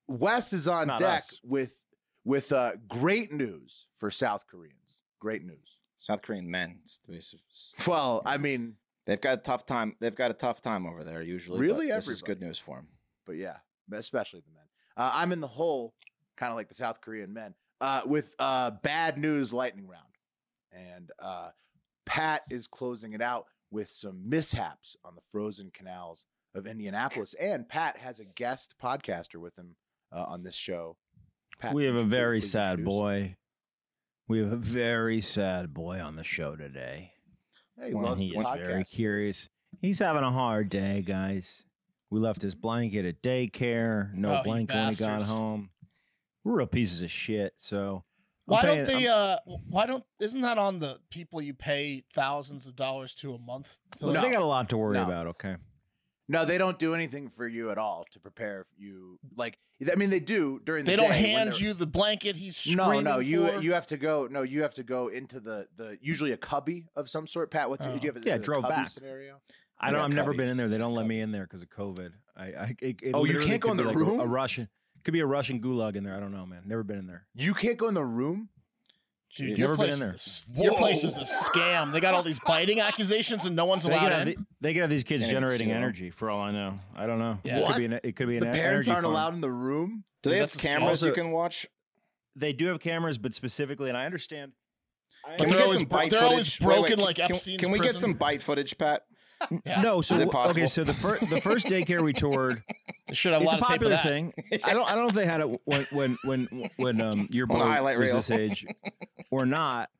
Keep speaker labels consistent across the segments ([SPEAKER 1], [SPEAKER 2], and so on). [SPEAKER 1] Wes is on
[SPEAKER 2] Not
[SPEAKER 1] deck
[SPEAKER 2] us.
[SPEAKER 1] with with uh, great news for South Koreans. Great news.
[SPEAKER 3] South Korean men. It's- it's- it's-
[SPEAKER 1] Well, I mean,
[SPEAKER 3] They've got a tough time. They've got a tough time over there usually. but
[SPEAKER 1] Really?
[SPEAKER 3] this is
[SPEAKER 1] Everybody.
[SPEAKER 3] good news for them.
[SPEAKER 1] but yeah, especially the men. Uh, I'm in the hole, kind of like the South Korean men, uh, with uh, bad news lightning round, and uh, Pat is closing it out with some mishaps on the frozen canals of Indianapolis. And Pat has a guest podcaster with him uh, on this show. Pat,
[SPEAKER 2] we have
[SPEAKER 1] would
[SPEAKER 2] a
[SPEAKER 1] you
[SPEAKER 2] very
[SPEAKER 1] please
[SPEAKER 2] sad
[SPEAKER 1] introduce-
[SPEAKER 2] boy. We have a very sad boy on the show today.
[SPEAKER 1] Yeah, he
[SPEAKER 2] One,
[SPEAKER 1] loves
[SPEAKER 2] he
[SPEAKER 1] the
[SPEAKER 2] is
[SPEAKER 1] podcast.
[SPEAKER 2] very curious. He's having a hard day, guys. We left his blanket at daycare.
[SPEAKER 4] Oh,
[SPEAKER 2] No
[SPEAKER 4] you
[SPEAKER 2] blanket when he got
[SPEAKER 4] bastards.
[SPEAKER 2] home. We're real pieces of shit. So I'm
[SPEAKER 4] Why
[SPEAKER 2] paying-
[SPEAKER 4] don't they?
[SPEAKER 2] I'm-
[SPEAKER 4] Uh, why don't? Isn't that on the people you pay thousands of dollars to a month? To
[SPEAKER 1] uh, No.
[SPEAKER 2] they got a lot to worry
[SPEAKER 1] No.
[SPEAKER 2] about. Okay.
[SPEAKER 1] No, they don't do anything for you at all to prepare you. Like, I mean, they do during.
[SPEAKER 4] they
[SPEAKER 1] the
[SPEAKER 4] don't
[SPEAKER 1] day when
[SPEAKER 4] hand
[SPEAKER 1] they're-
[SPEAKER 4] you the blanket. He's
[SPEAKER 1] No,
[SPEAKER 4] screaming
[SPEAKER 1] no, you
[SPEAKER 4] for?
[SPEAKER 1] you have to go. No, you have to go into the the usually a cubby of some sort. Pat, what's
[SPEAKER 4] Oh.
[SPEAKER 1] do you have?
[SPEAKER 2] Yeah,
[SPEAKER 1] is it a
[SPEAKER 2] drove
[SPEAKER 1] cubby
[SPEAKER 2] back.
[SPEAKER 1] scenario.
[SPEAKER 2] I don't.
[SPEAKER 1] Yeah,
[SPEAKER 2] I've never
[SPEAKER 1] Cubby.
[SPEAKER 2] been in there. They don't let me in there because of COVID. I. I it, it
[SPEAKER 1] Oh, you
[SPEAKER 2] literally
[SPEAKER 1] can't go
[SPEAKER 2] could
[SPEAKER 1] in
[SPEAKER 2] be
[SPEAKER 1] the
[SPEAKER 2] like
[SPEAKER 1] room?
[SPEAKER 2] A, a Russian could be a Russian gulag in there. I don't know, man. Never been in there.
[SPEAKER 1] You can't go in the room.
[SPEAKER 4] Dude,
[SPEAKER 2] You've
[SPEAKER 4] your
[SPEAKER 2] never been
[SPEAKER 4] place
[SPEAKER 2] in there.
[SPEAKER 4] is- Your place is a scam. They got all these biting accusations and no one's
[SPEAKER 2] They could,
[SPEAKER 4] allowed
[SPEAKER 2] have
[SPEAKER 4] in.
[SPEAKER 2] the- they could have these kids
[SPEAKER 3] Can't even see
[SPEAKER 2] generating
[SPEAKER 3] them.
[SPEAKER 2] energy for all I know. I don't know.
[SPEAKER 4] Yeah.
[SPEAKER 2] It
[SPEAKER 4] What?
[SPEAKER 2] could be an, it could be an
[SPEAKER 1] The
[SPEAKER 2] e-
[SPEAKER 1] parents
[SPEAKER 2] energy
[SPEAKER 1] aren't
[SPEAKER 2] farm.
[SPEAKER 1] allowed in the room.
[SPEAKER 3] Do
[SPEAKER 4] Dude,
[SPEAKER 3] they have
[SPEAKER 4] that's a scam.
[SPEAKER 3] cameras you
[SPEAKER 2] Also-
[SPEAKER 3] can watch?
[SPEAKER 2] They do have cameras, but specifically, and I understand.
[SPEAKER 4] But
[SPEAKER 3] Can we
[SPEAKER 4] they're
[SPEAKER 3] get
[SPEAKER 4] always
[SPEAKER 3] some
[SPEAKER 4] bro-
[SPEAKER 3] bite
[SPEAKER 4] they're always
[SPEAKER 3] footage? Wait, wait,
[SPEAKER 4] broken
[SPEAKER 3] can-
[SPEAKER 4] like
[SPEAKER 3] can-
[SPEAKER 4] Epstein's
[SPEAKER 3] Can we get
[SPEAKER 4] prison.
[SPEAKER 3] some bite footage, Pat?
[SPEAKER 4] Yeah.
[SPEAKER 2] No, so
[SPEAKER 3] Is it
[SPEAKER 2] wh- okay,
[SPEAKER 3] possible?
[SPEAKER 2] so the first the first daycare we toured,
[SPEAKER 4] They should have a
[SPEAKER 2] it's
[SPEAKER 4] lot
[SPEAKER 2] a
[SPEAKER 4] of tape of
[SPEAKER 2] popular
[SPEAKER 4] that.
[SPEAKER 2] thing. I don't I don't know if they had it when when when when um your
[SPEAKER 3] On
[SPEAKER 2] boy
[SPEAKER 3] a highlight
[SPEAKER 2] was
[SPEAKER 3] reel.
[SPEAKER 2] this age or not,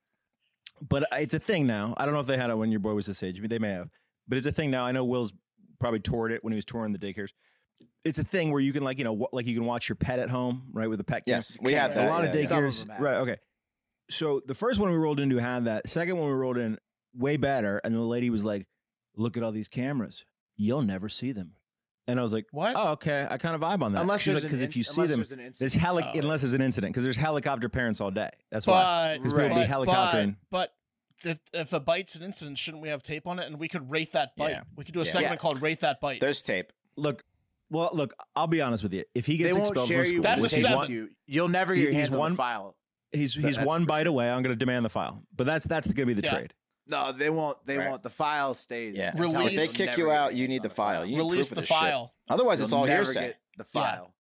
[SPEAKER 2] but it's a thing now. I don't know if they had it when your boy was this age. I mean, they may have, but it's a thing now. I know Will's probably toured it when he was touring the daycares. it's a thing where you can like you know wa- like you can watch your pet at home, right? With a pet. cam.
[SPEAKER 3] Yes, we had
[SPEAKER 4] A
[SPEAKER 3] that.
[SPEAKER 2] a lot
[SPEAKER 3] yeah.
[SPEAKER 2] of
[SPEAKER 1] Some of
[SPEAKER 2] daycares,
[SPEAKER 1] them have.
[SPEAKER 2] right? Okay. So the first one we rolled into had that. Second one we rolled in way better, and the lady was like, "Look at all these cameras. You'll never see them." And I was like,
[SPEAKER 4] What?
[SPEAKER 2] "Oh, okay. I kind of vibe on that."
[SPEAKER 1] Unless
[SPEAKER 2] She's
[SPEAKER 1] there's
[SPEAKER 2] like,
[SPEAKER 1] an
[SPEAKER 2] if you
[SPEAKER 1] inc-
[SPEAKER 2] see
[SPEAKER 1] unless
[SPEAKER 2] them,
[SPEAKER 1] there's an incident.
[SPEAKER 2] there's heli-
[SPEAKER 4] Oh.
[SPEAKER 2] unless there's an incident because there's helicopter parents all day. That's why.
[SPEAKER 4] but,
[SPEAKER 2] These people
[SPEAKER 4] but-
[SPEAKER 2] be helicoptering.
[SPEAKER 4] But, but if if a bite's an incident, shouldn't we have tape on it? And we could rate that bite.
[SPEAKER 3] Yeah.
[SPEAKER 4] We could do a
[SPEAKER 3] Yeah.
[SPEAKER 4] segment
[SPEAKER 3] Yes.
[SPEAKER 4] called "Rate That Bite."
[SPEAKER 3] There's tape.
[SPEAKER 2] Look, well, look. I'll be honest with you. If he
[SPEAKER 1] They
[SPEAKER 2] gets
[SPEAKER 1] won't
[SPEAKER 2] expelled
[SPEAKER 1] share
[SPEAKER 2] from
[SPEAKER 1] you.
[SPEAKER 2] school,
[SPEAKER 4] That's a
[SPEAKER 2] which
[SPEAKER 1] with
[SPEAKER 2] he's
[SPEAKER 4] seven.
[SPEAKER 2] one-
[SPEAKER 1] you. You'll never get your
[SPEAKER 2] He-
[SPEAKER 1] hands
[SPEAKER 2] he's
[SPEAKER 1] on
[SPEAKER 2] one-
[SPEAKER 1] the file.
[SPEAKER 2] He's
[SPEAKER 1] That-
[SPEAKER 2] he's
[SPEAKER 1] that's
[SPEAKER 2] one
[SPEAKER 1] for
[SPEAKER 2] bite away. I'm going to demand the file, but that's that's going to be the
[SPEAKER 4] Yeah.
[SPEAKER 2] trade.
[SPEAKER 1] No, they won't. They
[SPEAKER 3] Right.
[SPEAKER 1] won't. The file stays.
[SPEAKER 3] Yeah.
[SPEAKER 1] They'll
[SPEAKER 4] Release-
[SPEAKER 1] never
[SPEAKER 4] If
[SPEAKER 3] they kick
[SPEAKER 1] get
[SPEAKER 3] you
[SPEAKER 1] your
[SPEAKER 3] out,
[SPEAKER 1] hands
[SPEAKER 3] you
[SPEAKER 1] on
[SPEAKER 3] need the file. You need
[SPEAKER 4] Release
[SPEAKER 3] proof of
[SPEAKER 4] the
[SPEAKER 3] this shit.
[SPEAKER 4] file.
[SPEAKER 3] Otherwise,
[SPEAKER 1] You'll
[SPEAKER 3] it's all
[SPEAKER 1] never
[SPEAKER 3] hearsay.
[SPEAKER 1] get The file.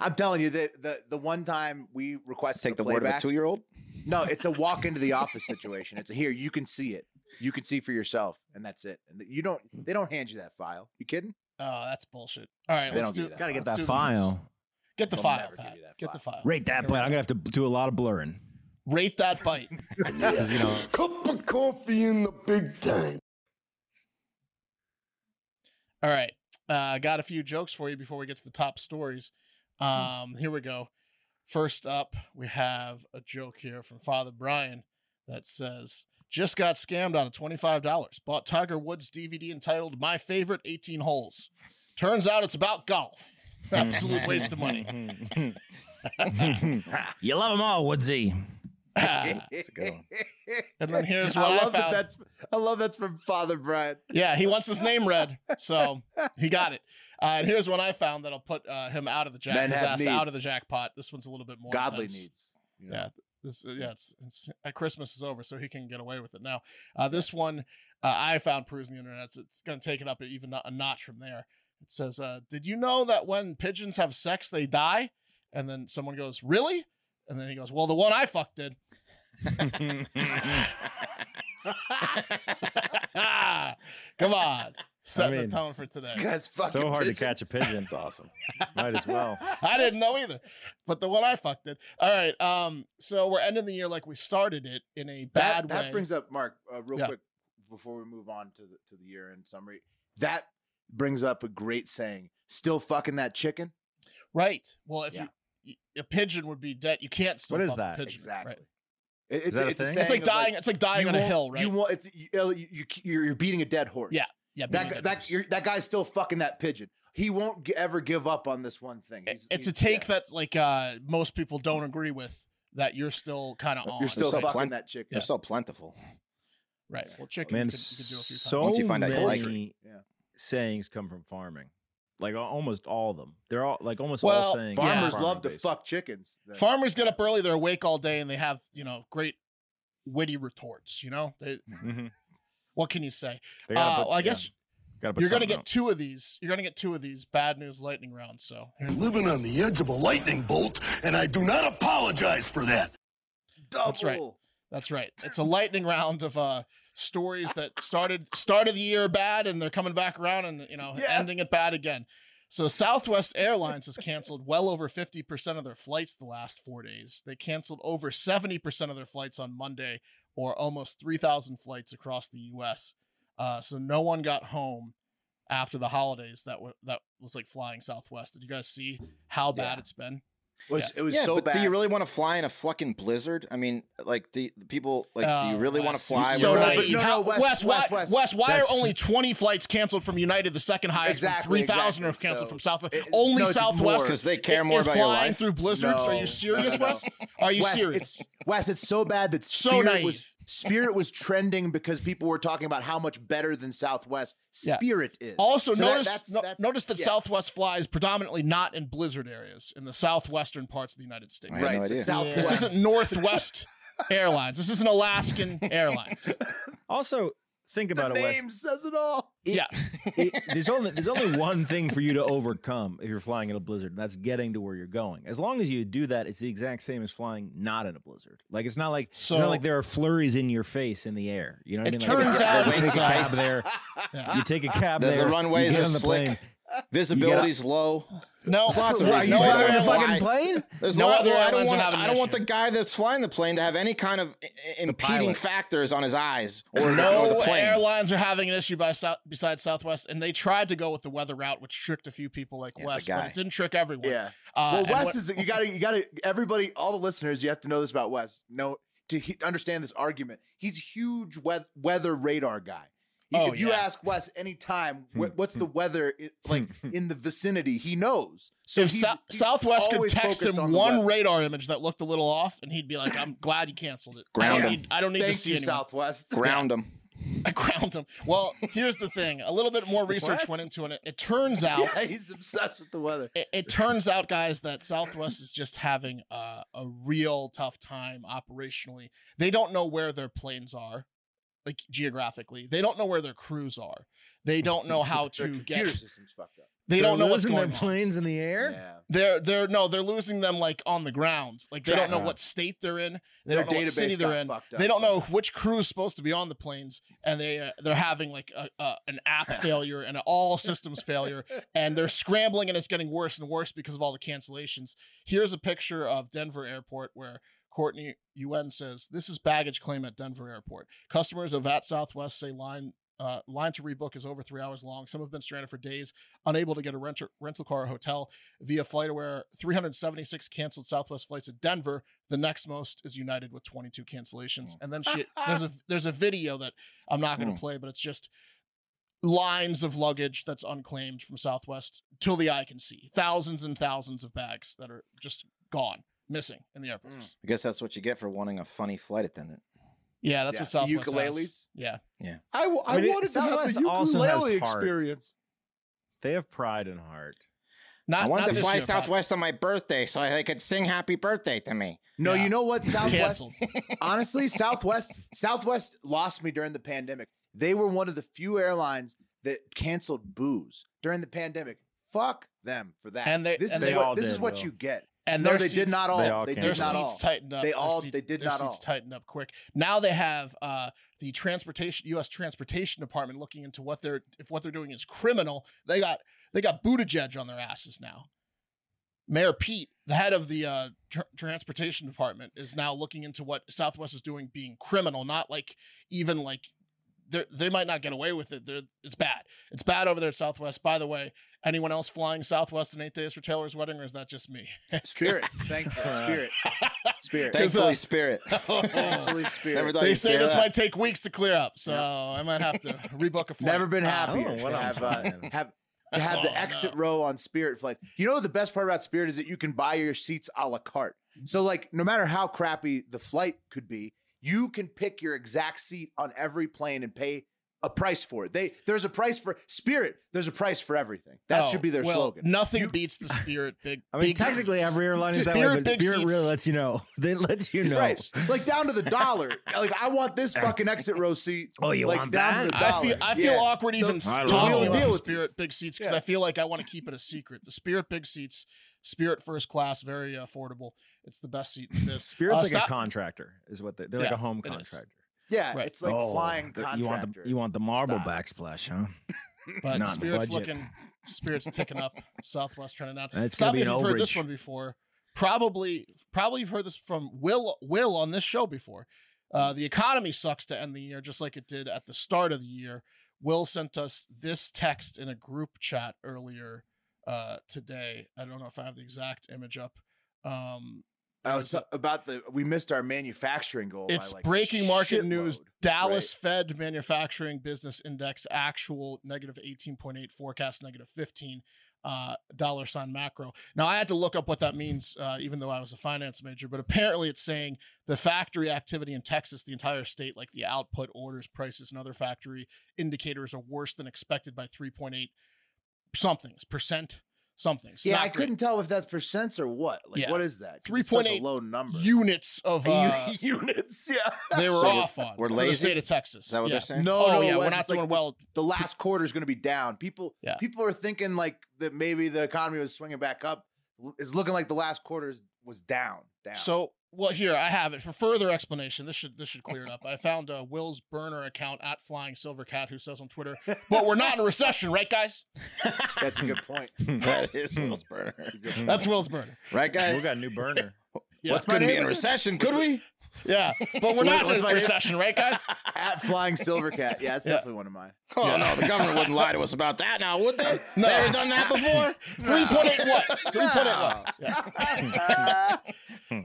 [SPEAKER 1] I'm telling you, the, the the one time we requested
[SPEAKER 3] Take
[SPEAKER 1] a
[SPEAKER 3] the word of a
[SPEAKER 1] playback-
[SPEAKER 3] two-year-old.
[SPEAKER 1] No, it's a walk into the office situation. It's a here you can see it, you can see for yourself, and that's it. And you don't. They don't hand you that file. You kidding?
[SPEAKER 4] Oh, that's bullshit. All right,
[SPEAKER 1] They
[SPEAKER 4] let's
[SPEAKER 1] don't do
[SPEAKER 4] do.
[SPEAKER 1] that.
[SPEAKER 2] Got to
[SPEAKER 1] Let's
[SPEAKER 2] get
[SPEAKER 4] do
[SPEAKER 2] that
[SPEAKER 4] the
[SPEAKER 2] file.
[SPEAKER 4] Get the
[SPEAKER 1] They'll
[SPEAKER 4] file,
[SPEAKER 1] never give
[SPEAKER 4] Pat.
[SPEAKER 1] you that
[SPEAKER 4] Get the file.
[SPEAKER 2] Rate that bite. I'm going to have to do a lot of blurring.
[SPEAKER 4] Rate that bite.
[SPEAKER 5] you know. Cup of coffee in the big time.
[SPEAKER 4] All right. Uh, got a few jokes for you before we get to the top stories. Um, here we go. First up, we have a joke here from Father Brian that says, Just got scammed out of $25. Bought Tiger Woods DVD entitled My Favorite 18 Holes. Turns out it's about golf. Absolute waste of money.
[SPEAKER 2] you love them all, Woodsy.
[SPEAKER 4] and
[SPEAKER 3] That's a good one.
[SPEAKER 4] then here's what
[SPEAKER 1] I
[SPEAKER 4] I,
[SPEAKER 1] love that.
[SPEAKER 4] found.
[SPEAKER 1] That's I love that's from Father Brian.
[SPEAKER 4] Yeah, he wants his name read, so he got it. Uh, and here's one I found that'll put uh, him out of the jack,
[SPEAKER 1] Men
[SPEAKER 4] his
[SPEAKER 1] have
[SPEAKER 4] ass out of
[SPEAKER 1] needs.
[SPEAKER 4] the jackpot. This one's a little bit more
[SPEAKER 1] Godly
[SPEAKER 4] intense.
[SPEAKER 1] needs. you know?
[SPEAKER 4] Yeah, this uh, yeah, it's, it's uh, Christmas is over, so he can get away with it now. Uh, this one uh, I found perusing the internet. So it's going to take it up even a notch from there. It says, uh, "Did you know that when pigeons have sex, they die?" And then someone goes, "Really?" And then he goes, "Well, the one I fucked did." Come on, set the
[SPEAKER 2] mean,
[SPEAKER 4] tone for today.
[SPEAKER 1] This guy's fucking
[SPEAKER 2] so hard to catch a
[SPEAKER 1] pigeons.
[SPEAKER 2] pigeon. It's awesome. Might as well.
[SPEAKER 4] I didn't know either, but the one I fucked did. All right, um, so we're ending the year like we started it in a bad
[SPEAKER 1] that, that
[SPEAKER 4] way.
[SPEAKER 1] brings up Mark uh, real
[SPEAKER 4] Yeah.
[SPEAKER 1] quick before we move on to the to the year end summary. That brings up a great saying: "Still fucking that chicken."
[SPEAKER 4] Right. Well, if
[SPEAKER 1] Yeah.
[SPEAKER 4] you a pigeon would be dead, you can't still.
[SPEAKER 2] What is
[SPEAKER 4] fuck a
[SPEAKER 2] that?
[SPEAKER 4] pigeon,
[SPEAKER 1] Exactly.
[SPEAKER 4] right?
[SPEAKER 1] It- it's
[SPEAKER 2] that a
[SPEAKER 1] it's, a
[SPEAKER 2] thing?
[SPEAKER 1] saying
[SPEAKER 4] It's like
[SPEAKER 1] of,
[SPEAKER 4] dying. it's like dying
[SPEAKER 1] you
[SPEAKER 4] on a
[SPEAKER 1] won't-
[SPEAKER 4] hill, right?
[SPEAKER 1] You want it's you, you, you you're beating a dead horse.
[SPEAKER 4] Yeah. yeah. being
[SPEAKER 1] That
[SPEAKER 4] a
[SPEAKER 1] guy-
[SPEAKER 4] dead
[SPEAKER 1] that
[SPEAKER 4] horse.
[SPEAKER 1] you're, that guy's still fucking that pigeon. He won't g- ever give up on this one thing. He's- he's-
[SPEAKER 4] it's a take
[SPEAKER 1] yeah.
[SPEAKER 4] that like uh most people don't agree with. That you're still kind of on.
[SPEAKER 1] you're still
[SPEAKER 3] so
[SPEAKER 1] fucking
[SPEAKER 3] plen-
[SPEAKER 1] that chicken.
[SPEAKER 3] They're so plentiful.
[SPEAKER 4] right. Well, chicken.
[SPEAKER 2] Man,
[SPEAKER 4] you could, you could do a few
[SPEAKER 2] so
[SPEAKER 4] times.
[SPEAKER 3] Once you find out you like it.
[SPEAKER 2] many
[SPEAKER 1] Yeah.
[SPEAKER 2] sayings come from farming. Like al- almost all of them. They're all like almost
[SPEAKER 4] Well,
[SPEAKER 2] all sayings. are
[SPEAKER 1] Farmers
[SPEAKER 2] farming
[SPEAKER 1] love to
[SPEAKER 2] based.
[SPEAKER 1] fuck chickens. Then.
[SPEAKER 4] Farmers get up early. They're awake all day, and they have you know great witty retorts. You know, they,
[SPEAKER 2] Mhm.
[SPEAKER 4] what can you say?
[SPEAKER 2] They
[SPEAKER 4] Uh,
[SPEAKER 2] gotta put-
[SPEAKER 4] well, I
[SPEAKER 2] yeah,
[SPEAKER 4] guess
[SPEAKER 2] gotta put
[SPEAKER 4] you're gonna
[SPEAKER 2] something
[SPEAKER 4] get
[SPEAKER 2] out.
[SPEAKER 4] two of these. You're gonna get two of these bad news lightning rounds. So here's
[SPEAKER 5] Living on the edge of a lightning bolt, and I do not apologize for that.
[SPEAKER 1] Double.
[SPEAKER 4] That's right. That's right. It's a lightning round of uh stories that started started the year bad and they're coming back around and you know
[SPEAKER 1] Yes.
[SPEAKER 4] ending it bad again. So Southwest Airlines has canceled well over 50% of their flights the last 4 days. They canceled over 70% of their flights on Monday or almost 3,000 flights across the US. Uh, so no one got home after the holidays that were that was like flying Southwest. Did you guys see how bad
[SPEAKER 3] Yeah.
[SPEAKER 4] it's been?
[SPEAKER 1] It was, it was
[SPEAKER 3] yeah,
[SPEAKER 1] so
[SPEAKER 3] but
[SPEAKER 1] bad.
[SPEAKER 3] do you really want to fly in a fucking blizzard? I mean, like, do the people like? do
[SPEAKER 4] Oh,
[SPEAKER 3] you really want to
[SPEAKER 4] Wes,
[SPEAKER 3] fly?
[SPEAKER 4] you're So
[SPEAKER 1] with- No, but
[SPEAKER 4] naive.
[SPEAKER 1] no, no,
[SPEAKER 4] How-
[SPEAKER 1] Wes,
[SPEAKER 4] Wes,
[SPEAKER 1] Wes,
[SPEAKER 4] why,
[SPEAKER 1] Wes.
[SPEAKER 4] Wes, why
[SPEAKER 2] That's-
[SPEAKER 4] are only 20 flights canceled from United, the second highest? from
[SPEAKER 1] Exactly,
[SPEAKER 4] 3,000 are
[SPEAKER 1] exactly.
[SPEAKER 4] canceled
[SPEAKER 1] So
[SPEAKER 4] from Southwest.
[SPEAKER 1] it-
[SPEAKER 4] only
[SPEAKER 1] no, it's
[SPEAKER 4] Southwest
[SPEAKER 1] more.
[SPEAKER 3] Because they care more
[SPEAKER 4] is
[SPEAKER 3] about your
[SPEAKER 4] flying
[SPEAKER 3] life.
[SPEAKER 4] through blizzards. are
[SPEAKER 1] No,
[SPEAKER 4] you serious,
[SPEAKER 1] no, no,
[SPEAKER 4] Wes? Are you
[SPEAKER 1] Wes,
[SPEAKER 4] serious?
[SPEAKER 1] It's, Wes, it's so bad that
[SPEAKER 4] So
[SPEAKER 1] Spirit
[SPEAKER 4] naive.
[SPEAKER 1] was Spirit was trending because people were talking about how much better than Southwest
[SPEAKER 4] Yeah.
[SPEAKER 1] Spirit is.
[SPEAKER 4] Also,
[SPEAKER 1] So that-
[SPEAKER 4] notice
[SPEAKER 1] that's-
[SPEAKER 4] no-
[SPEAKER 1] that's-
[SPEAKER 4] notice that
[SPEAKER 1] yeah,
[SPEAKER 4] Southwest flies predominantly not in blizzard areas in the southwestern parts of the United States.
[SPEAKER 3] I had
[SPEAKER 1] right.
[SPEAKER 3] no
[SPEAKER 1] the
[SPEAKER 3] idea.
[SPEAKER 1] Southwest.
[SPEAKER 4] This isn't Northwest Airlines. This isn't Alaskan Airlines.
[SPEAKER 2] Also, think
[SPEAKER 1] The
[SPEAKER 2] about it, Wes.
[SPEAKER 1] name says it all.
[SPEAKER 4] Yeah.
[SPEAKER 2] It- there's only there's only one thing for you to overcome if you're flying in a blizzard, and that's getting to where you're going. As long as you do that, it's the exact same as flying not in a blizzard. Like it's not like it's
[SPEAKER 4] So-
[SPEAKER 2] not like there are flurries in your face in the air. You know what
[SPEAKER 4] It
[SPEAKER 2] I mean? Like,
[SPEAKER 4] turns
[SPEAKER 2] you
[SPEAKER 4] out
[SPEAKER 2] take a
[SPEAKER 3] it's, uh,
[SPEAKER 2] cab there. You take a cab
[SPEAKER 3] The- the
[SPEAKER 2] there.
[SPEAKER 3] runways
[SPEAKER 2] you get
[SPEAKER 3] are
[SPEAKER 2] on the
[SPEAKER 3] slick.
[SPEAKER 2] plane.
[SPEAKER 3] Visibility's low.
[SPEAKER 4] No,
[SPEAKER 3] There's lots of
[SPEAKER 2] What, are you
[SPEAKER 3] No,
[SPEAKER 2] driving
[SPEAKER 3] I
[SPEAKER 2] a
[SPEAKER 3] don't
[SPEAKER 2] fucking
[SPEAKER 3] want-
[SPEAKER 2] plane?
[SPEAKER 3] There's
[SPEAKER 4] No
[SPEAKER 3] no,
[SPEAKER 4] other
[SPEAKER 3] other. I don't
[SPEAKER 4] airlines
[SPEAKER 3] want.
[SPEAKER 4] would have an
[SPEAKER 3] I don't want the
[SPEAKER 4] issue.
[SPEAKER 3] guy that's flying the plane to have any kind of i- i- impeding
[SPEAKER 2] pilot.
[SPEAKER 3] factors on his eyes or, or the
[SPEAKER 4] No
[SPEAKER 3] plane.
[SPEAKER 4] airlines are having an issue by South, besides Southwest, and they tried to go with the weather route, which tricked a few people like
[SPEAKER 3] Yeah, the
[SPEAKER 4] Wes,
[SPEAKER 3] guy.
[SPEAKER 4] but it didn't trick everyone.
[SPEAKER 1] Yeah.
[SPEAKER 4] Uh,
[SPEAKER 1] Well,
[SPEAKER 4] and
[SPEAKER 1] Wes
[SPEAKER 4] what-
[SPEAKER 1] is you gotta you gotta everybody all the listeners you have to know this about Wes. No, to he, understand this argument, he's a huge weather, weather radar guy. You-
[SPEAKER 4] Oh,
[SPEAKER 1] if you
[SPEAKER 4] yeah. Hmm,
[SPEAKER 1] ask Wes anytime wh- what's the weather i- like in the vicinity, he knows. So
[SPEAKER 4] if
[SPEAKER 1] he's-
[SPEAKER 4] Sou-
[SPEAKER 1] he's
[SPEAKER 4] Southwest could
[SPEAKER 1] always
[SPEAKER 4] text
[SPEAKER 1] focused
[SPEAKER 4] him
[SPEAKER 1] on the
[SPEAKER 4] one
[SPEAKER 1] weather.
[SPEAKER 4] radar image that looked a little off, and he'd be like, "I'm glad you canceled it. I
[SPEAKER 3] Ground
[SPEAKER 4] don't
[SPEAKER 3] him.
[SPEAKER 4] need, I don't need to
[SPEAKER 1] Thank
[SPEAKER 4] see
[SPEAKER 1] you,
[SPEAKER 4] anyone.
[SPEAKER 1] Southwest.
[SPEAKER 3] Ground him.
[SPEAKER 4] I ground him. Well, here's the thing. A little bit more research
[SPEAKER 2] What?
[SPEAKER 4] went into it. It turns out.
[SPEAKER 1] Yeah, he's obsessed with the weather.
[SPEAKER 4] it, it turns out, guys, that Southwest is just having uh, a real tough time operationally. They don't know where their planes are, like geographically. They don't know where their crews are. They don't know how
[SPEAKER 1] Their
[SPEAKER 4] to
[SPEAKER 1] computer
[SPEAKER 4] get.
[SPEAKER 1] system's fucked up.
[SPEAKER 4] They don't know what's
[SPEAKER 2] losing
[SPEAKER 4] going
[SPEAKER 2] their
[SPEAKER 4] on.
[SPEAKER 2] planes in the air.
[SPEAKER 1] Yeah.
[SPEAKER 4] They're they're no, they're losing them like on the ground. Like they don't know
[SPEAKER 2] Track.
[SPEAKER 4] what state they're in. They
[SPEAKER 1] Their
[SPEAKER 4] don't know what
[SPEAKER 1] database
[SPEAKER 4] city they're
[SPEAKER 1] got
[SPEAKER 4] in.
[SPEAKER 1] fucked up
[SPEAKER 4] They don't know
[SPEAKER 1] somehow.
[SPEAKER 4] which crew is supposed to be on the planes, and they uh, they're having like a, a, an app failure and an all systems failure, and they're scrambling, and it's getting worse and worse because of all the cancellations. Here's a picture of Denver Airport where Courtney UN says this is baggage claim at Denver Airport. Customers of At Southwest say line. Uh, line to rebook is over three hours long. Some have been stranded for days, unable to get a renter, rental car or hotel via FlightAware. 376 canceled Southwest flights at Denver. The next most is United with 22 cancellations.
[SPEAKER 1] Mm.
[SPEAKER 4] And then she there's a there's a video that I'm not going to
[SPEAKER 3] Mm.
[SPEAKER 4] play, but it's just lines of luggage that's unclaimed from Southwest till the eye can see. Thousands and thousands of bags that are just gone, missing in
[SPEAKER 1] Mm.
[SPEAKER 4] the airports.
[SPEAKER 3] I guess that's what you get for wanting a funny flight attendant.
[SPEAKER 4] Yeah, that's what
[SPEAKER 1] Yeah.
[SPEAKER 4] Southwest has.
[SPEAKER 1] Ukuleles?
[SPEAKER 4] Yeah.
[SPEAKER 1] I, w- I
[SPEAKER 2] I mean, it-
[SPEAKER 1] wanted to have
[SPEAKER 2] Southwest
[SPEAKER 1] the
[SPEAKER 2] also has
[SPEAKER 1] ukulele
[SPEAKER 2] heart.
[SPEAKER 1] experience.
[SPEAKER 2] They have pride and heart.
[SPEAKER 4] Not,
[SPEAKER 3] I
[SPEAKER 4] not
[SPEAKER 3] wanted to
[SPEAKER 4] this
[SPEAKER 3] fly
[SPEAKER 4] year, Pat.
[SPEAKER 3] Southwest on my birthday so I could sing "Happy Birthday" to me.
[SPEAKER 1] No,
[SPEAKER 4] Yeah.
[SPEAKER 1] you know what? Southwest
[SPEAKER 4] Canceled.
[SPEAKER 1] honestly, Southwest Southwest lost me during the pandemic. They were one of the few airlines that canceled booze during the pandemic. Fuck them for that.
[SPEAKER 4] And they-
[SPEAKER 1] this
[SPEAKER 4] and
[SPEAKER 1] is
[SPEAKER 4] they
[SPEAKER 1] what
[SPEAKER 2] all
[SPEAKER 1] this is
[SPEAKER 2] did,
[SPEAKER 1] what
[SPEAKER 2] Will.
[SPEAKER 1] you get.
[SPEAKER 4] And
[SPEAKER 1] no,
[SPEAKER 4] their
[SPEAKER 1] they did
[SPEAKER 4] seats-
[SPEAKER 1] not all.
[SPEAKER 2] they all
[SPEAKER 1] They
[SPEAKER 4] their
[SPEAKER 1] did
[SPEAKER 2] canceled.
[SPEAKER 1] not
[SPEAKER 4] seats
[SPEAKER 1] all.
[SPEAKER 4] tightened up.
[SPEAKER 1] They
[SPEAKER 4] Their
[SPEAKER 1] all-
[SPEAKER 4] seats-
[SPEAKER 1] they did
[SPEAKER 4] their
[SPEAKER 1] not
[SPEAKER 4] seats
[SPEAKER 1] all.
[SPEAKER 4] tightened up quick. Now they have uh, the transportation U.S. Transportation Department looking into what they're if what they're doing is criminal. They got they got Buttigieg on their asses now. Mayor Pete, the head of the uh, tr- transportation department, is now looking into what Southwest is doing being criminal, not like even like they they might not get away with it. They're, it's bad. It's bad over there at Southwest. By the way, anyone else flying Southwest in eight days for Taylor's wedding, or is that just me?
[SPEAKER 1] Spirit, thankfully, spirit, spirit,
[SPEAKER 4] There's
[SPEAKER 3] Thankfully,
[SPEAKER 4] a-
[SPEAKER 3] Spirit.
[SPEAKER 1] thankfully, spirit.
[SPEAKER 3] Never thought
[SPEAKER 4] they
[SPEAKER 3] you'd
[SPEAKER 4] say this
[SPEAKER 3] that.
[SPEAKER 4] might take weeks to clear up, so I might have to rebook a flight.
[SPEAKER 1] Never been
[SPEAKER 4] Uh,
[SPEAKER 1] happier
[SPEAKER 2] what
[SPEAKER 1] to
[SPEAKER 2] I'm
[SPEAKER 1] have uh,
[SPEAKER 2] saying.
[SPEAKER 1] have to have
[SPEAKER 4] Oh,
[SPEAKER 1] the exit row on Spirit flights. You know the best part about Spirit is that you can buy your seats a la carte.
[SPEAKER 2] Mm-hmm.
[SPEAKER 1] So like no matter how crappy the flight could be, you can pick your exact seat on every plane and pay a price for it. They there's a price for Spirit. There's a price for everything. That
[SPEAKER 4] Oh,
[SPEAKER 1] should be their
[SPEAKER 4] well,
[SPEAKER 1] slogan.
[SPEAKER 4] Nothing beats the spirit. Big.
[SPEAKER 2] I mean,
[SPEAKER 4] big
[SPEAKER 2] technically,
[SPEAKER 4] seats.
[SPEAKER 2] every airline is that
[SPEAKER 4] Spirit
[SPEAKER 2] way, but
[SPEAKER 4] big
[SPEAKER 2] Spirit
[SPEAKER 4] seats.
[SPEAKER 2] really lets you know. They let you know.
[SPEAKER 1] Right, like down to the dollar. Like I want this fucking exit row seat.
[SPEAKER 2] Oh, you
[SPEAKER 1] like,
[SPEAKER 2] want
[SPEAKER 1] down to
[SPEAKER 2] that?
[SPEAKER 1] the
[SPEAKER 4] I feel
[SPEAKER 1] dollar.
[SPEAKER 4] I feel
[SPEAKER 1] Yeah.
[SPEAKER 4] awkward even
[SPEAKER 2] I don't know.
[SPEAKER 4] talking
[SPEAKER 1] Deal
[SPEAKER 4] about
[SPEAKER 1] with-
[SPEAKER 4] spirit big seats because
[SPEAKER 1] Yeah.
[SPEAKER 4] I feel like I want to keep it a secret. The spirit big seats, spirit first class, very affordable. It's the best seat. in This
[SPEAKER 2] Spirit's
[SPEAKER 4] Uh,
[SPEAKER 2] like
[SPEAKER 4] stop-
[SPEAKER 2] a contractor, is what they, they're like
[SPEAKER 4] Yeah,
[SPEAKER 2] a home
[SPEAKER 4] it is.
[SPEAKER 2] contractor.
[SPEAKER 1] Yeah,
[SPEAKER 4] Right.
[SPEAKER 1] it's like
[SPEAKER 2] Oh,
[SPEAKER 1] flying
[SPEAKER 2] the-
[SPEAKER 1] contractor.
[SPEAKER 2] You want the you want the marble
[SPEAKER 1] style.
[SPEAKER 2] backsplash, huh?
[SPEAKER 4] but
[SPEAKER 2] Not in
[SPEAKER 4] spirits
[SPEAKER 2] budget.
[SPEAKER 4] looking spirits ticking up southwest trending down
[SPEAKER 2] That's
[SPEAKER 4] stop
[SPEAKER 2] gonna
[SPEAKER 4] me
[SPEAKER 2] be
[SPEAKER 4] if
[SPEAKER 2] an
[SPEAKER 4] you've heard this
[SPEAKER 2] overage.
[SPEAKER 4] one before probably probably you've heard this from will will on this show before uh,
[SPEAKER 2] Mm.
[SPEAKER 4] the economy sucks to end the year just like it did at the start of the year will sent us this text in a group chat earlier uh, today i don't know if i have the exact image up um,
[SPEAKER 1] Oh, so about the we missed our manufacturing goal. by,
[SPEAKER 4] it's
[SPEAKER 1] like, a
[SPEAKER 4] breaking market news.
[SPEAKER 1] shitload.
[SPEAKER 4] Dallas Fed Manufacturing Business Index actual negative 18.8, forecast negative 15 uh, dollar sign macro. Now, I had to look up what that means, uh, even though I was a finance major, but apparently it's saying the factory activity in Texas, the entire state, like the output, orders, prices, and other factory indicators are worse than expected by 3.8 somethings percent somethings.
[SPEAKER 1] Yeah, I
[SPEAKER 4] Not great.
[SPEAKER 1] couldn't tell if that's percents or what. Like,
[SPEAKER 4] Yeah.
[SPEAKER 1] what is that? 'Cause it's such a
[SPEAKER 4] 3.8
[SPEAKER 1] low number.
[SPEAKER 4] Units of uh,
[SPEAKER 1] units, yeah.
[SPEAKER 4] they were
[SPEAKER 3] So we're-
[SPEAKER 4] off on
[SPEAKER 3] we're
[SPEAKER 4] for the
[SPEAKER 3] lazy?
[SPEAKER 4] state of Texas.
[SPEAKER 3] Is that what
[SPEAKER 4] yeah.
[SPEAKER 3] they're saying?
[SPEAKER 1] No,
[SPEAKER 4] Oh,
[SPEAKER 1] no,
[SPEAKER 4] yeah,
[SPEAKER 1] Wes,
[SPEAKER 4] we're
[SPEAKER 1] it's
[SPEAKER 4] not
[SPEAKER 1] like
[SPEAKER 4] doing well.
[SPEAKER 1] The last quarter is going to be down. People,
[SPEAKER 4] Yeah.
[SPEAKER 1] people are thinking like that maybe the economy was swinging back up. It's looking like the last quarter is- was down. Down.
[SPEAKER 4] So well, here I have it for further explanation. This should this should clear it up. I found uh, Will's burner account at Flying Silver Cat, who says on Twitter, "But we're not in a recession, right, guys?
[SPEAKER 1] That's a good point.
[SPEAKER 3] that is
[SPEAKER 4] Hmm.
[SPEAKER 3] Will's burner.
[SPEAKER 4] That's Will's burner,
[SPEAKER 3] Right,
[SPEAKER 2] we
[SPEAKER 3] guys?
[SPEAKER 2] got a new burner.
[SPEAKER 4] Yeah.
[SPEAKER 3] Hmm. What's going to be in
[SPEAKER 1] name?
[SPEAKER 3] recession? Could we?
[SPEAKER 4] yeah. But we're not
[SPEAKER 3] what's
[SPEAKER 4] in a
[SPEAKER 3] my name?
[SPEAKER 4] recession, right, guys?
[SPEAKER 1] At Flying Silver Cat. Yeah, that's
[SPEAKER 4] Yeah.
[SPEAKER 1] definitely one of mine.
[SPEAKER 3] Oh,
[SPEAKER 4] Yeah.
[SPEAKER 3] no. The government wouldn't lie to us about that now, would they? They ever done that before?
[SPEAKER 4] Three point eight watts. Three point eight watts. Yeah.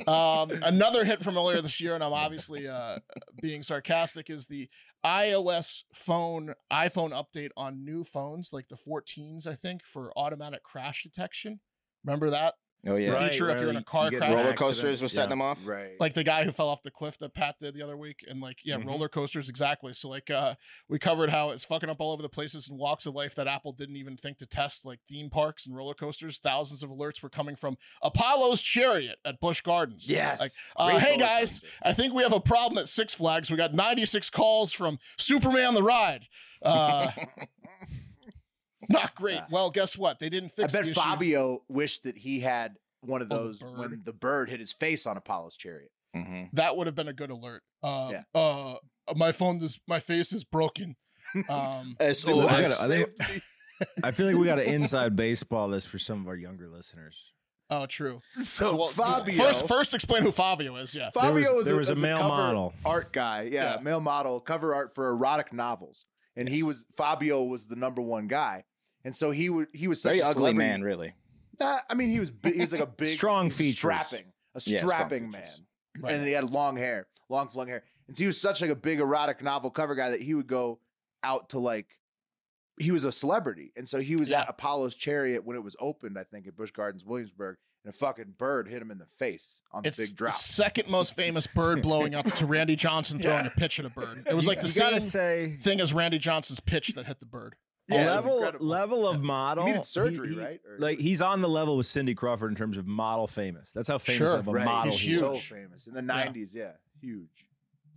[SPEAKER 4] Um, another hit from earlier this year, and I'm obviously uh, being sarcastic, is the iOS phone iPhone update on new phones, like the 14s, I think, for automatic crash detection. Remember that?
[SPEAKER 3] Oh, yeah.
[SPEAKER 4] Right. feature if you're in a car
[SPEAKER 2] get
[SPEAKER 4] crash.
[SPEAKER 3] Roller
[SPEAKER 2] accident.
[SPEAKER 3] coasters were setting them off.
[SPEAKER 1] Right.
[SPEAKER 4] Like the guy who fell off the cliff that Pat did the other week, and like yeah,
[SPEAKER 2] Mhm.
[SPEAKER 4] roller coasters exactly. So like uh, we covered how it's fucking up all over the places and walks of life that Apple didn't even think to test, like theme parks and roller coasters. Thousands of alerts were coming from Apollo's chariot at Busch Gardens.
[SPEAKER 1] yes.
[SPEAKER 4] Like, uh,
[SPEAKER 1] Great
[SPEAKER 4] hey
[SPEAKER 1] roller
[SPEAKER 4] guys,
[SPEAKER 1] coaster.
[SPEAKER 4] I think we have a problem at Six Flags. We got 96 calls from Superman the Ride. Uh, not great. Well, guess what? They didn't
[SPEAKER 1] I
[SPEAKER 4] fix.
[SPEAKER 1] bet
[SPEAKER 4] the issue.
[SPEAKER 1] Fabio wished that he had one of
[SPEAKER 4] Oh, the
[SPEAKER 1] those
[SPEAKER 4] bird.
[SPEAKER 1] when the bird hit his face on Apollo's chariot.
[SPEAKER 3] Mm-hmm.
[SPEAKER 4] That would have been a good alert. Um,
[SPEAKER 1] Yeah.
[SPEAKER 4] uh, my phone is my face is broken. Um,
[SPEAKER 1] Uh,
[SPEAKER 2] Dude, I, gotta- I think- I feel like we got to inside baseball this for some of our younger listeners.
[SPEAKER 4] oh, true.
[SPEAKER 1] so
[SPEAKER 4] Well,
[SPEAKER 1] Fabio
[SPEAKER 4] First, first explain who Fabio is. Yeah.
[SPEAKER 1] Fabio
[SPEAKER 2] was-
[SPEAKER 1] was,
[SPEAKER 2] there was a male
[SPEAKER 1] cover
[SPEAKER 2] model.
[SPEAKER 1] art guy. Yeah,
[SPEAKER 4] Yeah.
[SPEAKER 1] male model cover art for erotic novels, and he was Fabio was the number one guy, and so he would he was such
[SPEAKER 3] Very
[SPEAKER 1] a
[SPEAKER 3] ugly
[SPEAKER 1] celebrity.
[SPEAKER 3] man, really.
[SPEAKER 1] Nah, I mean, he was bi- he was like a big
[SPEAKER 2] Strong
[SPEAKER 1] he was
[SPEAKER 2] features.
[SPEAKER 1] strapping, a
[SPEAKER 3] Yeah, strong
[SPEAKER 1] strapping man,
[SPEAKER 3] features.
[SPEAKER 4] Right.
[SPEAKER 1] and he had long hair, long flung hair, and so he was such like a big erotic novel cover guy that he would go out to like. He was a celebrity, and so he was
[SPEAKER 4] Yeah.
[SPEAKER 1] at Apollo's Chariot when it was opened, I think, at Busch Gardens, Williamsburg, and a fucking bird hit him in the face on the
[SPEAKER 4] It's
[SPEAKER 1] big
[SPEAKER 4] the
[SPEAKER 1] drop.
[SPEAKER 4] second most famous bird blowing up to Randy Johnson throwing
[SPEAKER 1] Yeah.
[SPEAKER 4] a pitch at a bird. It was like the
[SPEAKER 2] you gotta
[SPEAKER 4] same
[SPEAKER 2] say
[SPEAKER 4] thing as Randy Johnson's pitch that hit the bird.
[SPEAKER 1] Yeah, it was
[SPEAKER 2] level
[SPEAKER 1] incredible.
[SPEAKER 2] level of model.
[SPEAKER 1] He needed surgery,
[SPEAKER 2] he- he-
[SPEAKER 1] right? Or-
[SPEAKER 2] Like he's on the level with Cindy Crawford in terms of model famous. That's how famous
[SPEAKER 4] Sure,
[SPEAKER 2] of a
[SPEAKER 1] right.
[SPEAKER 2] model
[SPEAKER 4] He's
[SPEAKER 2] he is.
[SPEAKER 1] so
[SPEAKER 4] huge.
[SPEAKER 1] famous in the nineties. Yeah. huge.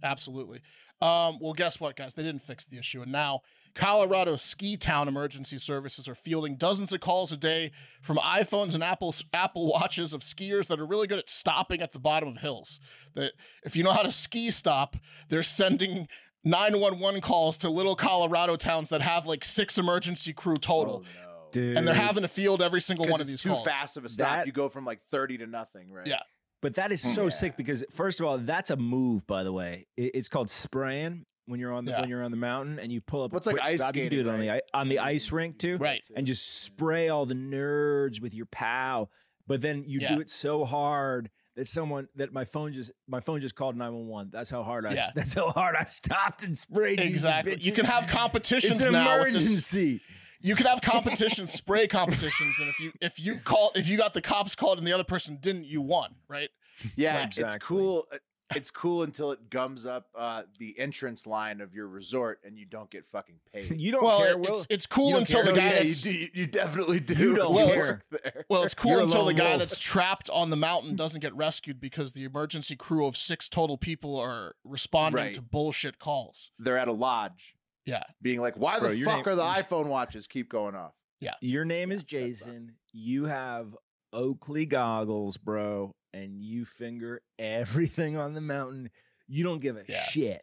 [SPEAKER 4] Absolutely. Um, well, guess what, guys? They didn't fix the issue. And now Colorado Ski Town Emergency Services are fielding dozens of calls a day from iPhones and Apple Apple Watches of skiers that are really good at stopping at the bottom of hills. That if you know how to ski stop, they're sending 911 calls to little Colorado towns that have like six emergency crew total.
[SPEAKER 1] no,
[SPEAKER 2] Dude.
[SPEAKER 4] and they're having to field every single one
[SPEAKER 1] Oh, because
[SPEAKER 4] of
[SPEAKER 1] it's
[SPEAKER 4] these
[SPEAKER 1] too
[SPEAKER 4] calls.
[SPEAKER 1] fast of a stop.
[SPEAKER 2] That-
[SPEAKER 1] you go from like thirty to nothing, right?
[SPEAKER 4] Yeah.
[SPEAKER 2] But that is so sick because first of all, that's a move. By the way, it, it's called spraying when you're on the
[SPEAKER 4] Yeah.
[SPEAKER 2] when you're on the mountain and you pull up.
[SPEAKER 1] What's
[SPEAKER 2] a
[SPEAKER 1] like
[SPEAKER 2] quick
[SPEAKER 1] ice
[SPEAKER 2] stop. You can do it
[SPEAKER 1] skating,
[SPEAKER 2] on the
[SPEAKER 1] right?
[SPEAKER 2] i- on the ice rink too,
[SPEAKER 4] Right.
[SPEAKER 2] and just spray all the nerds with your pow. But then you
[SPEAKER 4] Yeah.
[SPEAKER 2] do it so hard that someone that my phone just my phone just called nine one one. That's how hard I
[SPEAKER 4] Yeah.
[SPEAKER 2] that's how hard I stopped and sprayed. these
[SPEAKER 4] Exactly. You
[SPEAKER 2] bitches.
[SPEAKER 4] can have
[SPEAKER 2] it's
[SPEAKER 4] competitions
[SPEAKER 2] an
[SPEAKER 4] now. with this-
[SPEAKER 2] emergency.
[SPEAKER 4] you could have competitions, spray competitions, and if you if you call if you got the cops called and the other person didn't, you won, right?
[SPEAKER 1] yeah. It's
[SPEAKER 2] Exactly.
[SPEAKER 1] cool. uh, It's cool until it gums up uh, the entrance line of your resort, and you don't get fucking paid.
[SPEAKER 2] You don't
[SPEAKER 4] well,
[SPEAKER 2] care.
[SPEAKER 4] it-
[SPEAKER 2] Will.
[SPEAKER 4] it's it's cool
[SPEAKER 2] don't
[SPEAKER 4] until the
[SPEAKER 2] care. Oh,
[SPEAKER 4] guy
[SPEAKER 2] yeah,
[SPEAKER 1] you,
[SPEAKER 4] that's
[SPEAKER 1] do, you definitely do.
[SPEAKER 2] You don't
[SPEAKER 1] if
[SPEAKER 2] care.
[SPEAKER 1] work there.
[SPEAKER 4] well, it's
[SPEAKER 2] You're
[SPEAKER 4] cool
[SPEAKER 2] a
[SPEAKER 4] until the
[SPEAKER 2] lone
[SPEAKER 4] guy
[SPEAKER 2] wolf.
[SPEAKER 4] that's trapped on the mountain doesn't get rescued because the emergency crew of six total people are responding
[SPEAKER 1] Right.
[SPEAKER 4] to bullshit calls.
[SPEAKER 1] They're at a lodge,
[SPEAKER 4] Yeah,
[SPEAKER 1] being like, "Why
[SPEAKER 2] Bro,
[SPEAKER 1] the
[SPEAKER 2] your
[SPEAKER 1] fuck
[SPEAKER 2] name-
[SPEAKER 1] are the iPhone watches keep going off?"
[SPEAKER 2] Your name is
[SPEAKER 1] Yeah, that sucks.
[SPEAKER 2] Jason. You have Oakley goggles, bro, and you finger everything on the mountain. You don't give a
[SPEAKER 4] Yeah.
[SPEAKER 2] shit.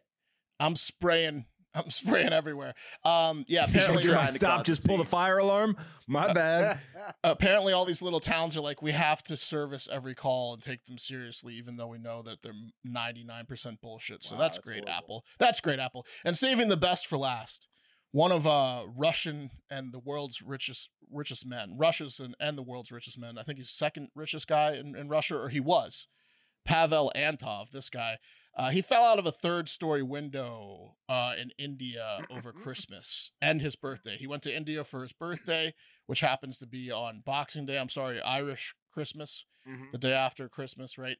[SPEAKER 4] I'm spraying. I'm spraying everywhere. Um, yeah, apparently
[SPEAKER 1] trying
[SPEAKER 2] Trying
[SPEAKER 1] to
[SPEAKER 2] to stop,
[SPEAKER 1] cause
[SPEAKER 2] just pull the
[SPEAKER 1] disease.
[SPEAKER 2] fire alarm. My bad.
[SPEAKER 4] apparently all these little towns are like we have to service every call and take them seriously even though we know that they're 99% bullshit so
[SPEAKER 1] Wow,
[SPEAKER 4] that's,
[SPEAKER 1] that's
[SPEAKER 4] great
[SPEAKER 1] horrible.
[SPEAKER 4] apple that's great apple and saving the best for last one of uh russian and the world's richest richest men russia's and, and the world's richest men i think he's second richest guy in, in russia or he was pavel antov this guy uh, he fell out of a third story window uh, in India over Christmas and his birthday. He went to India for his birthday, which happens to be on Boxing Day. I'm sorry, Irish Christmas,
[SPEAKER 1] Mhm.
[SPEAKER 4] the day after Christmas, right?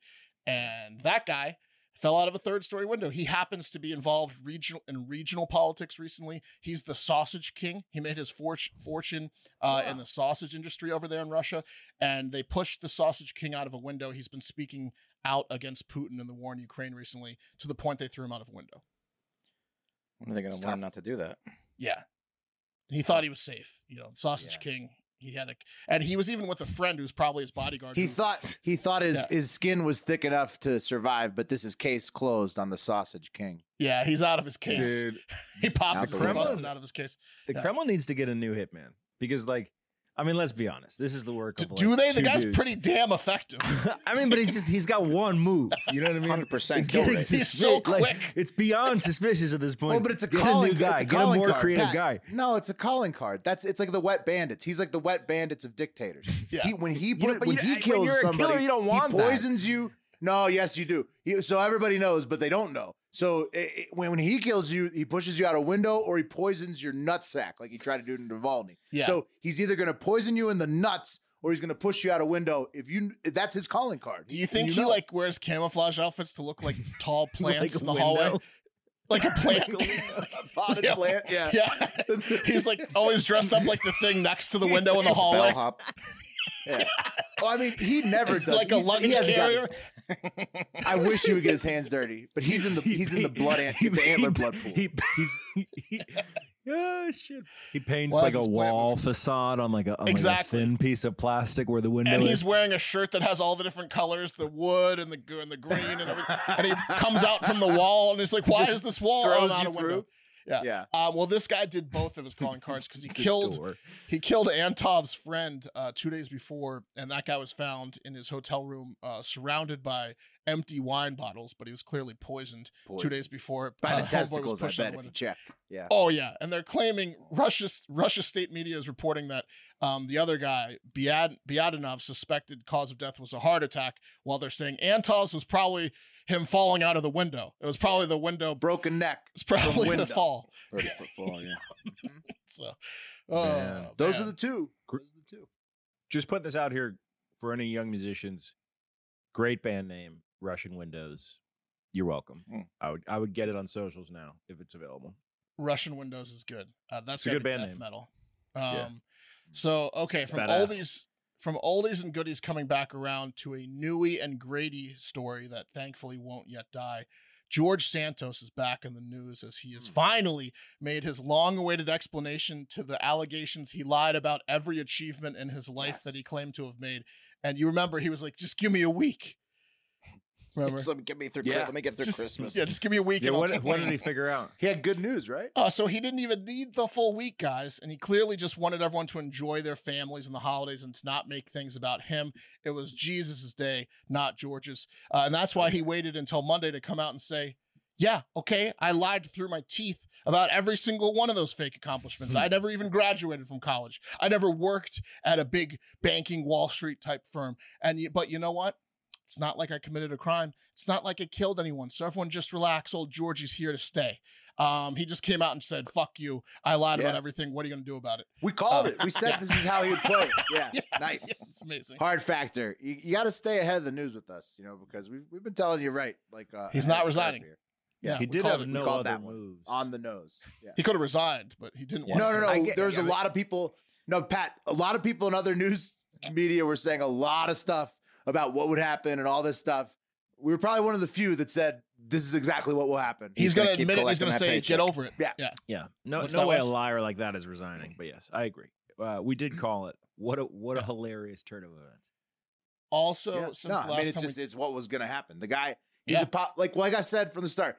[SPEAKER 4] And that guy fell out of a third story window. He happens to be involved regional in regional politics recently. He's the sausage king. He made his for- fortune uh, in the sausage industry over there in Russia, and they pushed the sausage king out of a window. He's been speaking out against Putin and the war in Ukraine recently to the point they threw him out of a window.
[SPEAKER 3] When are they going to
[SPEAKER 1] Stop.
[SPEAKER 3] learn not to do that?
[SPEAKER 4] Yeah. He thought he was safe. You know, Sausage
[SPEAKER 1] Yeah.
[SPEAKER 4] King, He had a, and he was even with a friend who's probably his bodyguard.
[SPEAKER 1] He
[SPEAKER 4] who-
[SPEAKER 1] thought he thought his,
[SPEAKER 4] Yeah.
[SPEAKER 1] his skin was thick enough to survive, but this is case closed on the Sausage King.
[SPEAKER 4] yeah, he's out of his case.
[SPEAKER 2] Dude,
[SPEAKER 4] He popped
[SPEAKER 1] Absolutely.
[SPEAKER 4] and
[SPEAKER 2] Kremlin-
[SPEAKER 4] busted out of his case.
[SPEAKER 2] the
[SPEAKER 4] Yeah.
[SPEAKER 2] Kremlin needs to get a new hitman because, like, I mean, let's be honest, this is the work
[SPEAKER 4] D-
[SPEAKER 2] of like,
[SPEAKER 4] do they?
[SPEAKER 2] two
[SPEAKER 4] The guy's
[SPEAKER 2] dudes.
[SPEAKER 4] pretty damn effective.
[SPEAKER 2] I mean, but he's just he's got one move. You know what I mean?
[SPEAKER 3] 100%
[SPEAKER 2] It's
[SPEAKER 3] kill
[SPEAKER 2] getting
[SPEAKER 3] rate.
[SPEAKER 4] He's so
[SPEAKER 2] suspicious, like,
[SPEAKER 4] quick.
[SPEAKER 2] it's beyond suspicious at this point.
[SPEAKER 1] Oh, but it's a
[SPEAKER 2] Get
[SPEAKER 1] calling
[SPEAKER 2] new
[SPEAKER 1] it's
[SPEAKER 2] guy.
[SPEAKER 1] a
[SPEAKER 2] Get a
[SPEAKER 1] calling
[SPEAKER 2] more
[SPEAKER 1] card.
[SPEAKER 2] creative
[SPEAKER 1] Pat,
[SPEAKER 2] guy.
[SPEAKER 1] No, it's a calling card. That's it's like the wet bandits. He's like the wet bandits of dictators.
[SPEAKER 4] Yeah.
[SPEAKER 1] He, when he
[SPEAKER 2] know,
[SPEAKER 1] put,
[SPEAKER 2] but
[SPEAKER 1] when
[SPEAKER 2] you-
[SPEAKER 1] he
[SPEAKER 2] when
[SPEAKER 1] kills
[SPEAKER 2] you're a killer,
[SPEAKER 1] somebody,
[SPEAKER 2] you don't want
[SPEAKER 1] he
[SPEAKER 2] that.
[SPEAKER 1] poisons you. No, yes, you do. He, so everybody knows, but they don't know. So i i- when, when he kills you, he pushes you out a window or he poisons your nutsack like he tried to do to Navalny.
[SPEAKER 4] Yeah.
[SPEAKER 1] So he's either going to poison you in the nuts or he's going to push you out a window. If you that's his calling card.
[SPEAKER 4] Do you think
[SPEAKER 1] you
[SPEAKER 4] he
[SPEAKER 1] know.
[SPEAKER 4] like wears camouflage outfits to look like tall plants
[SPEAKER 2] Like
[SPEAKER 4] in
[SPEAKER 2] a
[SPEAKER 4] the hallway?
[SPEAKER 2] window.
[SPEAKER 4] Like a plant.
[SPEAKER 1] potted
[SPEAKER 4] Yeah.
[SPEAKER 1] plant? Yeah.
[SPEAKER 4] yeah. He's like always dressed up like the thing next to the window in the hallway.
[SPEAKER 3] Bellhop.
[SPEAKER 1] Oh, I mean, he never does.
[SPEAKER 4] Like a
[SPEAKER 1] He- he
[SPEAKER 4] luggage
[SPEAKER 1] hasn't got
[SPEAKER 4] carrier.
[SPEAKER 1] his- I wish he would get his hands dirty, but he's in the he's in the blood ant,
[SPEAKER 2] he-
[SPEAKER 1] the
[SPEAKER 2] he-
[SPEAKER 1] antler blood pool.
[SPEAKER 2] He, he's, he, Ah, shit. He paints
[SPEAKER 4] Well,
[SPEAKER 2] like
[SPEAKER 4] that's
[SPEAKER 2] a
[SPEAKER 4] his plan.
[SPEAKER 2] wall facade on like a, on, like, a
[SPEAKER 4] Exactly.
[SPEAKER 2] thin piece of plastic where the window
[SPEAKER 4] And
[SPEAKER 2] is.
[SPEAKER 4] he's wearing a shirt that has all the different colors, the wood and the gr- and the green and everything. And he comes out from the wall and he's like, "Why
[SPEAKER 1] Just
[SPEAKER 4] is this wall
[SPEAKER 1] throws
[SPEAKER 4] on out
[SPEAKER 1] you
[SPEAKER 4] a window?"
[SPEAKER 1] through.
[SPEAKER 4] Yeah.
[SPEAKER 1] Yeah.
[SPEAKER 4] Uh, well, this guy did both of his calling cards because he
[SPEAKER 2] It's a
[SPEAKER 4] killed
[SPEAKER 2] door.
[SPEAKER 4] he killed Antov's friend uh, two days before, and that guy was found in his hotel room, uh, surrounded by empty wine bottles, but he was clearly poisoned, two
[SPEAKER 1] Poisoned.
[SPEAKER 4] days before.
[SPEAKER 1] by
[SPEAKER 4] uh,
[SPEAKER 1] the
[SPEAKER 4] Hellboy was
[SPEAKER 1] testicles, I
[SPEAKER 4] pushed out
[SPEAKER 1] bet
[SPEAKER 4] the
[SPEAKER 1] if you
[SPEAKER 4] window.
[SPEAKER 1] check. Yeah.
[SPEAKER 4] Oh yeah, and they're claiming Russia's Russia state media is reporting that um, the other guy, Biad, Biadanov, suspected cause of death was a heart attack, while they're saying Antov's was probably him falling out of the window. It was probably the window.
[SPEAKER 1] Broken neck.
[SPEAKER 4] It's probably
[SPEAKER 1] window.
[SPEAKER 4] the fall.
[SPEAKER 3] Thirty foot fall, yeah.
[SPEAKER 4] So,
[SPEAKER 2] Man.
[SPEAKER 4] oh,
[SPEAKER 1] Those
[SPEAKER 4] man.
[SPEAKER 1] are the two.
[SPEAKER 2] Gr-
[SPEAKER 1] Those are the two.
[SPEAKER 2] Just put this out here for any young musicians. Great band name, Russian Windows. You're welcome.
[SPEAKER 3] Hmm.
[SPEAKER 2] I would I would get it on socials now if it's available.
[SPEAKER 4] Russian Windows is good. Uh, that's
[SPEAKER 2] It's a
[SPEAKER 4] gotta
[SPEAKER 2] good
[SPEAKER 4] be
[SPEAKER 2] band
[SPEAKER 4] death
[SPEAKER 2] name.
[SPEAKER 4] metal. Um,
[SPEAKER 2] Yeah.
[SPEAKER 4] So okay,
[SPEAKER 2] it's
[SPEAKER 4] from
[SPEAKER 2] badass.
[SPEAKER 4] oldies, from oldies and goodies coming back around to a newy and Grady story that thankfully won't yet die. George Santos is back in the news as he has
[SPEAKER 2] Hmm.
[SPEAKER 4] finally made his long-awaited explanation to the allegations he lied about every achievement in his life that he
[SPEAKER 3] Yes.
[SPEAKER 4] claimed to have made. And you remember he was like, "Just give me a week." Remember?
[SPEAKER 3] Just let me get me through.
[SPEAKER 1] Yeah.
[SPEAKER 3] Let me get through
[SPEAKER 4] Just-
[SPEAKER 3] Christmas.
[SPEAKER 4] yeah, just give me a week.
[SPEAKER 2] Yeah,
[SPEAKER 4] and I'll
[SPEAKER 2] what, what
[SPEAKER 4] explain."
[SPEAKER 2] did he figure out?
[SPEAKER 1] He had good news, right?
[SPEAKER 4] Uh, so he didn't even need the full week, guys. And he clearly just wanted everyone to enjoy their families and the holidays and to not make things about him. It was Jesus' day, not George's. Uh, and that's why he waited until Monday to come out and say, Yeah, okay, I lied through my teeth about every single one of those fake
[SPEAKER 1] Hmm.
[SPEAKER 4] accomplishments. I never even graduated from college. I never worked at a big banking Wall Street type firm. And you, but you know what? It's not like I committed a crime. It's not like I killed anyone. So everyone just relax. Old Georgie's here to stay. Um, he just came out and said, "Fuck you. I lied about
[SPEAKER 1] Yeah.
[SPEAKER 4] everything. What are you gonna do about it?"
[SPEAKER 1] We called
[SPEAKER 4] Uh,
[SPEAKER 1] it. We said
[SPEAKER 4] yeah.
[SPEAKER 1] this is how he would play. Yeah. nice.
[SPEAKER 4] Yeah, it's amazing.
[SPEAKER 1] Hard factor. You, you got to stay ahead of the news with us, you know, because we've we've been telling you right. Like uh,
[SPEAKER 4] He's
[SPEAKER 1] ahead
[SPEAKER 4] not
[SPEAKER 1] of the curve
[SPEAKER 4] resigning.
[SPEAKER 1] here.
[SPEAKER 4] Yeah,
[SPEAKER 2] he
[SPEAKER 4] we
[SPEAKER 2] did
[SPEAKER 4] called
[SPEAKER 2] have
[SPEAKER 4] it- we
[SPEAKER 2] no
[SPEAKER 1] called
[SPEAKER 2] other
[SPEAKER 1] that one.
[SPEAKER 2] moves.
[SPEAKER 1] on the nose. Yeah.
[SPEAKER 4] He could have resigned, but he didn't want.
[SPEAKER 1] No,
[SPEAKER 4] to.
[SPEAKER 1] no,
[SPEAKER 2] I
[SPEAKER 1] no.
[SPEAKER 2] get-
[SPEAKER 1] There's
[SPEAKER 2] I
[SPEAKER 1] a
[SPEAKER 2] mean-
[SPEAKER 1] lot of people. No, Pat. A lot of people in other news media were saying a lot of stuff about what would happen and all this stuff. We were probably one of the few that said this is exactly what will happen.
[SPEAKER 4] He's,
[SPEAKER 3] He's
[SPEAKER 4] gonna,
[SPEAKER 3] gonna keep
[SPEAKER 4] admit it. He's
[SPEAKER 3] collecting
[SPEAKER 4] gonna
[SPEAKER 3] that
[SPEAKER 4] say,
[SPEAKER 3] paycheck."
[SPEAKER 4] "Get over it."
[SPEAKER 1] Yeah.
[SPEAKER 4] yeah.
[SPEAKER 2] Yeah, no,
[SPEAKER 4] What's
[SPEAKER 2] no
[SPEAKER 4] that
[SPEAKER 2] way a
[SPEAKER 4] was?
[SPEAKER 2] liar like that is resigning. But yes, I agree. Uh, we did call it. What a what a hilarious turn of events.
[SPEAKER 4] Also,
[SPEAKER 1] Yeah.
[SPEAKER 4] since
[SPEAKER 1] no,
[SPEAKER 4] last
[SPEAKER 1] I mean, it's
[SPEAKER 4] time
[SPEAKER 1] just
[SPEAKER 4] we,
[SPEAKER 1] it's what was going to happen. The guy, he's
[SPEAKER 4] Yeah.
[SPEAKER 1] a pop. Like like I said from the start,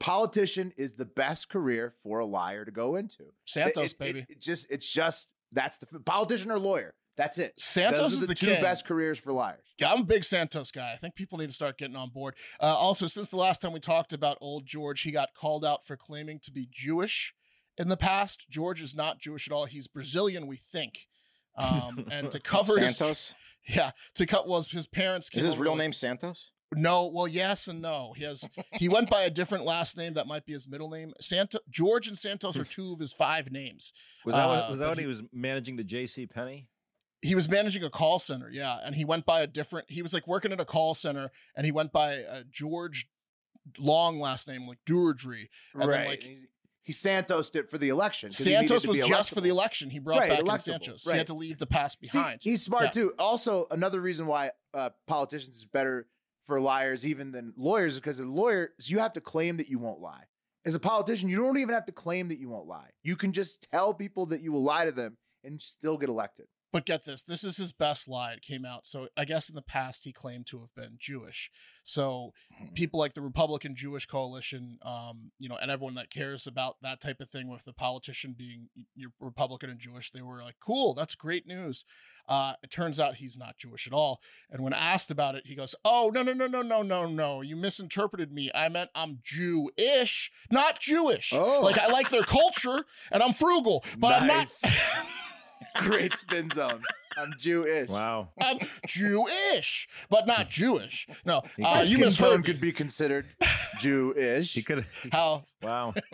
[SPEAKER 1] politician is the best career for a liar to go into. It-
[SPEAKER 4] Santos,
[SPEAKER 1] it- it-
[SPEAKER 4] baby,
[SPEAKER 1] it just it's just that's the politician or lawyer. That's it.
[SPEAKER 4] Santos
[SPEAKER 1] Those
[SPEAKER 4] is
[SPEAKER 1] are the,
[SPEAKER 4] the
[SPEAKER 1] two
[SPEAKER 4] king.
[SPEAKER 1] best careers for liars.
[SPEAKER 4] Yeah, I'm a big Santos guy. I think people need to start getting on board. Uh, also, since the last time we talked about old George, he got called out for claiming to be Jewish in the past. George is not Jewish at all. He's Brazilian, we think. Um, and to cover his
[SPEAKER 3] Santos.
[SPEAKER 4] yeah, to cut was his parents.
[SPEAKER 3] Is
[SPEAKER 4] came
[SPEAKER 3] his
[SPEAKER 4] over
[SPEAKER 3] real
[SPEAKER 4] with-
[SPEAKER 3] name Santos?
[SPEAKER 4] No, well, yes and no. He has he went by a different last name that might be his middle name. Santa George and Santos
[SPEAKER 1] Hmm.
[SPEAKER 4] are two of his five names.
[SPEAKER 2] Was that
[SPEAKER 4] Uh,
[SPEAKER 2] what, was that
[SPEAKER 4] but
[SPEAKER 2] when
[SPEAKER 4] he-
[SPEAKER 2] he was managing the J.C. Penny?
[SPEAKER 4] he was managing a call center yeah and he went by a different he was like working at a call center and he went by uh, george long last name like Duradry. And then, like-
[SPEAKER 1] he, he Santosed it for the election. 'cause he needed
[SPEAKER 4] santos
[SPEAKER 1] to
[SPEAKER 4] was
[SPEAKER 1] be
[SPEAKER 4] just for the
[SPEAKER 1] electable.
[SPEAKER 4] election he brought
[SPEAKER 1] Right,
[SPEAKER 4] back in
[SPEAKER 1] electable,
[SPEAKER 4] santos he
[SPEAKER 1] right.
[SPEAKER 4] had to leave the past
[SPEAKER 1] See,
[SPEAKER 4] behind
[SPEAKER 1] he's smart
[SPEAKER 4] Yeah.
[SPEAKER 1] too. Also, another reason why uh, politicians is better for liars even than lawyers is because as lawyers you have to claim that you won't lie. As a politician, you don't even have to claim that you won't lie. You can just tell people that you will lie to them and still get elected.
[SPEAKER 4] But get this, this is his best lie. It came out. So I guess in the past he claimed to have been Jewish. So people like the Republican Jewish Coalition, um, you know, and everyone that cares about that type of thing with the politician being you Republican and Jewish, they were like, cool, that's great news. Uh, it turns out he's not Jewish at all. And when asked about it, he goes, oh, no, no, no, no, no, no, no. You misinterpreted me. I meant I'm Jewish, not Jewish.
[SPEAKER 1] Oh.
[SPEAKER 4] Like I like their culture and I'm frugal, but I'm not.
[SPEAKER 1] Great spin zone. I'm Jewish.
[SPEAKER 2] Wow.
[SPEAKER 4] I'm Jewish, but not Jewish. No,
[SPEAKER 1] My
[SPEAKER 4] uh,
[SPEAKER 1] skin
[SPEAKER 4] you
[SPEAKER 1] tone
[SPEAKER 4] misheard me.
[SPEAKER 1] could be considered Jewish.
[SPEAKER 2] He could
[SPEAKER 4] how.
[SPEAKER 2] wow.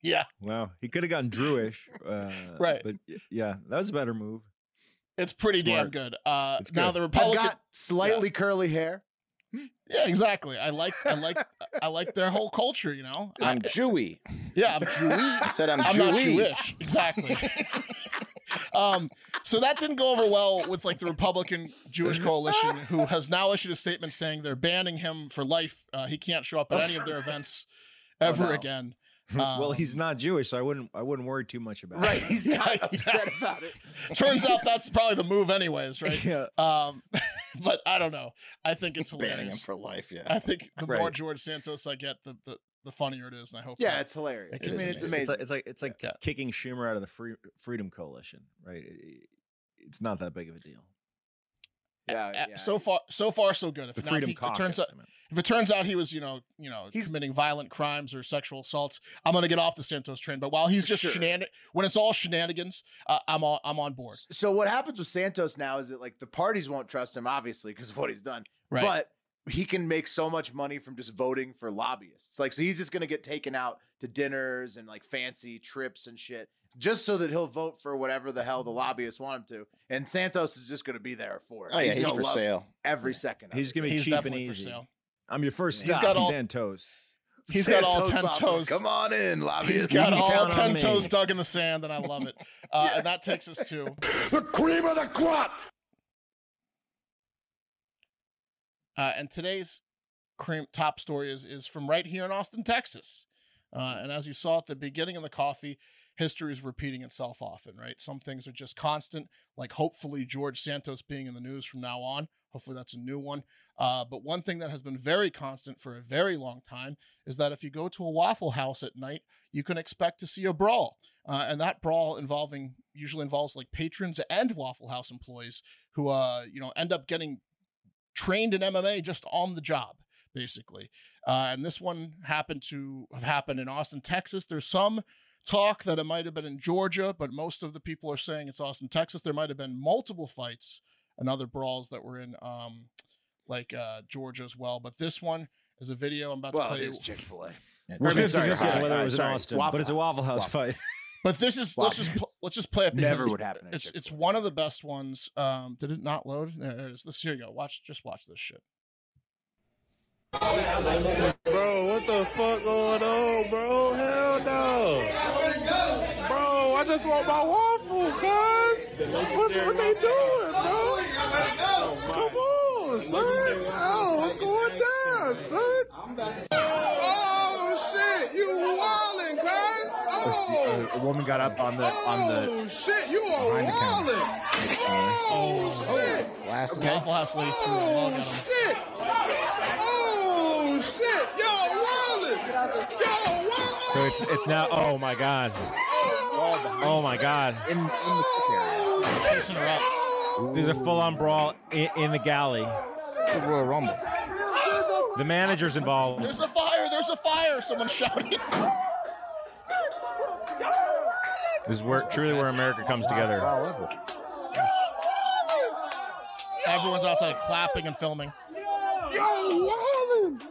[SPEAKER 4] Yeah,
[SPEAKER 2] Wow. He could have gone Druish. Uh,
[SPEAKER 4] Right.
[SPEAKER 2] But y- yeah, that was a better move.
[SPEAKER 4] it's pretty
[SPEAKER 2] Smart.
[SPEAKER 4] damn good. Uh,
[SPEAKER 2] It's
[SPEAKER 4] Now
[SPEAKER 2] good.
[SPEAKER 4] the
[SPEAKER 1] I've
[SPEAKER 4] Republican.
[SPEAKER 1] got slightly curly hair.
[SPEAKER 4] yeah, exactly. I like, I like, I like their whole culture. You know. I-
[SPEAKER 3] I'm Jewy.
[SPEAKER 4] yeah, I'm Jewish.
[SPEAKER 3] I said I'm,
[SPEAKER 4] Uh, I'm
[SPEAKER 3] Jewy.
[SPEAKER 4] not Jewish. Exactly. um, so that didn't go over well with like the Republican Jewish coalition, who has now issued a statement saying they're banning him for life. Uh, he can't show up at any of their events ever
[SPEAKER 3] no.
[SPEAKER 4] again.
[SPEAKER 2] well,
[SPEAKER 4] Um,
[SPEAKER 2] he's not Jewish, so I wouldn't I wouldn't worry too much about
[SPEAKER 1] Right.
[SPEAKER 2] it.
[SPEAKER 1] He's
[SPEAKER 4] Yeah,
[SPEAKER 1] not
[SPEAKER 4] yeah.
[SPEAKER 1] upset about it.
[SPEAKER 4] Turns out that's probably the move, anyways, right?
[SPEAKER 2] Yeah.
[SPEAKER 4] Um, but I don't know. I think it's
[SPEAKER 3] Banning him
[SPEAKER 4] hilarious.
[SPEAKER 3] for life. Yeah.
[SPEAKER 4] I think the more
[SPEAKER 2] Right.
[SPEAKER 4] George Santos I get, the the, the funnier it is, and I hope.
[SPEAKER 1] Yeah,
[SPEAKER 4] that-
[SPEAKER 1] it's hilarious.
[SPEAKER 3] It
[SPEAKER 1] I
[SPEAKER 3] is
[SPEAKER 1] mean, it's
[SPEAKER 3] amazing.
[SPEAKER 2] It's
[SPEAKER 1] amazing.
[SPEAKER 2] like it's like, it's like
[SPEAKER 4] Yeah.
[SPEAKER 2] kicking Schumer out of the Free, Freedom Coalition, right? It- it's not that big of a deal.
[SPEAKER 1] yeah,
[SPEAKER 4] uh,
[SPEAKER 1] yeah.
[SPEAKER 4] so far, so far, so good. If,
[SPEAKER 2] The
[SPEAKER 4] now, if
[SPEAKER 2] Freedom
[SPEAKER 4] he- if it
[SPEAKER 2] Caucus.
[SPEAKER 4] turns out,
[SPEAKER 2] I mean.
[SPEAKER 4] if it turns out he was, you know, you know,
[SPEAKER 1] He's-
[SPEAKER 4] committing violent crimes or sexual assaults, I'm gonna get off the Santos train. But while he's just
[SPEAKER 1] Sure.
[SPEAKER 4] shenan- when it's all shenanigans, uh, I'm on, I'm on board.
[SPEAKER 1] So what happens with Santos now is that like the parties won't trust him, obviously, because of what he's done.
[SPEAKER 4] Right?
[SPEAKER 1] But he can make so much money from just voting for lobbyists. Like, so he's just gonna get taken out to dinners and like fancy trips and shit, just so that he'll vote for whatever the hell the lobbyists want him to. And Santos is just gonna be there for it.
[SPEAKER 3] oh yeah, he's
[SPEAKER 1] gonna
[SPEAKER 3] for
[SPEAKER 1] love
[SPEAKER 3] sale.
[SPEAKER 1] every second.
[SPEAKER 2] He's gonna be
[SPEAKER 4] he's
[SPEAKER 2] cheap and
[SPEAKER 4] definitely for
[SPEAKER 2] easy.
[SPEAKER 4] sale.
[SPEAKER 2] I'm your first
[SPEAKER 1] He's
[SPEAKER 2] stop,
[SPEAKER 4] got all-
[SPEAKER 2] Santos.
[SPEAKER 4] He's got all ten toes.
[SPEAKER 1] Come on in,
[SPEAKER 4] He's
[SPEAKER 1] lobbyists.
[SPEAKER 4] got
[SPEAKER 2] can
[SPEAKER 4] all
[SPEAKER 2] count on
[SPEAKER 4] ten
[SPEAKER 2] me.
[SPEAKER 4] toes dug in the sand, and I love it. Uh, And that takes us to
[SPEAKER 5] The cream of the crop!
[SPEAKER 4] Uh, and today's cream, top story is, is from right here in Austin, Texas. Uh, and as you saw at the beginning of the coffee, history is repeating itself often, right? Some things are just constant, like hopefully George Santos being in the news from now on. Hopefully that's a new one. Uh, but one thing that has been very constant for a very long time is that if you go to a Waffle House at night, you can expect to see a brawl. Uh, and that brawl involving usually involves like patrons and Waffle House employees who, uh, you know, end up getting trained in MMA just on the job, basically. Uh, and this one happened to have happened in Austin, Texas. There's some talk that it might have been in Georgia, but most of the people are saying it's Austin, Texas. There might have been multiple fights and other brawls that were in um, like uh, Georgia as well. But this one is a video I'm about
[SPEAKER 1] Well,
[SPEAKER 4] to
[SPEAKER 1] it
[SPEAKER 4] play.
[SPEAKER 1] is Chick Fil A.
[SPEAKER 3] Yeah,
[SPEAKER 2] We're
[SPEAKER 3] Jimmy,
[SPEAKER 2] 50
[SPEAKER 3] sorry,
[SPEAKER 2] 50 on
[SPEAKER 3] hi.
[SPEAKER 2] whether it was in
[SPEAKER 1] sorry.
[SPEAKER 2] Austin,
[SPEAKER 1] Waffle
[SPEAKER 2] but it's a
[SPEAKER 1] House.
[SPEAKER 2] Waffle House
[SPEAKER 1] Waffle
[SPEAKER 2] fight.
[SPEAKER 4] But this is let's
[SPEAKER 1] Wow.
[SPEAKER 4] just pl- let's just play it. because
[SPEAKER 1] Never
[SPEAKER 4] it's-
[SPEAKER 1] would happen at a
[SPEAKER 4] It's it's
[SPEAKER 1] Chick-fil-A.
[SPEAKER 4] one of the best ones. Um, did it not load? There it is. This here you go. Watch just watch this shit.
[SPEAKER 6] Bro, what the fuck going on, bro? Hell no. Bro, I just want my waffle, cuz. What's what they doing, bro? Come on, son. Oh, what's going down, son? Oh shit, you wildin', cuz. Oh.
[SPEAKER 7] A woman got up on the on the
[SPEAKER 6] Oh shit, you are
[SPEAKER 7] behind the counter.
[SPEAKER 6] wildin'. Oh shit.
[SPEAKER 3] Last
[SPEAKER 4] Okay. Waffle House lady threw a log
[SPEAKER 6] Oh
[SPEAKER 4] at him.
[SPEAKER 6] shit! Oh shit! Y'all wildin'! Y'all wildin'!
[SPEAKER 7] So it's it's now. Oh my god. Oh my god.
[SPEAKER 3] in, in the area.
[SPEAKER 4] Pacing her up.
[SPEAKER 7] There's a full-on brawl in, in the galley.
[SPEAKER 3] It's a Royal Rumble.
[SPEAKER 7] The manager's involved.
[SPEAKER 4] There's a fire! There's a fire! Someone shouted.
[SPEAKER 7] This is where truly where America comes together.
[SPEAKER 4] Everyone's outside clapping and filming.
[SPEAKER 6] Y'all wildin'!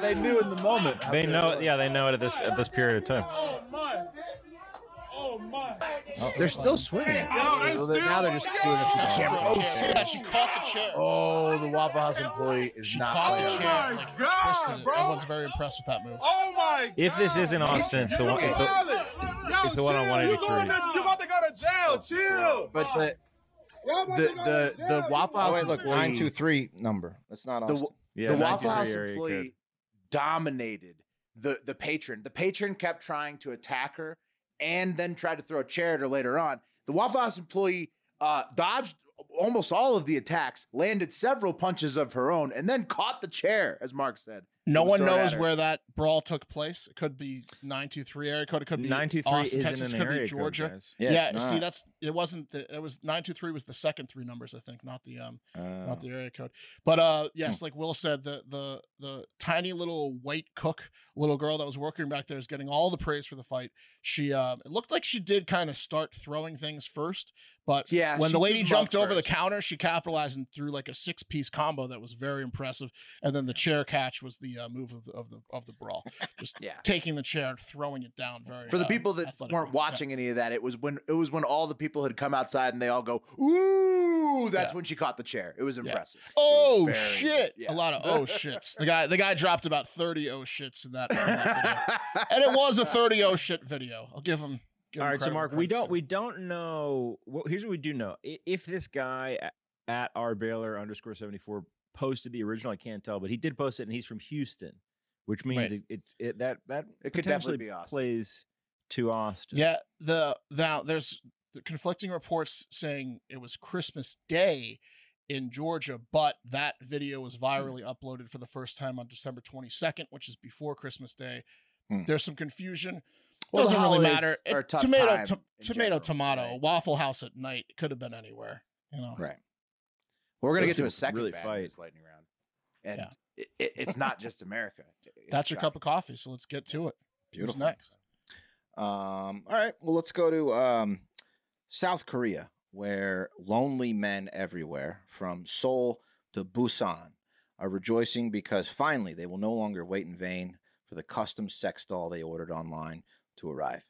[SPEAKER 1] they knew in the moment.
[SPEAKER 7] They know. Yeah, they know it at this at this period of time.
[SPEAKER 1] They're still swinging. now they're just doing it.
[SPEAKER 4] She
[SPEAKER 1] From
[SPEAKER 4] threw a
[SPEAKER 5] Oh,
[SPEAKER 4] chair. Yeah, she caught the chair.
[SPEAKER 1] Oh, the Waffle House employee is
[SPEAKER 4] She
[SPEAKER 1] not
[SPEAKER 4] caught the
[SPEAKER 1] playing.
[SPEAKER 4] chair.
[SPEAKER 6] Oh my
[SPEAKER 4] like,
[SPEAKER 6] God,
[SPEAKER 4] twisted it.
[SPEAKER 6] bro.
[SPEAKER 4] Everyone's very impressed with that move.
[SPEAKER 6] Oh my!
[SPEAKER 7] If this isn't Austin, it's the one. It's the, it's the one on 183.
[SPEAKER 6] You about to go to jail? Chill.
[SPEAKER 1] But the
[SPEAKER 6] Y'all about
[SPEAKER 1] the
[SPEAKER 6] to go to
[SPEAKER 1] the,
[SPEAKER 6] jail,
[SPEAKER 1] the
[SPEAKER 6] you
[SPEAKER 1] Waffle
[SPEAKER 3] Oh
[SPEAKER 1] House
[SPEAKER 3] wait, look,
[SPEAKER 1] employee,
[SPEAKER 3] nine two three number. That's not
[SPEAKER 1] The-
[SPEAKER 3] Austin.
[SPEAKER 7] Yeah,
[SPEAKER 1] the Waffle House
[SPEAKER 7] 93 area code.
[SPEAKER 1] employee dominated the the patron. The patron kept trying to attack her, and then tried to throw a chair at her later on. The Waffle House employee uh, dodged almost all of the attacks, landed several punches of her own, and then caught the chair, as Mark said.
[SPEAKER 4] No
[SPEAKER 1] It was
[SPEAKER 4] one
[SPEAKER 1] thrown at
[SPEAKER 4] knows
[SPEAKER 1] her.
[SPEAKER 4] where that brawl took place. It could be 923 area code. It could be
[SPEAKER 2] 923
[SPEAKER 4] Austin,
[SPEAKER 2] isn't
[SPEAKER 4] Texas.
[SPEAKER 2] an
[SPEAKER 4] could
[SPEAKER 2] area
[SPEAKER 4] be
[SPEAKER 2] code,
[SPEAKER 4] Georgia.
[SPEAKER 2] guys.
[SPEAKER 3] Yeah,
[SPEAKER 4] yeah,
[SPEAKER 3] it's
[SPEAKER 4] see,
[SPEAKER 3] not.
[SPEAKER 4] that's it wasn't. The, it was 923 was the second three numbers, I think, not the um,
[SPEAKER 3] Uh,
[SPEAKER 1] Oh.
[SPEAKER 4] not the area code. But
[SPEAKER 1] Hmm.
[SPEAKER 4] uh, yes, like Will said, the the the tiny little white cook, little girl that was working back there, is getting all the praise for the fight. She um, it looked like she did kind of start throwing things first, but
[SPEAKER 1] Yeah,
[SPEAKER 4] when
[SPEAKER 1] she
[SPEAKER 4] the
[SPEAKER 1] threw
[SPEAKER 4] lady
[SPEAKER 1] them up
[SPEAKER 4] jumped over the
[SPEAKER 1] first.
[SPEAKER 4] counter, she capitalized and threw like a six piece combo that was very impressive. And then the chair catch was the uh, move of the, of the of the brawl, just
[SPEAKER 1] Yeah.
[SPEAKER 4] taking the chair and throwing it down. Very
[SPEAKER 1] For the
[SPEAKER 4] um,
[SPEAKER 1] people that
[SPEAKER 4] athletically.
[SPEAKER 1] weren't
[SPEAKER 4] Yeah.
[SPEAKER 1] watching any of that, it was when it was when all the people had come outside and they all go, "Ooh!" That's
[SPEAKER 4] Yeah.
[SPEAKER 1] when she caught the chair. It was impressive.
[SPEAKER 4] Oh
[SPEAKER 1] very-
[SPEAKER 4] shit!
[SPEAKER 1] yeah.
[SPEAKER 4] A lot of oh shits. The guy, the guy dropped about thirty oh shits in that, and it was a thirty oh shit video. I'll give him. Give
[SPEAKER 2] All
[SPEAKER 4] him
[SPEAKER 2] right, so
[SPEAKER 4] credit where
[SPEAKER 2] Mark, we
[SPEAKER 4] credit's
[SPEAKER 2] don't
[SPEAKER 4] due.
[SPEAKER 2] we don't know. Well, here's what we do know: I- if this guy a- at our Baylor underscore seventy four posted the original, I can't tell, but he did post it, and he's from Houston, which
[SPEAKER 4] Right.
[SPEAKER 2] means it, it, it that that
[SPEAKER 1] It could definitely
[SPEAKER 2] potentially
[SPEAKER 1] be Austin.
[SPEAKER 2] plays to Austin.
[SPEAKER 4] Yeah, the now there's the conflicting reports saying it was Christmas Day in Georgia, but that video was virally uploaded for the first time on December 22nd, which is before Christmas Day.
[SPEAKER 3] Hmm.
[SPEAKER 4] There's some confusion.
[SPEAKER 1] Well, the
[SPEAKER 4] Doesn't really
[SPEAKER 1] holidays
[SPEAKER 4] matter.
[SPEAKER 1] are a
[SPEAKER 4] It-
[SPEAKER 1] tough
[SPEAKER 4] tomato,
[SPEAKER 1] time
[SPEAKER 4] to-
[SPEAKER 1] in
[SPEAKER 4] tomato,
[SPEAKER 1] general,
[SPEAKER 4] tomato.
[SPEAKER 1] right?
[SPEAKER 4] Waffle House at night. It could have been anywhere. You know.
[SPEAKER 1] Right. We're gonna
[SPEAKER 2] Those
[SPEAKER 1] get to
[SPEAKER 2] people
[SPEAKER 1] a second
[SPEAKER 2] really
[SPEAKER 1] bad
[SPEAKER 2] fight.
[SPEAKER 1] news lightning round, and it, it- it's not just America. It's
[SPEAKER 4] That's your
[SPEAKER 1] shocking.
[SPEAKER 4] cup of coffee. So let's get to it.
[SPEAKER 3] beautiful.
[SPEAKER 4] Who's next?
[SPEAKER 3] Um, all right. Well, let's go to um, South Korea, where lonely men everywhere, from Seoul to Busan, are rejoicing because finally they will no longer wait in vain for the custom sex doll they ordered online to arrive.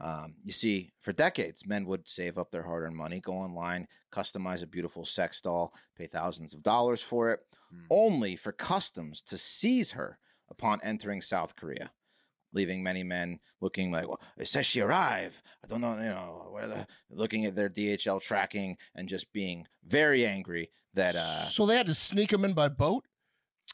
[SPEAKER 3] Um, you see, for decades, men would save up their hard earned money, go online, customize a beautiful sex doll, pay thousands of dollars for it,
[SPEAKER 1] Hmm.
[SPEAKER 3] only for customs to seize her upon entering South Korea leaving many men looking like, well, it says she arrived. I don't know, you know, where the, looking at their DHL tracking and just being very angry that, uh,
[SPEAKER 4] so they had to sneak him in by boat.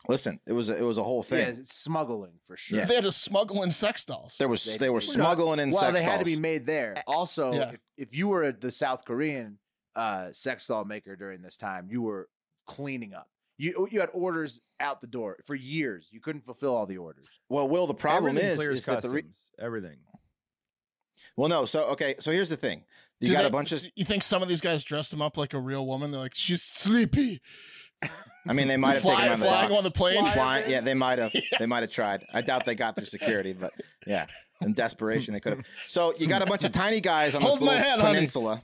[SPEAKER 3] listen, it was, a, it was a whole
[SPEAKER 1] Yeah,
[SPEAKER 3] thing.
[SPEAKER 1] it's smuggling for sure.
[SPEAKER 4] They had to smuggle in sex dolls.
[SPEAKER 3] There was,
[SPEAKER 1] They-
[SPEAKER 3] they, were
[SPEAKER 1] they-
[SPEAKER 3] smuggling in
[SPEAKER 1] well,
[SPEAKER 3] sex
[SPEAKER 1] they had to
[SPEAKER 3] dolls.
[SPEAKER 1] be made there. Also,
[SPEAKER 4] Yeah.
[SPEAKER 1] if, if you were the South Korean uh, sex doll maker during this time, you were cleaning up. You you had orders out the door for years. You couldn't fulfill all the orders.
[SPEAKER 3] well, Will, the problem
[SPEAKER 2] Everything
[SPEAKER 3] is,
[SPEAKER 2] clears
[SPEAKER 3] is that the, re-
[SPEAKER 2] customs, everything.
[SPEAKER 3] well, no. So, okay. So here's the thing. You
[SPEAKER 4] Do
[SPEAKER 3] got
[SPEAKER 4] they-
[SPEAKER 3] a bunch of,
[SPEAKER 4] do You think some of these guys dressed him up like a real woman? They're like, she's sleepy.
[SPEAKER 3] I mean, they might have
[SPEAKER 4] Fly-
[SPEAKER 3] taken him
[SPEAKER 4] flying
[SPEAKER 3] out of the box.
[SPEAKER 4] on the plane.
[SPEAKER 3] Flying, yeah, they might have. They might have tried. I doubt they got through security, but yeah, in desperation they could have. So you got a bunch of tiny guys on
[SPEAKER 4] Hold
[SPEAKER 3] this
[SPEAKER 4] my
[SPEAKER 3] little
[SPEAKER 4] hand, honey.
[SPEAKER 3] peninsula.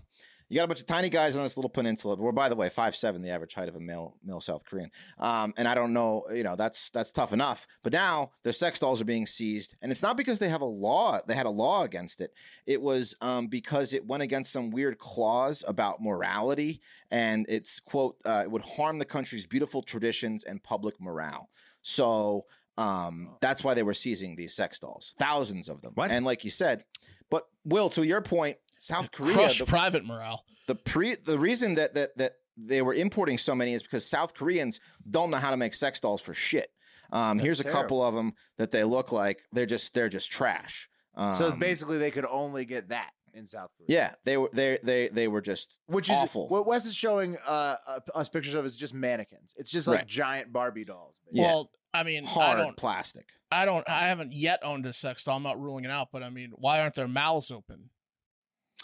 [SPEAKER 3] You got a bunch of tiny guys on this little peninsula. We're by the way five seven, the average height of a male male South Korean. Um, and I don't know, you know, that's that's tough enough. But now their sex dolls are being seized, and it's not because they have a law. They had a law against it. It was um, because it went against some weird clause about morality, and it's quote uh, it would harm the country's beautiful traditions and public morale. So um, that's why they were seizing these sex dolls, thousands of them.
[SPEAKER 2] What?
[SPEAKER 3] And like you said, but Will, to your point, South Korea,
[SPEAKER 4] Crush
[SPEAKER 3] the,
[SPEAKER 4] private morale.
[SPEAKER 3] the pre the reason that that that they were importing so many is because South Koreans don't know how to make sex dolls for shit. Um,
[SPEAKER 1] That's
[SPEAKER 3] here's a
[SPEAKER 1] terrible.
[SPEAKER 3] couple of them that they look like they're just they're just trash. Um,
[SPEAKER 1] so basically, they could only get that in South Korea.
[SPEAKER 3] yeah, they were they they they were just
[SPEAKER 1] Which is
[SPEAKER 3] awful.
[SPEAKER 1] what Wes is showing uh, uh, us pictures of is just mannequins. It's just like
[SPEAKER 3] Right.
[SPEAKER 1] giant Barbie dolls.
[SPEAKER 3] Yeah.
[SPEAKER 4] Well, I mean,
[SPEAKER 3] hard
[SPEAKER 4] I don't,
[SPEAKER 3] plastic.
[SPEAKER 4] I don't, I haven't yet owned a sex doll. I'm not ruling it out, but I mean, why aren't their mouths open?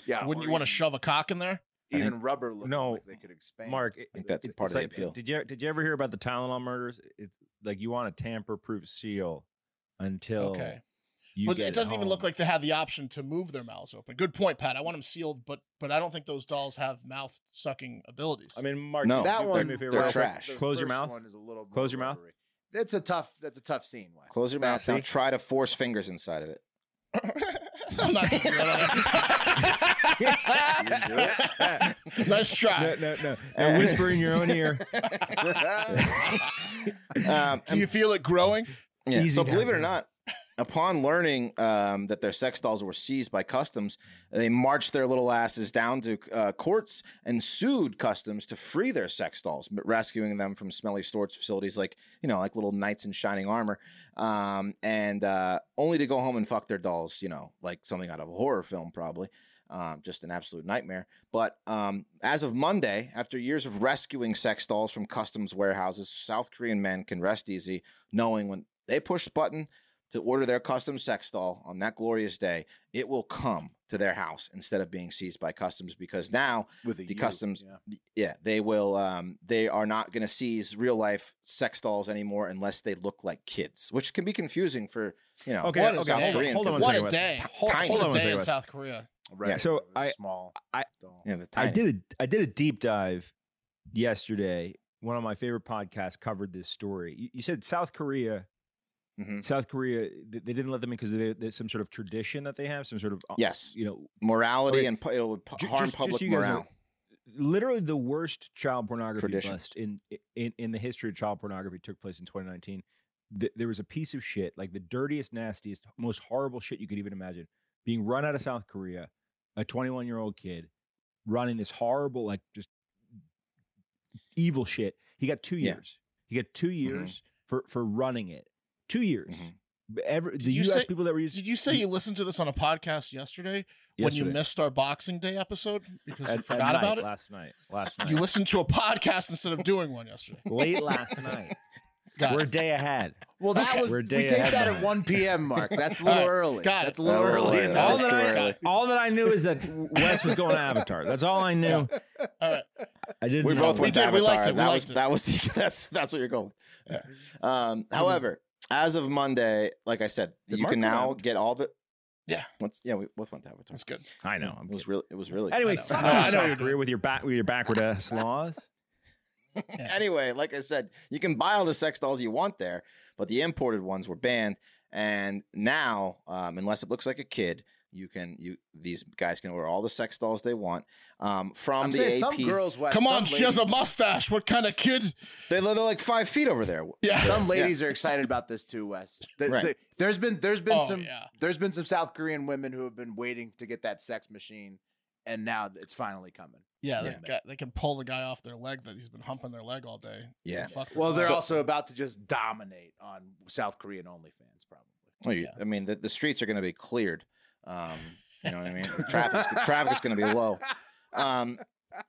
[SPEAKER 1] yeah.
[SPEAKER 4] Wouldn't
[SPEAKER 1] or
[SPEAKER 4] you want to
[SPEAKER 1] even-
[SPEAKER 4] shove a cock in there?
[SPEAKER 3] I
[SPEAKER 1] even rubber? Looking
[SPEAKER 2] No,
[SPEAKER 1] like they could expand.
[SPEAKER 2] Mark, it-
[SPEAKER 3] think that's
[SPEAKER 2] it-
[SPEAKER 3] part
[SPEAKER 2] it's
[SPEAKER 3] of the
[SPEAKER 2] like-
[SPEAKER 3] appeal.
[SPEAKER 2] Did you did you ever hear about the Tylenol murders? It's like you want a tamper-proof seal until
[SPEAKER 4] Okay.
[SPEAKER 2] you
[SPEAKER 4] But
[SPEAKER 2] get
[SPEAKER 4] it doesn't even look
[SPEAKER 2] home.
[SPEAKER 4] like they have the option to move their mouths open. Good point, Pat. I want them sealed, but but I don't think those dolls have mouth sucking abilities.
[SPEAKER 2] I mean, Mark,
[SPEAKER 3] No.
[SPEAKER 2] do-
[SPEAKER 1] that
[SPEAKER 2] do
[SPEAKER 1] one,
[SPEAKER 2] me a favor,
[SPEAKER 3] they're
[SPEAKER 2] I'll-
[SPEAKER 1] the-
[SPEAKER 3] trash.
[SPEAKER 1] the
[SPEAKER 2] Close your
[SPEAKER 1] first
[SPEAKER 2] mouth.
[SPEAKER 1] one is a little more
[SPEAKER 2] Close your mouth.
[SPEAKER 1] rubbery. That's a tough. That's a tough scene. Wes.
[SPEAKER 3] Close your mouth.
[SPEAKER 1] Now,
[SPEAKER 3] Now
[SPEAKER 1] see?
[SPEAKER 3] try to force fingers inside of it.
[SPEAKER 4] I'm not gonna do that. Nice try.
[SPEAKER 2] No, no, no. Now whisper in your own ear.
[SPEAKER 3] Um,
[SPEAKER 4] Do you feel it growing?
[SPEAKER 3] Yeah.
[SPEAKER 2] Easy
[SPEAKER 3] so
[SPEAKER 2] now,
[SPEAKER 3] believe it or
[SPEAKER 2] yeah.
[SPEAKER 3] not, upon learning um, that their sex dolls were seized by customs, they marched their little asses down to uh, courts and sued customs to free their sex dolls, m- rescuing them from smelly storage facilities like, you know, like little knights in shining armor, um, and uh, only to go home and fuck their dolls, you know, like something out of a horror film, probably. Um, just an absolute nightmare. But um, as of Monday, after years of rescuing sex dolls from customs warehouses, South Korean men can rest easy knowing when they push the button to order their custom sex doll on that glorious day, it will come to their house instead of being seized by customs because now
[SPEAKER 1] with
[SPEAKER 3] the customs- yeah, they will. Um, they are not going to seize real life sex dolls anymore unless they look like kids, which can be confusing for you know.
[SPEAKER 2] Okay,
[SPEAKER 4] What
[SPEAKER 2] okay,
[SPEAKER 4] is
[SPEAKER 2] hold
[SPEAKER 4] that?
[SPEAKER 2] on, hold on one
[SPEAKER 4] what
[SPEAKER 2] second.
[SPEAKER 4] a
[SPEAKER 2] Wes.
[SPEAKER 4] day. Hold,
[SPEAKER 3] tiny.
[SPEAKER 4] hold a
[SPEAKER 2] Hold on one
[SPEAKER 4] day in
[SPEAKER 2] second,
[SPEAKER 4] South Korea.
[SPEAKER 1] Right.
[SPEAKER 2] So I-
[SPEAKER 1] small.
[SPEAKER 2] I-
[SPEAKER 1] doll.
[SPEAKER 3] You know, the
[SPEAKER 2] I
[SPEAKER 3] tiny-
[SPEAKER 2] did a I did a deep dive yesterday. One of my favorite podcasts covered this story. You, you said South Korea,
[SPEAKER 4] Mm-hmm.
[SPEAKER 3] Mhm.
[SPEAKER 2] South Korea. They, they didn't let them in because there's some sort of tradition that they have, some sort of uh,
[SPEAKER 3] Yes,
[SPEAKER 2] you know,
[SPEAKER 3] morality
[SPEAKER 2] Okay.
[SPEAKER 3] and pu- it'll pu-
[SPEAKER 2] Ju-
[SPEAKER 3] harm
[SPEAKER 2] just- just so
[SPEAKER 3] public
[SPEAKER 2] you guys know,
[SPEAKER 3] morale.
[SPEAKER 2] literally the worst child pornography
[SPEAKER 3] Tradition.
[SPEAKER 2] bust in, in in the history of child pornography took place in 2019. Th- there was a piece of shit, like the dirtiest, nastiest, most horrible shit you could even imagine, being run out of South Korea. A 21 year old kid running this horrible, like just evil shit. He got two
[SPEAKER 3] Yeah.
[SPEAKER 2] years. He got
[SPEAKER 4] Mm-hmm.
[SPEAKER 2] two years for for running it. Two years.
[SPEAKER 3] Mhm.
[SPEAKER 2] B- Every, the
[SPEAKER 4] Mm-hmm. you
[SPEAKER 2] U.S.
[SPEAKER 4] say-
[SPEAKER 2] people that were using
[SPEAKER 4] Did you say you listened to this on a podcast yesterday, when you missed our Boxing Day episode because you forgot about it?
[SPEAKER 2] last night. Last night.
[SPEAKER 4] You listened to a podcast instead of doing one yesterday.
[SPEAKER 2] late last night.
[SPEAKER 4] Got
[SPEAKER 2] We're a
[SPEAKER 4] it.
[SPEAKER 2] day ahead.
[SPEAKER 1] Well, that
[SPEAKER 4] Okay.
[SPEAKER 1] was
[SPEAKER 2] We're a
[SPEAKER 1] we
[SPEAKER 2] day
[SPEAKER 1] taped
[SPEAKER 2] ahead
[SPEAKER 1] that at
[SPEAKER 2] behind.
[SPEAKER 1] 1 p.m. Mark. That's a little
[SPEAKER 4] Got it.
[SPEAKER 1] early.
[SPEAKER 4] Got it.
[SPEAKER 1] That's a little
[SPEAKER 3] That
[SPEAKER 1] early.
[SPEAKER 3] early.
[SPEAKER 1] in
[SPEAKER 3] That
[SPEAKER 2] All
[SPEAKER 1] the
[SPEAKER 3] was
[SPEAKER 2] that,
[SPEAKER 3] too
[SPEAKER 2] I,
[SPEAKER 3] early.
[SPEAKER 2] all that I knew is that Wes was going to Avatar. That's all I knew.
[SPEAKER 4] All right.
[SPEAKER 2] I didn't.
[SPEAKER 3] We
[SPEAKER 2] know.
[SPEAKER 3] both
[SPEAKER 4] We
[SPEAKER 3] went to
[SPEAKER 4] did, we
[SPEAKER 3] Avatar.
[SPEAKER 4] liked it, we
[SPEAKER 3] That was
[SPEAKER 4] liked it.
[SPEAKER 3] that was that's that's what you're going. with. Um,
[SPEAKER 4] Mm-hmm.
[SPEAKER 3] however, as of Monday, like I said,
[SPEAKER 2] Did
[SPEAKER 3] you
[SPEAKER 2] Mark
[SPEAKER 3] can
[SPEAKER 2] go to
[SPEAKER 3] now
[SPEAKER 2] Avatar?
[SPEAKER 3] get all the
[SPEAKER 4] Yeah.
[SPEAKER 3] Once yeah, we both went to Avatar.
[SPEAKER 4] That's good.
[SPEAKER 2] I know. I'm
[SPEAKER 3] It was
[SPEAKER 2] kidding.
[SPEAKER 3] really it was really
[SPEAKER 2] Anyway,
[SPEAKER 4] I know.
[SPEAKER 2] fuck
[SPEAKER 4] No,
[SPEAKER 2] you,
[SPEAKER 4] I know
[SPEAKER 2] South
[SPEAKER 4] you're
[SPEAKER 2] Korea with your back with your backward ass laws.
[SPEAKER 3] Anyway, like I said, you can buy all the sex dolls you want there, but the imported ones were banned. And now, um, unless it looks like a kid, you can you these guys can order all the sex dolls they want um, from
[SPEAKER 1] I'm
[SPEAKER 3] the
[SPEAKER 1] saying
[SPEAKER 3] AP.
[SPEAKER 1] some girls, Wes,
[SPEAKER 4] Come
[SPEAKER 1] some
[SPEAKER 4] on, she has a
[SPEAKER 1] ladies-
[SPEAKER 4] mustache. What kind of kid?
[SPEAKER 3] They're, they're like five feet over there.
[SPEAKER 4] Yeah.
[SPEAKER 1] Some ladies are excited about this too, Wes. There's,
[SPEAKER 3] Right.
[SPEAKER 1] there's been there's been
[SPEAKER 4] Oh,
[SPEAKER 1] some
[SPEAKER 4] yeah.
[SPEAKER 1] there's been some South Korean women who have been waiting to get that sex machine, and now it's finally coming.
[SPEAKER 4] Yeah,
[SPEAKER 3] Yeah.
[SPEAKER 4] They, got, they can pull the guy off their leg that he's been humping their leg all day.
[SPEAKER 3] Yeah.
[SPEAKER 4] Fuck their
[SPEAKER 1] Well, they're
[SPEAKER 4] dog.
[SPEAKER 1] also about to just dominate on South Korean OnlyFans, probably.
[SPEAKER 3] Well, you- I mean, the, the streets are going to be cleared. Um, you know what I mean? The traffic's, traffic's going to be low. Um,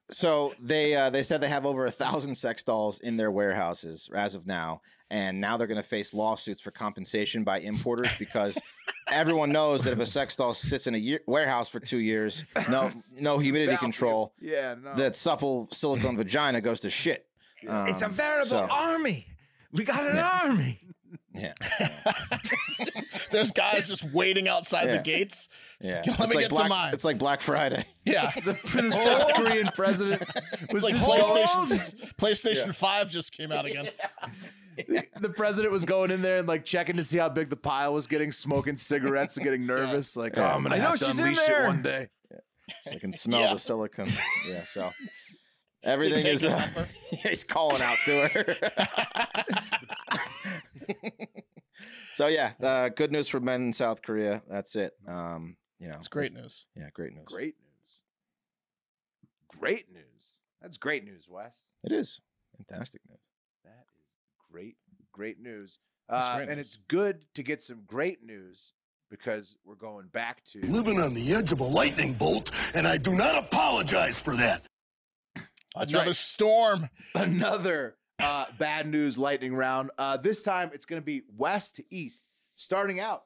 [SPEAKER 3] so they uh, they said they have over a thousand sex dolls in their warehouses as of now, and now they're going to face lawsuits for compensation by importers because everyone knows that if a sex doll sits in a year, warehouse for two years, no no humidity
[SPEAKER 1] Value. Oh.
[SPEAKER 3] control,
[SPEAKER 1] Yeah, no.
[SPEAKER 3] that supple silicone vagina goes to shit.
[SPEAKER 2] it's a
[SPEAKER 3] Um,
[SPEAKER 2] veritable
[SPEAKER 3] so-
[SPEAKER 2] army. We got an army.
[SPEAKER 3] yeah,
[SPEAKER 4] There's guys just waiting outside
[SPEAKER 3] Yeah.
[SPEAKER 4] the gates.
[SPEAKER 3] yeah.
[SPEAKER 4] Let
[SPEAKER 3] it's
[SPEAKER 4] me
[SPEAKER 3] like
[SPEAKER 4] get to
[SPEAKER 3] Black,
[SPEAKER 4] mine.
[SPEAKER 3] It's like Black Friday.
[SPEAKER 4] Yeah.
[SPEAKER 1] the, the South Korean president
[SPEAKER 4] It's
[SPEAKER 1] was
[SPEAKER 4] like
[SPEAKER 1] just
[SPEAKER 4] PlayStation PlayStation 5 just came out again.
[SPEAKER 1] the president was going in there and like checking to see how big the pile was getting, smoking cigarettes and getting nervous. Like, oh, I'm gonna
[SPEAKER 2] I know
[SPEAKER 1] have to
[SPEAKER 2] she's in
[SPEAKER 1] unleash it
[SPEAKER 2] there.
[SPEAKER 1] one day.
[SPEAKER 3] So I can smell
[SPEAKER 4] Yeah.
[SPEAKER 3] the silicone. Yeah, so everything
[SPEAKER 4] Take
[SPEAKER 3] is.
[SPEAKER 4] it,
[SPEAKER 3] Uh,
[SPEAKER 4] Pepper.
[SPEAKER 3] he's calling out to her. so yeah, uh, good news for men in South Korea. That's it. Um, you know,
[SPEAKER 4] It's great news.
[SPEAKER 3] Yeah, great news.
[SPEAKER 1] Great news. Great news. That's great news, Wes.
[SPEAKER 3] It is fantastic news.
[SPEAKER 1] That is great, great news.
[SPEAKER 4] That's
[SPEAKER 1] Uh,
[SPEAKER 4] great
[SPEAKER 1] and
[SPEAKER 4] news.
[SPEAKER 1] it's good to get some great news because we're going back to
[SPEAKER 5] Living on the edge of a lightning bolt, and I do not apologize for that.
[SPEAKER 1] That's
[SPEAKER 4] Another
[SPEAKER 1] right.
[SPEAKER 4] storm.
[SPEAKER 1] another uh, bad news lightning round. Uh, this time it's going to be west to east, starting out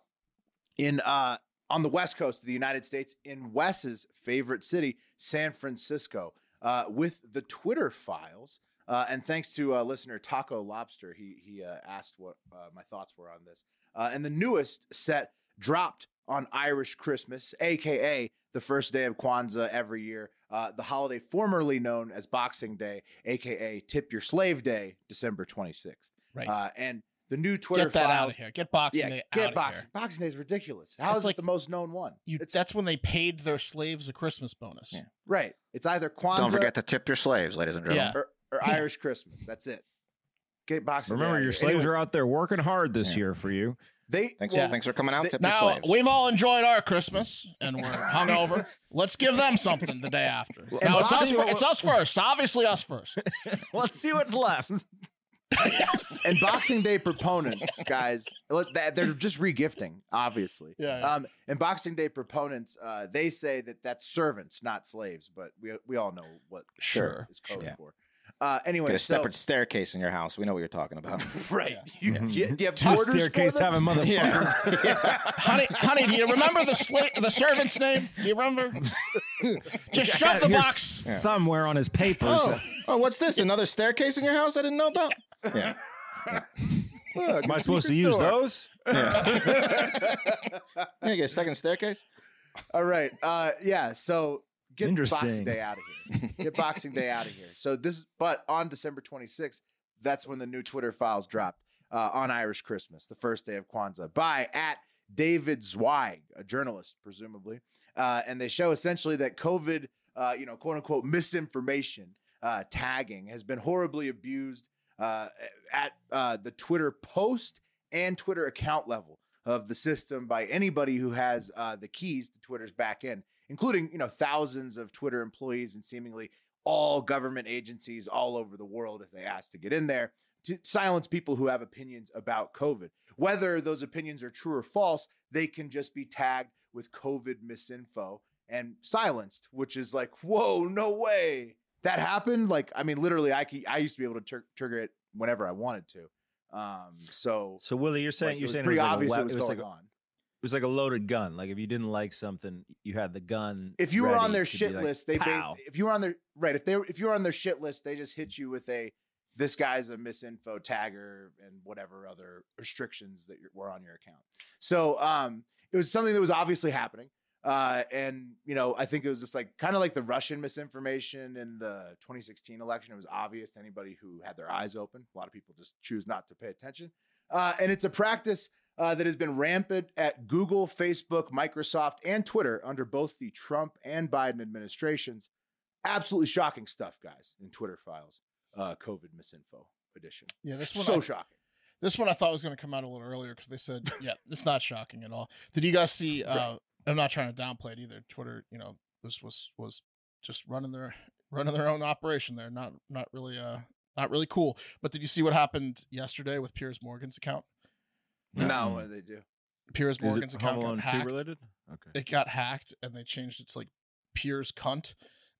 [SPEAKER 1] in uh, on the west coast of the United States in Wes's favorite city, San Francisco, uh, with the Twitter files. Uh, and thanks to uh, listener Taco Lobster, he he uh, asked what uh, my thoughts were on this. Uh, and the newest set dropped on Irish Christmas, aka the first day of Kwanzaa every year, uh, the holiday formerly known as Boxing Day, aka Tip Your Slave Day, December 26th.
[SPEAKER 4] Right.
[SPEAKER 1] Uh, and the new Twitter
[SPEAKER 4] get that out
[SPEAKER 1] files.
[SPEAKER 4] of here. Get Boxing
[SPEAKER 1] Yeah,
[SPEAKER 4] Day out
[SPEAKER 1] get
[SPEAKER 4] of
[SPEAKER 1] boxing.
[SPEAKER 4] here.
[SPEAKER 1] Boxing Day is ridiculous. How is
[SPEAKER 4] It's
[SPEAKER 1] it
[SPEAKER 4] like-
[SPEAKER 1] the most known one?
[SPEAKER 4] You,
[SPEAKER 1] it's
[SPEAKER 4] that's when they paid their slaves a Christmas bonus.
[SPEAKER 3] Yeah.
[SPEAKER 1] right. It's either Kwanzaa
[SPEAKER 3] Don't forget to tip your slaves, ladies and gentlemen.
[SPEAKER 4] Yeah.
[SPEAKER 1] or, or
[SPEAKER 4] Yeah.
[SPEAKER 1] Irish Christmas. That's it. Get Boxing. Day out
[SPEAKER 2] Remember,
[SPEAKER 1] of here.
[SPEAKER 2] your slaves
[SPEAKER 1] Anyway,
[SPEAKER 2] are out there working hard this
[SPEAKER 3] Yeah.
[SPEAKER 2] year for you.
[SPEAKER 1] They
[SPEAKER 3] Thanks,
[SPEAKER 4] Yeah.
[SPEAKER 3] thanks for coming out.
[SPEAKER 1] They-
[SPEAKER 3] Tip your
[SPEAKER 4] Now
[SPEAKER 3] slaves.
[SPEAKER 4] we've all enjoyed our Christmas and we're hungover. Let's give them something the day after. Now it's us, fir- it's us first. Obviously, us first.
[SPEAKER 8] Let's see what's left.
[SPEAKER 4] yes.
[SPEAKER 1] and Boxing Day proponents, guys, look, that- they're just regifting, obviously.
[SPEAKER 4] Yeah, yeah.
[SPEAKER 1] Um, and Boxing Day proponents, uh, they say that that's servants, not slaves, but we we all know what
[SPEAKER 4] Sure,
[SPEAKER 1] is code
[SPEAKER 3] sure.
[SPEAKER 1] for. Uh,
[SPEAKER 3] Get
[SPEAKER 1] anyway,
[SPEAKER 3] a
[SPEAKER 1] so
[SPEAKER 3] separate staircase in your house. We know what you're talking about.
[SPEAKER 1] right, you, you- do you have
[SPEAKER 2] Two
[SPEAKER 1] quarters for
[SPEAKER 2] staircase
[SPEAKER 1] them?
[SPEAKER 2] having motherfucker.
[SPEAKER 4] honey, honey, do you remember the sla- the servant's name? Do you remember? Just
[SPEAKER 2] Got
[SPEAKER 4] shut the
[SPEAKER 2] here
[SPEAKER 4] box.
[SPEAKER 2] somewhere on his papers.
[SPEAKER 3] oh, oh, what's this? Another staircase in your house? I didn't know about. Yeah.
[SPEAKER 1] Look,
[SPEAKER 2] Am I
[SPEAKER 1] it's
[SPEAKER 2] supposed to
[SPEAKER 1] secret
[SPEAKER 2] use
[SPEAKER 1] door.
[SPEAKER 2] those?
[SPEAKER 3] Yeah, you get a second staircase?
[SPEAKER 1] All right. Uh, yeah. So get Boxing
[SPEAKER 2] Interesting.
[SPEAKER 1] Day out of here. Get Boxing Day out of here. So this, but on December 26th, that's when the new Twitter files dropped uh, on Irish Christmas, the first day of Kwanzaa, by at David Zweig, a journalist, presumably. Uh, and they show essentially that COVID, uh, you know, quote unquote misinformation uh, tagging has been horribly abused uh, at uh, the Twitter post and Twitter account level of the system by anybody who has uh, the keys to Twitter's back end, including you know thousands of Twitter employees and seemingly all government agencies all over the world if they ask to get in there to silence people who have opinions about COVID. Whether those opinions are true or false, they can just be tagged with COVID misinfo and silenced, which is like, whoa, no way that happened. Like, I mean, literally, I c- I used to be able to tur- trigger it whenever I wanted to. Um, so
[SPEAKER 2] So Willie, you're saying
[SPEAKER 1] like,
[SPEAKER 2] you're
[SPEAKER 1] it was
[SPEAKER 2] saying
[SPEAKER 1] pretty
[SPEAKER 2] it was like
[SPEAKER 1] obvious
[SPEAKER 2] a, wea-
[SPEAKER 1] it was,
[SPEAKER 2] it was
[SPEAKER 1] going
[SPEAKER 2] like a-
[SPEAKER 1] on.
[SPEAKER 2] it was like a loaded gun. Like if you didn't like something, you had the gun.
[SPEAKER 1] If you were on
[SPEAKER 2] ready
[SPEAKER 1] their
[SPEAKER 2] to be
[SPEAKER 1] shit
[SPEAKER 2] like,
[SPEAKER 1] list, they ba-
[SPEAKER 2] "Pow."
[SPEAKER 1] if you were on their right, if they were- if you were on their shit list, they just hit you with a this guy's a misinfo tagger and whatever other restrictions that you're, were on your account. So um, it was something that was obviously happening. Uh, and you know, I think it was just like kind of like the Russian misinformation in the 2016 election. It was obvious to anybody who had their eyes open. A lot of people just choose not to pay attention. Uh, and it's a practice uh, that has been rampant at Google, Facebook, Microsoft, and Twitter under both the Trump and Biden administrations. Absolutely shocking stuff, guys, in Twitter files, uh, COVID misinfo edition.
[SPEAKER 4] Yeah, this one.
[SPEAKER 1] so
[SPEAKER 4] I,
[SPEAKER 1] shocking.
[SPEAKER 4] this one I thought was going to come out a little earlier because they said, yeah, it's not shocking at all. Did you guys see? Uh, I'm not trying to downplay it either. Twitter, you know, was was was just running their running their own operation there. Not not really uh not really cool. But did you see what happened yesterday with Piers Morgan's account?
[SPEAKER 1] Now what do they do?
[SPEAKER 4] Piers
[SPEAKER 2] Is
[SPEAKER 4] Morgan's
[SPEAKER 2] Mm. it Home
[SPEAKER 4] account got
[SPEAKER 2] Alone
[SPEAKER 4] hacked.
[SPEAKER 2] two related? Okay.
[SPEAKER 4] It got hacked and they changed it to like Piers cunt.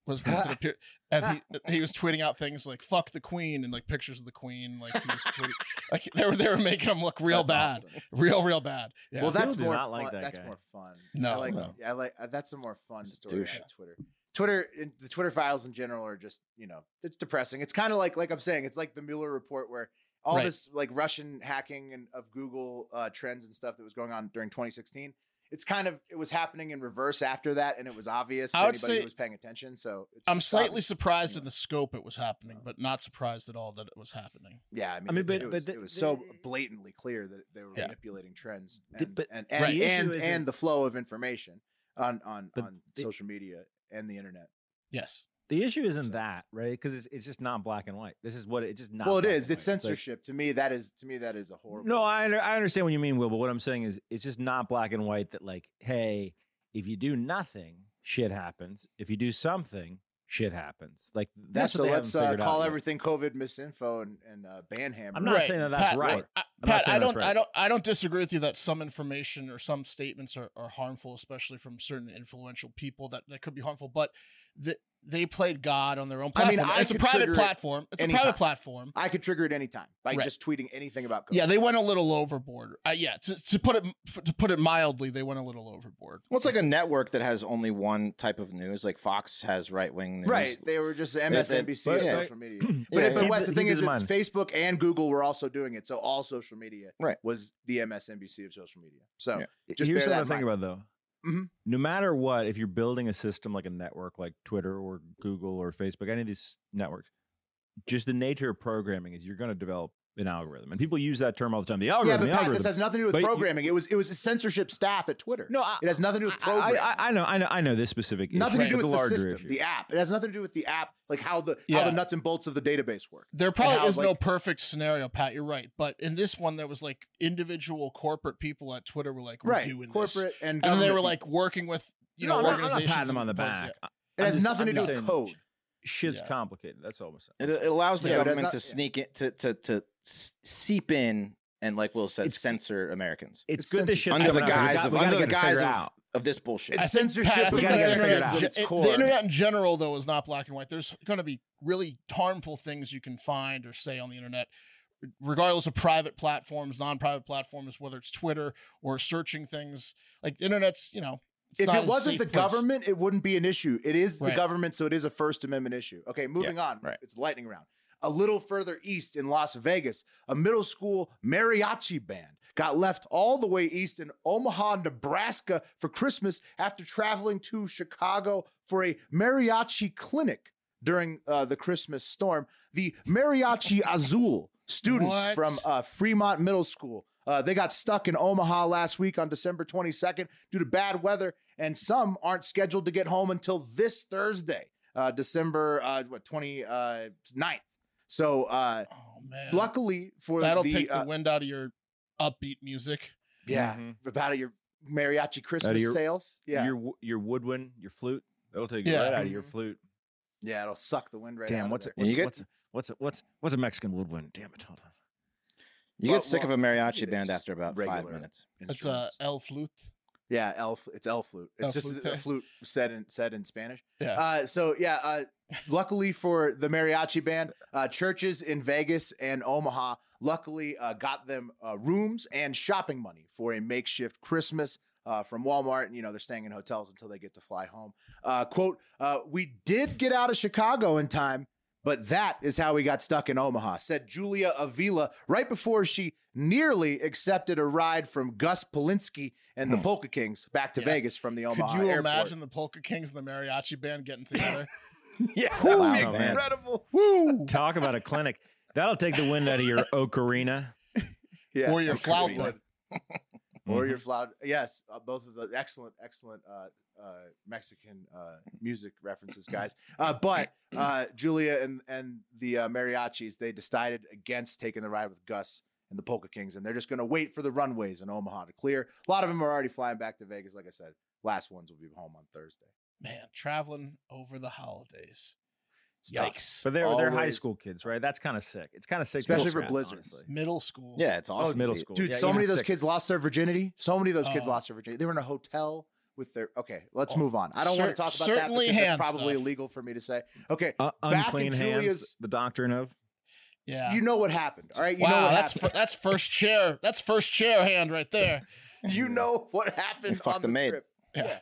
[SPEAKER 4] Was instead of Pier- and he he was tweeting out things like "fuck the queen" and like pictures of the queen. Like he was tweeting, like they were they were making him look real
[SPEAKER 1] That's
[SPEAKER 4] bad
[SPEAKER 1] awesome.
[SPEAKER 4] real, real bad. Yeah.
[SPEAKER 1] Well,
[SPEAKER 2] Still
[SPEAKER 1] that's
[SPEAKER 2] do
[SPEAKER 1] more fun.
[SPEAKER 2] not like that
[SPEAKER 1] that's
[SPEAKER 2] guy.
[SPEAKER 1] more fun. I
[SPEAKER 4] No,
[SPEAKER 1] like,
[SPEAKER 4] no.
[SPEAKER 1] I like uh, that's a more fun
[SPEAKER 3] He's a
[SPEAKER 1] story
[SPEAKER 3] douche.
[SPEAKER 1] on Twitter. Twitter, in- the Twitter files in general are just you know it's depressing. It's kind of like like I'm saying, it's like the Mueller report where all
[SPEAKER 4] Right.
[SPEAKER 1] this like Russian hacking and of Google uh, trends and stuff that was going on during 2016. It's kind of it was happening in reverse after that, and it was obvious to
[SPEAKER 4] I would
[SPEAKER 1] anybody
[SPEAKER 4] say-
[SPEAKER 1] who was paying attention. So it's
[SPEAKER 4] I'm
[SPEAKER 1] it's
[SPEAKER 4] slightly
[SPEAKER 1] obvious.
[SPEAKER 4] surprised
[SPEAKER 1] anyway.
[SPEAKER 4] in the scope it was happening, but not surprised at all that it was happening.
[SPEAKER 1] Yeah, I mean,
[SPEAKER 2] mean,
[SPEAKER 1] it's-
[SPEAKER 2] but-
[SPEAKER 1] it
[SPEAKER 2] but
[SPEAKER 1] was,
[SPEAKER 2] the-
[SPEAKER 1] it was so
[SPEAKER 2] the-
[SPEAKER 1] blatantly clear that they were
[SPEAKER 4] Yeah.
[SPEAKER 1] manipulating trends,
[SPEAKER 2] The-
[SPEAKER 1] and
[SPEAKER 2] but
[SPEAKER 1] and
[SPEAKER 2] the
[SPEAKER 1] and
[SPEAKER 2] issue
[SPEAKER 1] and,
[SPEAKER 2] isn't-
[SPEAKER 1] and the flow of information on on
[SPEAKER 2] But
[SPEAKER 1] on
[SPEAKER 2] the-
[SPEAKER 1] social media and the internet.
[SPEAKER 4] Yes.
[SPEAKER 2] The issue isn't that right because it's, it's just not black and white. This is what it- it's just not.
[SPEAKER 1] well, it
[SPEAKER 2] black
[SPEAKER 1] is.
[SPEAKER 2] and
[SPEAKER 1] It's
[SPEAKER 2] white. like-
[SPEAKER 1] censorship. to me, that is to me that is a horrible.
[SPEAKER 2] No, I under- I understand what you mean, Will. But what I'm saying is, it's just not black and white. That like, hey, if you do nothing, shit happens. If you do something, shit happens. Like
[SPEAKER 1] Yeah,
[SPEAKER 2] that's
[SPEAKER 1] so
[SPEAKER 2] what they
[SPEAKER 1] let's
[SPEAKER 2] haven't
[SPEAKER 1] uh,
[SPEAKER 2] figured out
[SPEAKER 1] call
[SPEAKER 2] yet.
[SPEAKER 1] everything COVID misinfo and and uh, ban ham.
[SPEAKER 2] I'm not saying that that's
[SPEAKER 4] Pat,
[SPEAKER 2] right.
[SPEAKER 4] I,
[SPEAKER 2] not
[SPEAKER 4] Pat,
[SPEAKER 2] saying
[SPEAKER 4] I
[SPEAKER 2] that's
[SPEAKER 4] don't,
[SPEAKER 2] right.
[SPEAKER 4] I don't, I don't disagree with you that some information or some statements are, are harmful, especially from certain influential people that, that could be harmful. But the, they played God on their own
[SPEAKER 1] I mean,
[SPEAKER 4] platform.
[SPEAKER 1] I
[SPEAKER 4] it's a
[SPEAKER 1] could
[SPEAKER 4] private
[SPEAKER 1] trigger it
[SPEAKER 4] platform. It's a
[SPEAKER 1] anytime.
[SPEAKER 4] private platform.
[SPEAKER 1] I could trigger it anytime by
[SPEAKER 4] Right.
[SPEAKER 1] just tweeting anything about COVID.
[SPEAKER 4] Yeah, they went a little overboard. Uh, yeah, to, to put it to put it mildly, they went a little overboard.
[SPEAKER 3] Well, it's like a network that has only one type of news. Like Fox has right wing news.
[SPEAKER 1] Right, they were just MSNBC
[SPEAKER 3] but-
[SPEAKER 1] of
[SPEAKER 3] yeah.
[SPEAKER 1] social media. But,
[SPEAKER 3] Yeah,
[SPEAKER 1] it, but
[SPEAKER 3] yeah.
[SPEAKER 1] Wes, the
[SPEAKER 2] Keep
[SPEAKER 1] thing
[SPEAKER 2] this
[SPEAKER 1] is,
[SPEAKER 2] in
[SPEAKER 1] it's
[SPEAKER 2] mind.
[SPEAKER 1] Facebook and Google were also doing it. So all social media
[SPEAKER 3] Right.
[SPEAKER 1] was the MSNBC of social media. So
[SPEAKER 3] Yeah.
[SPEAKER 1] just bear
[SPEAKER 2] Here's something
[SPEAKER 1] that
[SPEAKER 2] to think
[SPEAKER 1] in
[SPEAKER 2] about though.
[SPEAKER 1] Mhm.
[SPEAKER 2] No matter what, if you're building a system like a network, like Twitter or Google or Facebook, any of these networks, just the nature of programming is you're going to develop an algorithm, and people use that term all the time. The algorithm,
[SPEAKER 1] yeah, but
[SPEAKER 2] the
[SPEAKER 1] Pat,
[SPEAKER 2] algorithm.
[SPEAKER 1] this has nothing to do with
[SPEAKER 2] But you-
[SPEAKER 1] programming. it was it was a censorship staff at Twitter.
[SPEAKER 2] No, I-
[SPEAKER 1] it has nothing to do with
[SPEAKER 2] I,
[SPEAKER 1] programming.
[SPEAKER 2] I, I know, I know, I know this specific
[SPEAKER 1] nothing
[SPEAKER 2] issue,
[SPEAKER 1] to do
[SPEAKER 2] but
[SPEAKER 1] with the,
[SPEAKER 2] larger
[SPEAKER 1] system,
[SPEAKER 2] issue.
[SPEAKER 1] the app. It has nothing to do with the app, like how the how
[SPEAKER 4] Yeah.
[SPEAKER 1] the nuts and bolts of the database work.
[SPEAKER 4] There probably
[SPEAKER 1] how,
[SPEAKER 4] is no
[SPEAKER 1] like-
[SPEAKER 4] perfect scenario, Pat. You're right, but in this one, there was like individual corporate people at Twitter were like, "We're
[SPEAKER 1] Right,
[SPEAKER 4] doing this,"
[SPEAKER 1] corporate and
[SPEAKER 4] and
[SPEAKER 1] government.
[SPEAKER 4] they were like working with you
[SPEAKER 2] no,
[SPEAKER 4] know
[SPEAKER 2] I'm not- I'm not
[SPEAKER 4] organizations.
[SPEAKER 2] patting them
[SPEAKER 4] and
[SPEAKER 2] on the
[SPEAKER 4] proposing
[SPEAKER 2] back.
[SPEAKER 4] it.
[SPEAKER 1] it
[SPEAKER 2] I'm
[SPEAKER 1] has
[SPEAKER 2] just-
[SPEAKER 1] nothing
[SPEAKER 2] I'm
[SPEAKER 1] to do
[SPEAKER 2] just
[SPEAKER 1] with
[SPEAKER 2] saying
[SPEAKER 1] code.
[SPEAKER 2] Shit's
[SPEAKER 4] Yeah.
[SPEAKER 2] complicated. That's all I'm saying.
[SPEAKER 3] It, it allows the
[SPEAKER 1] Yeah, but it's
[SPEAKER 3] government
[SPEAKER 1] not-
[SPEAKER 3] to
[SPEAKER 1] yeah.
[SPEAKER 3] sneak it to to to s- seep in and like Will said,
[SPEAKER 2] It's-
[SPEAKER 3] censor Americans
[SPEAKER 2] It's,
[SPEAKER 1] It's
[SPEAKER 2] good this
[SPEAKER 1] censorship.
[SPEAKER 2] shit's
[SPEAKER 3] under the
[SPEAKER 2] coming out, 'cause we
[SPEAKER 3] guise
[SPEAKER 2] got-
[SPEAKER 3] of
[SPEAKER 2] we gotta
[SPEAKER 3] under the
[SPEAKER 2] get it
[SPEAKER 3] guys
[SPEAKER 2] figured
[SPEAKER 3] of,
[SPEAKER 2] out.
[SPEAKER 3] of this bullshit.
[SPEAKER 1] It's
[SPEAKER 4] I think,
[SPEAKER 1] censorship
[SPEAKER 4] Pat, I
[SPEAKER 1] of
[SPEAKER 4] think
[SPEAKER 2] the
[SPEAKER 4] that's
[SPEAKER 2] internet
[SPEAKER 4] everything.
[SPEAKER 2] at
[SPEAKER 4] Ge-
[SPEAKER 1] its
[SPEAKER 4] it-
[SPEAKER 1] core.
[SPEAKER 4] The internet in general, though, is not black and white. There's going to be really harmful things you can find or say on the internet, regardless of private platforms, non-private platforms, whether it's Twitter or searching things. Like the internet's, you know, it's
[SPEAKER 1] if
[SPEAKER 4] not
[SPEAKER 1] it
[SPEAKER 4] a
[SPEAKER 1] wasn't
[SPEAKER 4] safe
[SPEAKER 1] the
[SPEAKER 4] place.
[SPEAKER 1] government, it wouldn't be an issue. It is the
[SPEAKER 4] Right.
[SPEAKER 1] government, so it is a First Amendment issue. Okay, moving on.
[SPEAKER 3] right.
[SPEAKER 1] It's lightning round. A little further east in Las Vegas, a middle school mariachi band got left all the way east in Omaha, Nebraska for Christmas after traveling to Chicago for a mariachi clinic during uh, the Christmas storm. The Mariachi Azul students
[SPEAKER 4] What?
[SPEAKER 1] from uh, Fremont Middle School. Uh, they got stuck in Omaha last week on December 22nd due to bad weather, and some aren't scheduled to get home until this Thursday, uh, December uh, what 29th. Uh, 9th. so, uh,
[SPEAKER 4] Oh man,
[SPEAKER 1] luckily for
[SPEAKER 4] that'll
[SPEAKER 1] the,
[SPEAKER 4] take the
[SPEAKER 1] uh,
[SPEAKER 4] wind out of your upbeat music.
[SPEAKER 1] yeah,
[SPEAKER 2] Mhm.
[SPEAKER 1] about your mariachi Christmas
[SPEAKER 2] your-
[SPEAKER 1] sales. Yeah, Mm-hmm.
[SPEAKER 2] Your wo- your woodwind, your flute, that'll take you
[SPEAKER 4] Yeah.
[SPEAKER 2] right out of your flute.
[SPEAKER 1] yeah, it'll suck the wind right. out
[SPEAKER 2] Damn,
[SPEAKER 1] of
[SPEAKER 2] what's a,
[SPEAKER 1] there.
[SPEAKER 3] Yeah, you
[SPEAKER 2] what's,
[SPEAKER 3] get-
[SPEAKER 2] what's, a, what's, a, what's what's a Mexican woodwind? Damn it, hold on.
[SPEAKER 3] you
[SPEAKER 1] well,
[SPEAKER 3] get sick
[SPEAKER 1] well,
[SPEAKER 3] of a mariachi
[SPEAKER 1] it's
[SPEAKER 3] band
[SPEAKER 1] just
[SPEAKER 3] after about five
[SPEAKER 1] regular
[SPEAKER 3] minutes.
[SPEAKER 4] That's a
[SPEAKER 1] instruments.
[SPEAKER 4] L flute.
[SPEAKER 1] Yeah, L. fl- It's L flute. It's
[SPEAKER 4] El
[SPEAKER 1] just a- a flute
[SPEAKER 4] flute.
[SPEAKER 1] said in said in Spanish.
[SPEAKER 4] Yeah.
[SPEAKER 1] Uh, so yeah. Uh, luckily for the mariachi band, uh, churches in Vegas and Omaha luckily uh, got them uh, rooms and shopping money for a makeshift Christmas. Uh, from Walmart, and you know they're staying in hotels until they get to fly home. Uh, quote: uh, "We did get out of Chicago in time, but that is how we got stuck in Omaha," said Julia Avila right before she nearly accepted a ride from Gus Polinski and the Polka Kings back to
[SPEAKER 4] Yeah.
[SPEAKER 1] Vegas from the Omaha
[SPEAKER 4] Could you
[SPEAKER 1] airport.
[SPEAKER 4] imagine the Polka Kings and the mariachi band getting together?
[SPEAKER 1] yeah, that
[SPEAKER 3] Wow,
[SPEAKER 1] would be
[SPEAKER 3] man.
[SPEAKER 1] incredible.
[SPEAKER 4] Woo!
[SPEAKER 2] Talk about a clinic. That'll take the wind out of your ocarina.
[SPEAKER 1] Yeah,
[SPEAKER 4] or your
[SPEAKER 1] that could be
[SPEAKER 4] flauta.
[SPEAKER 1] done.
[SPEAKER 2] Mm-hmm.
[SPEAKER 1] or
[SPEAKER 4] Mm-hmm.
[SPEAKER 1] your flout. Yes, uh, both of those excellent, excellent uh, uh, Mexican uh, music references, guys. Uh, but uh, Julia and and the uh, mariachis they decided against taking the ride with Gus and the Polka Kings, and they're just going to wait for the runways in Omaha to clear. A lot of them are already flying back to Vegas. Like I said, last ones will be home on Thursday.
[SPEAKER 4] Man, traveling over the holidays.
[SPEAKER 1] It's tough.
[SPEAKER 4] Yikes.
[SPEAKER 2] But they're they're high
[SPEAKER 1] Always.
[SPEAKER 2] school kids, right? That's kind of sick. It's kind of sick, to
[SPEAKER 1] Especially
[SPEAKER 2] look
[SPEAKER 1] for
[SPEAKER 2] at,
[SPEAKER 1] blizzards.
[SPEAKER 2] honestly.
[SPEAKER 4] Middle school.
[SPEAKER 3] Yeah, it's awesome.
[SPEAKER 2] Oh, middle
[SPEAKER 3] to be-
[SPEAKER 2] school.
[SPEAKER 1] Dude,
[SPEAKER 2] Yeah,
[SPEAKER 1] so
[SPEAKER 2] even
[SPEAKER 1] many of those
[SPEAKER 2] sicker.
[SPEAKER 1] kids lost their virginity. So many of those kids
[SPEAKER 4] Oh.
[SPEAKER 1] lost their virginity. They were in a hotel with their. Okay, let's
[SPEAKER 4] Oh,
[SPEAKER 1] move on. I don't want to
[SPEAKER 4] cer-
[SPEAKER 1] talk about that
[SPEAKER 4] certainly
[SPEAKER 1] because that's
[SPEAKER 4] hand
[SPEAKER 1] probably
[SPEAKER 4] stuff.
[SPEAKER 1] illegal for me to say. Okay,
[SPEAKER 2] Uh,
[SPEAKER 1] Back in
[SPEAKER 2] unclean hands.
[SPEAKER 1] Julia's-
[SPEAKER 2] The doctrine of
[SPEAKER 4] Yeah.
[SPEAKER 1] you know what happened. All right, you
[SPEAKER 4] wow,
[SPEAKER 1] know what
[SPEAKER 4] that's
[SPEAKER 1] happened.
[SPEAKER 4] fir- that's first chair. That's first chair hand right there.
[SPEAKER 1] you know what happened
[SPEAKER 3] fucked
[SPEAKER 1] on
[SPEAKER 3] the
[SPEAKER 1] the,
[SPEAKER 3] maid.
[SPEAKER 1] trip.
[SPEAKER 4] Yeah.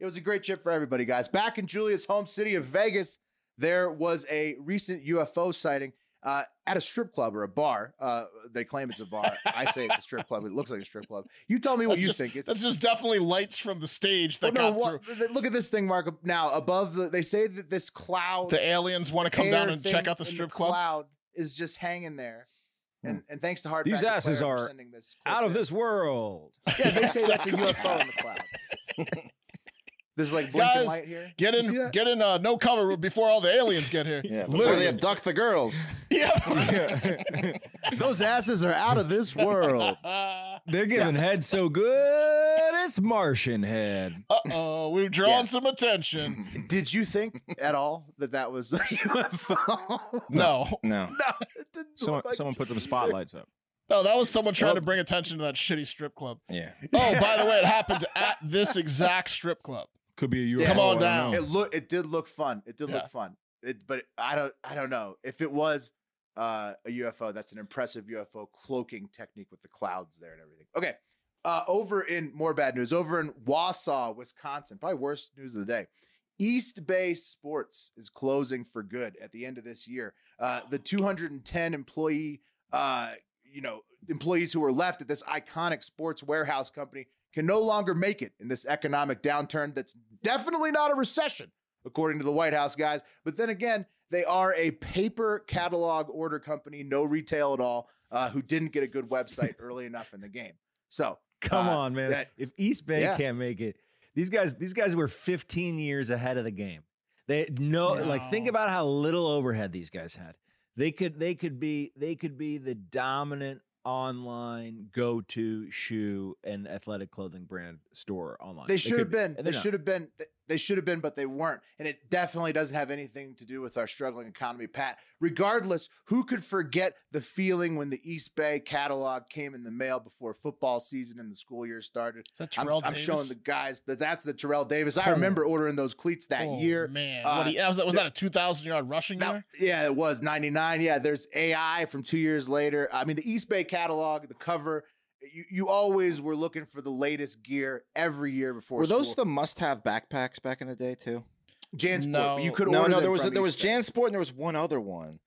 [SPEAKER 1] It was a great trip for everybody, guys. Back in Julia's home city of Vegas, there was a recent UFO sighting uh, at a strip club or a bar. Uh, they claim it's a bar. I say it's a strip club. It looks like a strip club. You tell me what
[SPEAKER 4] That's
[SPEAKER 1] you
[SPEAKER 4] just-
[SPEAKER 1] think. It's,
[SPEAKER 4] That's just definitely lights from the stage that
[SPEAKER 1] Well,
[SPEAKER 4] got
[SPEAKER 1] no, what-
[SPEAKER 4] through.
[SPEAKER 1] th- look at this thing, Mark. Now above the, they say that this cloud,
[SPEAKER 4] The aliens want to come
[SPEAKER 1] air
[SPEAKER 4] down and check
[SPEAKER 1] thing
[SPEAKER 4] out the
[SPEAKER 1] in
[SPEAKER 4] strip club. Hmm.
[SPEAKER 1] Cloud is just hanging there, and and thanks to hard.
[SPEAKER 2] These
[SPEAKER 1] Factor
[SPEAKER 2] asses
[SPEAKER 1] Player for
[SPEAKER 2] are
[SPEAKER 1] sending this clip
[SPEAKER 2] out of
[SPEAKER 1] in.
[SPEAKER 2] this world.
[SPEAKER 1] Yeah, they say that's a
[SPEAKER 4] Exactly.
[SPEAKER 1] UFO in the cloud. There's like blinking
[SPEAKER 4] Guys,
[SPEAKER 1] light here.
[SPEAKER 4] Get
[SPEAKER 1] You see
[SPEAKER 4] in,
[SPEAKER 1] that?
[SPEAKER 4] get in, uh, no cover before all the aliens get here.
[SPEAKER 3] Yeah, literally
[SPEAKER 4] literally.
[SPEAKER 3] they abduct the girls.
[SPEAKER 4] yeah.
[SPEAKER 1] Those asses are out of this world.
[SPEAKER 4] uh
[SPEAKER 2] They're giving head so good, it's Martian head.
[SPEAKER 4] oh, we've drawn
[SPEAKER 1] Yeah.
[SPEAKER 4] some attention.
[SPEAKER 1] Did you think at all that that was a UFO?
[SPEAKER 4] No,
[SPEAKER 3] No,
[SPEAKER 1] no, it didn't
[SPEAKER 2] Someone,
[SPEAKER 1] look like.
[SPEAKER 2] someone put some spotlights up.
[SPEAKER 4] no, that was someone trying to bring attention to that shitty strip club.
[SPEAKER 3] yeah,
[SPEAKER 4] Oh, by the way, it happened at this exact strip club.
[SPEAKER 2] Could be a UFO.
[SPEAKER 1] Yeah. Come
[SPEAKER 4] on
[SPEAKER 2] I don't
[SPEAKER 4] down.
[SPEAKER 2] know.
[SPEAKER 1] It look. It did look fun. It did
[SPEAKER 4] Yeah.
[SPEAKER 1] look fun. It, but I don't. I don't know if it was uh, a UFO. That's an impressive UFO cloaking technique with the clouds there and everything. Okay. Uh, over in more bad news. Over in Wausau, Wisconsin, probably worst news of the day. East Bay Sports is closing for good at the end of this year. Uh, the 210 employee, uh, you know, employees who were left at this iconic sports warehouse company can no longer make it in this economic downturn that's definitely not a recession, according to the White House guys. But then again, They are a paper catalog order company, no retail at all, uh, who didn't get a good website early enough in the game. So
[SPEAKER 2] Come
[SPEAKER 1] uh,
[SPEAKER 2] on, man.
[SPEAKER 1] that-
[SPEAKER 2] if East Bay
[SPEAKER 1] yeah.
[SPEAKER 2] can't make it, these guys, these guys were 15 years ahead of the game. They no, like think
[SPEAKER 4] No.
[SPEAKER 2] about how little overhead these guys had. They could, they could be, they could be the dominant online go-to shoe and athletic clothing brand store online.
[SPEAKER 1] They should
[SPEAKER 2] could
[SPEAKER 1] have
[SPEAKER 2] be,
[SPEAKER 1] been.
[SPEAKER 2] and
[SPEAKER 1] They
[SPEAKER 2] they're not.
[SPEAKER 1] should have been. th- They should have been, but they weren't. And it definitely doesn't have anything to do with our struggling economy, Pat. Regardless, who could forget the feeling when the East Bay catalog came in the mail before football season and the school year started?
[SPEAKER 4] Is that
[SPEAKER 1] I'm,
[SPEAKER 4] Terrell
[SPEAKER 1] I'm showing the
[SPEAKER 4] Davis?
[SPEAKER 1] guys that that's the Terrell Davis. I remember ordering those cleats that
[SPEAKER 4] Oh,
[SPEAKER 1] year.
[SPEAKER 4] man.
[SPEAKER 1] Uh,
[SPEAKER 4] what he, was, that, was that a 2,000 yard rushing
[SPEAKER 1] Now-
[SPEAKER 4] there?
[SPEAKER 1] yeah, it was 99. Yeah, there's AI from two years later. I mean, the East Bay catalog, the cover, you, you always were looking for the latest gear every year before.
[SPEAKER 3] Were those
[SPEAKER 1] school.
[SPEAKER 3] the must-have backpacks back in the day too?
[SPEAKER 1] Jansport.
[SPEAKER 4] No.
[SPEAKER 1] You could
[SPEAKER 3] no,
[SPEAKER 1] order
[SPEAKER 3] no.
[SPEAKER 1] them
[SPEAKER 3] There was
[SPEAKER 1] from
[SPEAKER 3] there was
[SPEAKER 1] East Bay.
[SPEAKER 3] JanSport and there was one other one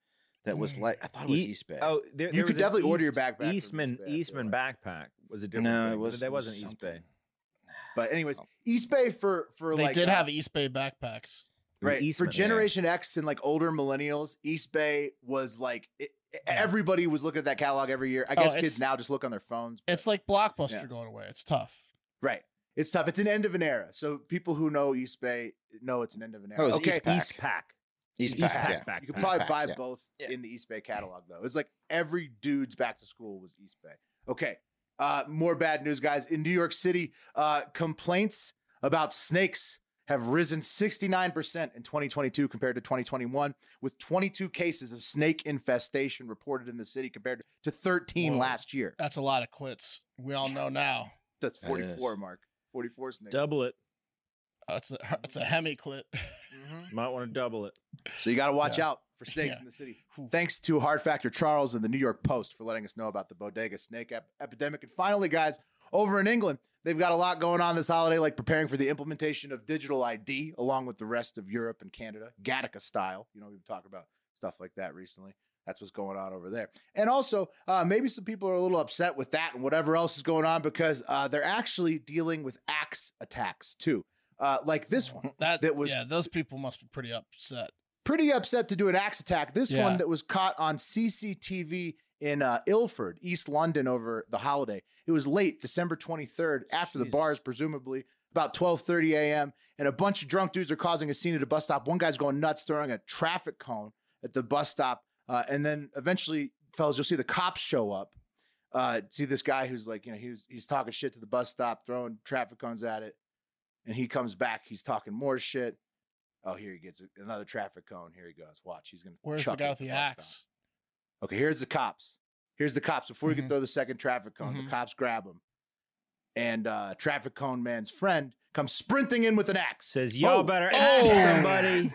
[SPEAKER 3] that was like I thought it was
[SPEAKER 2] E-
[SPEAKER 3] East Bay.
[SPEAKER 2] Oh, there,
[SPEAKER 1] You could
[SPEAKER 2] there was an
[SPEAKER 1] definitely order your backpack from East
[SPEAKER 2] Eastman,
[SPEAKER 1] Bay, I feel
[SPEAKER 2] Eastman backpack was a different.
[SPEAKER 3] no,
[SPEAKER 2] thing,
[SPEAKER 3] it
[SPEAKER 2] but
[SPEAKER 3] was
[SPEAKER 2] that
[SPEAKER 3] it was
[SPEAKER 2] wasn't East Bay.
[SPEAKER 3] something.
[SPEAKER 1] But anyways, East Bay for for
[SPEAKER 4] Oh. They
[SPEAKER 1] like
[SPEAKER 4] did
[SPEAKER 1] uh,
[SPEAKER 4] have E-, East Bay backpacks.
[SPEAKER 2] It was
[SPEAKER 1] right
[SPEAKER 2] Eastman,
[SPEAKER 1] for
[SPEAKER 2] yeah.
[SPEAKER 1] Generation X and like older millennials. East Bay was like it, everybody was looking at that catalog every year. I
[SPEAKER 4] Oh,
[SPEAKER 1] guess
[SPEAKER 4] it's-
[SPEAKER 1] kids now just look on their phones. but-
[SPEAKER 4] It's like Blockbuster
[SPEAKER 1] Yeah.
[SPEAKER 4] going away. It's tough.
[SPEAKER 1] right. It's tough. It's an end of an era. So people who know East Bay know it's an end of an era.
[SPEAKER 3] Oh, it was
[SPEAKER 1] okay,
[SPEAKER 3] East Pack.
[SPEAKER 2] East Pack.
[SPEAKER 3] East,
[SPEAKER 2] East
[SPEAKER 3] Pack,
[SPEAKER 2] Pack
[SPEAKER 3] yeah.
[SPEAKER 2] backpack.
[SPEAKER 1] you could
[SPEAKER 3] East
[SPEAKER 1] probably
[SPEAKER 3] Pack,
[SPEAKER 1] buy
[SPEAKER 3] yeah.
[SPEAKER 1] both
[SPEAKER 3] Yeah.
[SPEAKER 1] in the East Bay catalog though. It's like every dude's back to school was East Bay. Okay. Uh, more bad news, guys. In New York City, uh, complaints about snakes have risen 69% in 2022 compared to 2021, with 22 cases of snake infestation reported in the city compared to 13
[SPEAKER 4] Whoa.
[SPEAKER 1] last year.
[SPEAKER 4] That's a lot of clits. We all know now.
[SPEAKER 1] That's
[SPEAKER 3] That is.
[SPEAKER 1] 44, Mark. 44 snakes.
[SPEAKER 7] Double it.
[SPEAKER 4] Uh, it's a it's a hemi clit.
[SPEAKER 2] Mm-hmm.
[SPEAKER 1] Mhm.
[SPEAKER 7] Might want to double it.
[SPEAKER 1] So you got to watch
[SPEAKER 4] Yeah.
[SPEAKER 1] out for snakes
[SPEAKER 4] Yeah.
[SPEAKER 1] in the city.
[SPEAKER 4] Whew.
[SPEAKER 1] Thanks to Hard Factor Charles and the New York Post for letting us know about the bodega snake ep- epidemic. And finally, guys, over in England, they've got a lot going on this holiday, like preparing for the implementation of digital ID along with the rest of Europe and Canada, Gattaca style. You know, we've talked about stuff like that recently. That's what's going on over there. And also, uh, maybe some people are a little upset with that and whatever else is going on because uh, they're actually dealing with axe attacks too, uh, like this one
[SPEAKER 4] That,
[SPEAKER 1] That was-
[SPEAKER 4] yeah. Those people must be pretty upset.
[SPEAKER 1] pretty upset to do an axe attack. This
[SPEAKER 4] Yeah.
[SPEAKER 1] one that was caught on CCTV in uh, Ilford, East London, over the holiday. It was late, December 23rd, after the
[SPEAKER 4] Jesus.
[SPEAKER 1] bars, presumably about 12:30 a.m. And a bunch of drunk dudes are causing a scene at a bus stop. One guy's going nuts, throwing a traffic cone at the bus stop, uh, and then eventually, fellas, you'll see the cops show up. Uh, see this guy who's like, you know, he was he's talking shit to the bus stop, throwing traffic cones at it, and he comes back, he's talking more shit. Oh, here he gets another traffic cone. Here he goes. Watch, he's gonna.
[SPEAKER 4] Where's the
[SPEAKER 1] chuck it
[SPEAKER 4] guy
[SPEAKER 1] at
[SPEAKER 4] with the
[SPEAKER 1] bus stop.
[SPEAKER 4] axe?
[SPEAKER 1] Okay, here's the cops. Here's the cops. Before we
[SPEAKER 4] Mhm.
[SPEAKER 1] can throw the second traffic cone,
[SPEAKER 4] Mhm.
[SPEAKER 1] the cops grab him, and uh, traffic cone man's friend comes sprinting in with an axe.
[SPEAKER 2] Says y'all
[SPEAKER 1] Oh.
[SPEAKER 2] better
[SPEAKER 4] Oh.
[SPEAKER 2] ask somebody.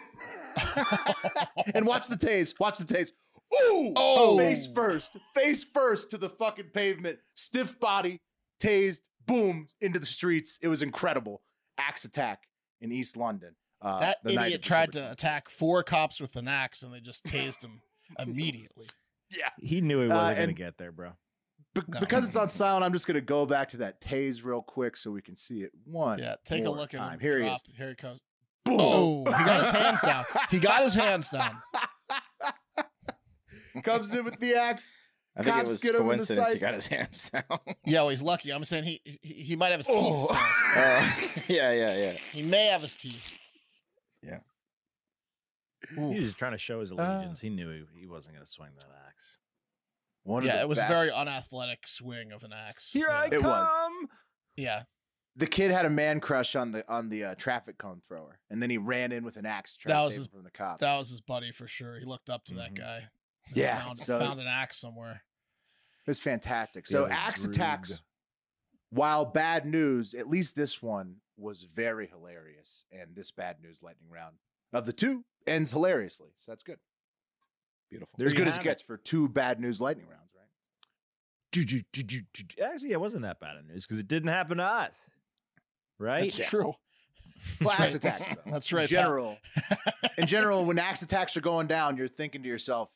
[SPEAKER 1] and watch the tase. Watch the tase. Ooh!
[SPEAKER 4] Oh.
[SPEAKER 1] Face first. Face first to the fucking pavement. Stiff body, tased, boom, into the streets. It was incredible. Axe attack in East London. Uh,
[SPEAKER 4] that
[SPEAKER 1] the night
[SPEAKER 4] idiot
[SPEAKER 1] of
[SPEAKER 4] tried to
[SPEAKER 1] December 20th.
[SPEAKER 4] attack four cops with an axe, and they just tased him immediately.
[SPEAKER 2] He knew he
[SPEAKER 1] Uh,
[SPEAKER 2] wasn't gonna
[SPEAKER 1] and-
[SPEAKER 2] get there, bro.
[SPEAKER 1] Be-
[SPEAKER 4] No.
[SPEAKER 1] Because it's on silent, I'm just going to go back to that tase real quick so we can see it one.
[SPEAKER 4] Yeah, take a
[SPEAKER 1] more
[SPEAKER 4] look at
[SPEAKER 1] time.
[SPEAKER 4] him.
[SPEAKER 1] Here he
[SPEAKER 4] drop.
[SPEAKER 1] is.
[SPEAKER 4] Here he comes.
[SPEAKER 1] Boom.
[SPEAKER 4] Oh, he got his hands down. He got his hands down.
[SPEAKER 1] Comes in with the axe.
[SPEAKER 3] I think
[SPEAKER 1] Cops
[SPEAKER 3] it was
[SPEAKER 1] get 'em in the
[SPEAKER 3] coincidence he
[SPEAKER 1] sights.
[SPEAKER 3] got his hands down. uh,
[SPEAKER 4] Yeah, well, he's lucky. I'm saying he he, he might have his teeth.
[SPEAKER 1] Oh.
[SPEAKER 4] still.
[SPEAKER 3] yeah, Uh, yeah, yeah.
[SPEAKER 4] He may have his teeth.
[SPEAKER 7] He was just trying to show his allegiance. he knew he, he wasn't going to swing that axe.
[SPEAKER 1] One of
[SPEAKER 4] yeah,
[SPEAKER 1] the
[SPEAKER 4] it was a very
[SPEAKER 1] best.
[SPEAKER 4] unathletic swing of an axe.
[SPEAKER 2] Here
[SPEAKER 4] yeah.
[SPEAKER 2] I
[SPEAKER 1] It
[SPEAKER 2] come.
[SPEAKER 1] was.
[SPEAKER 4] yeah.
[SPEAKER 1] the kid had a man crush on the on the uh, traffic cone thrower, and then he ran in with an axe to try
[SPEAKER 4] That
[SPEAKER 1] to
[SPEAKER 4] was
[SPEAKER 1] save
[SPEAKER 4] his-
[SPEAKER 1] him from the cops.
[SPEAKER 4] That was his buddy for sure. He looked up to that
[SPEAKER 2] Mhm.
[SPEAKER 4] guy. and
[SPEAKER 1] Yeah,
[SPEAKER 4] Found,
[SPEAKER 1] so-
[SPEAKER 4] found an axe somewhere.
[SPEAKER 1] It was fantastic. So
[SPEAKER 2] Yeah,
[SPEAKER 1] axe
[SPEAKER 2] Droog.
[SPEAKER 1] attacks, while bad news, at least this one was very hilarious, and this bad news lightning round of the two ends hilariously. So that's good.
[SPEAKER 3] Beautiful.
[SPEAKER 2] There
[SPEAKER 1] as
[SPEAKER 2] you
[SPEAKER 1] good as
[SPEAKER 2] have
[SPEAKER 1] it gets for two bad news lightning rounds, right?
[SPEAKER 2] Do, do, do, do, do, do. Actually, it wasn't that bad of news because it didn't happen to us, right?
[SPEAKER 4] That's true.
[SPEAKER 1] Well, axe
[SPEAKER 4] right.
[SPEAKER 1] attacks. Though.
[SPEAKER 4] That's right,
[SPEAKER 1] In
[SPEAKER 4] Pat.
[SPEAKER 1] general, in general, when axe attacks are going down, you're thinking to yourself,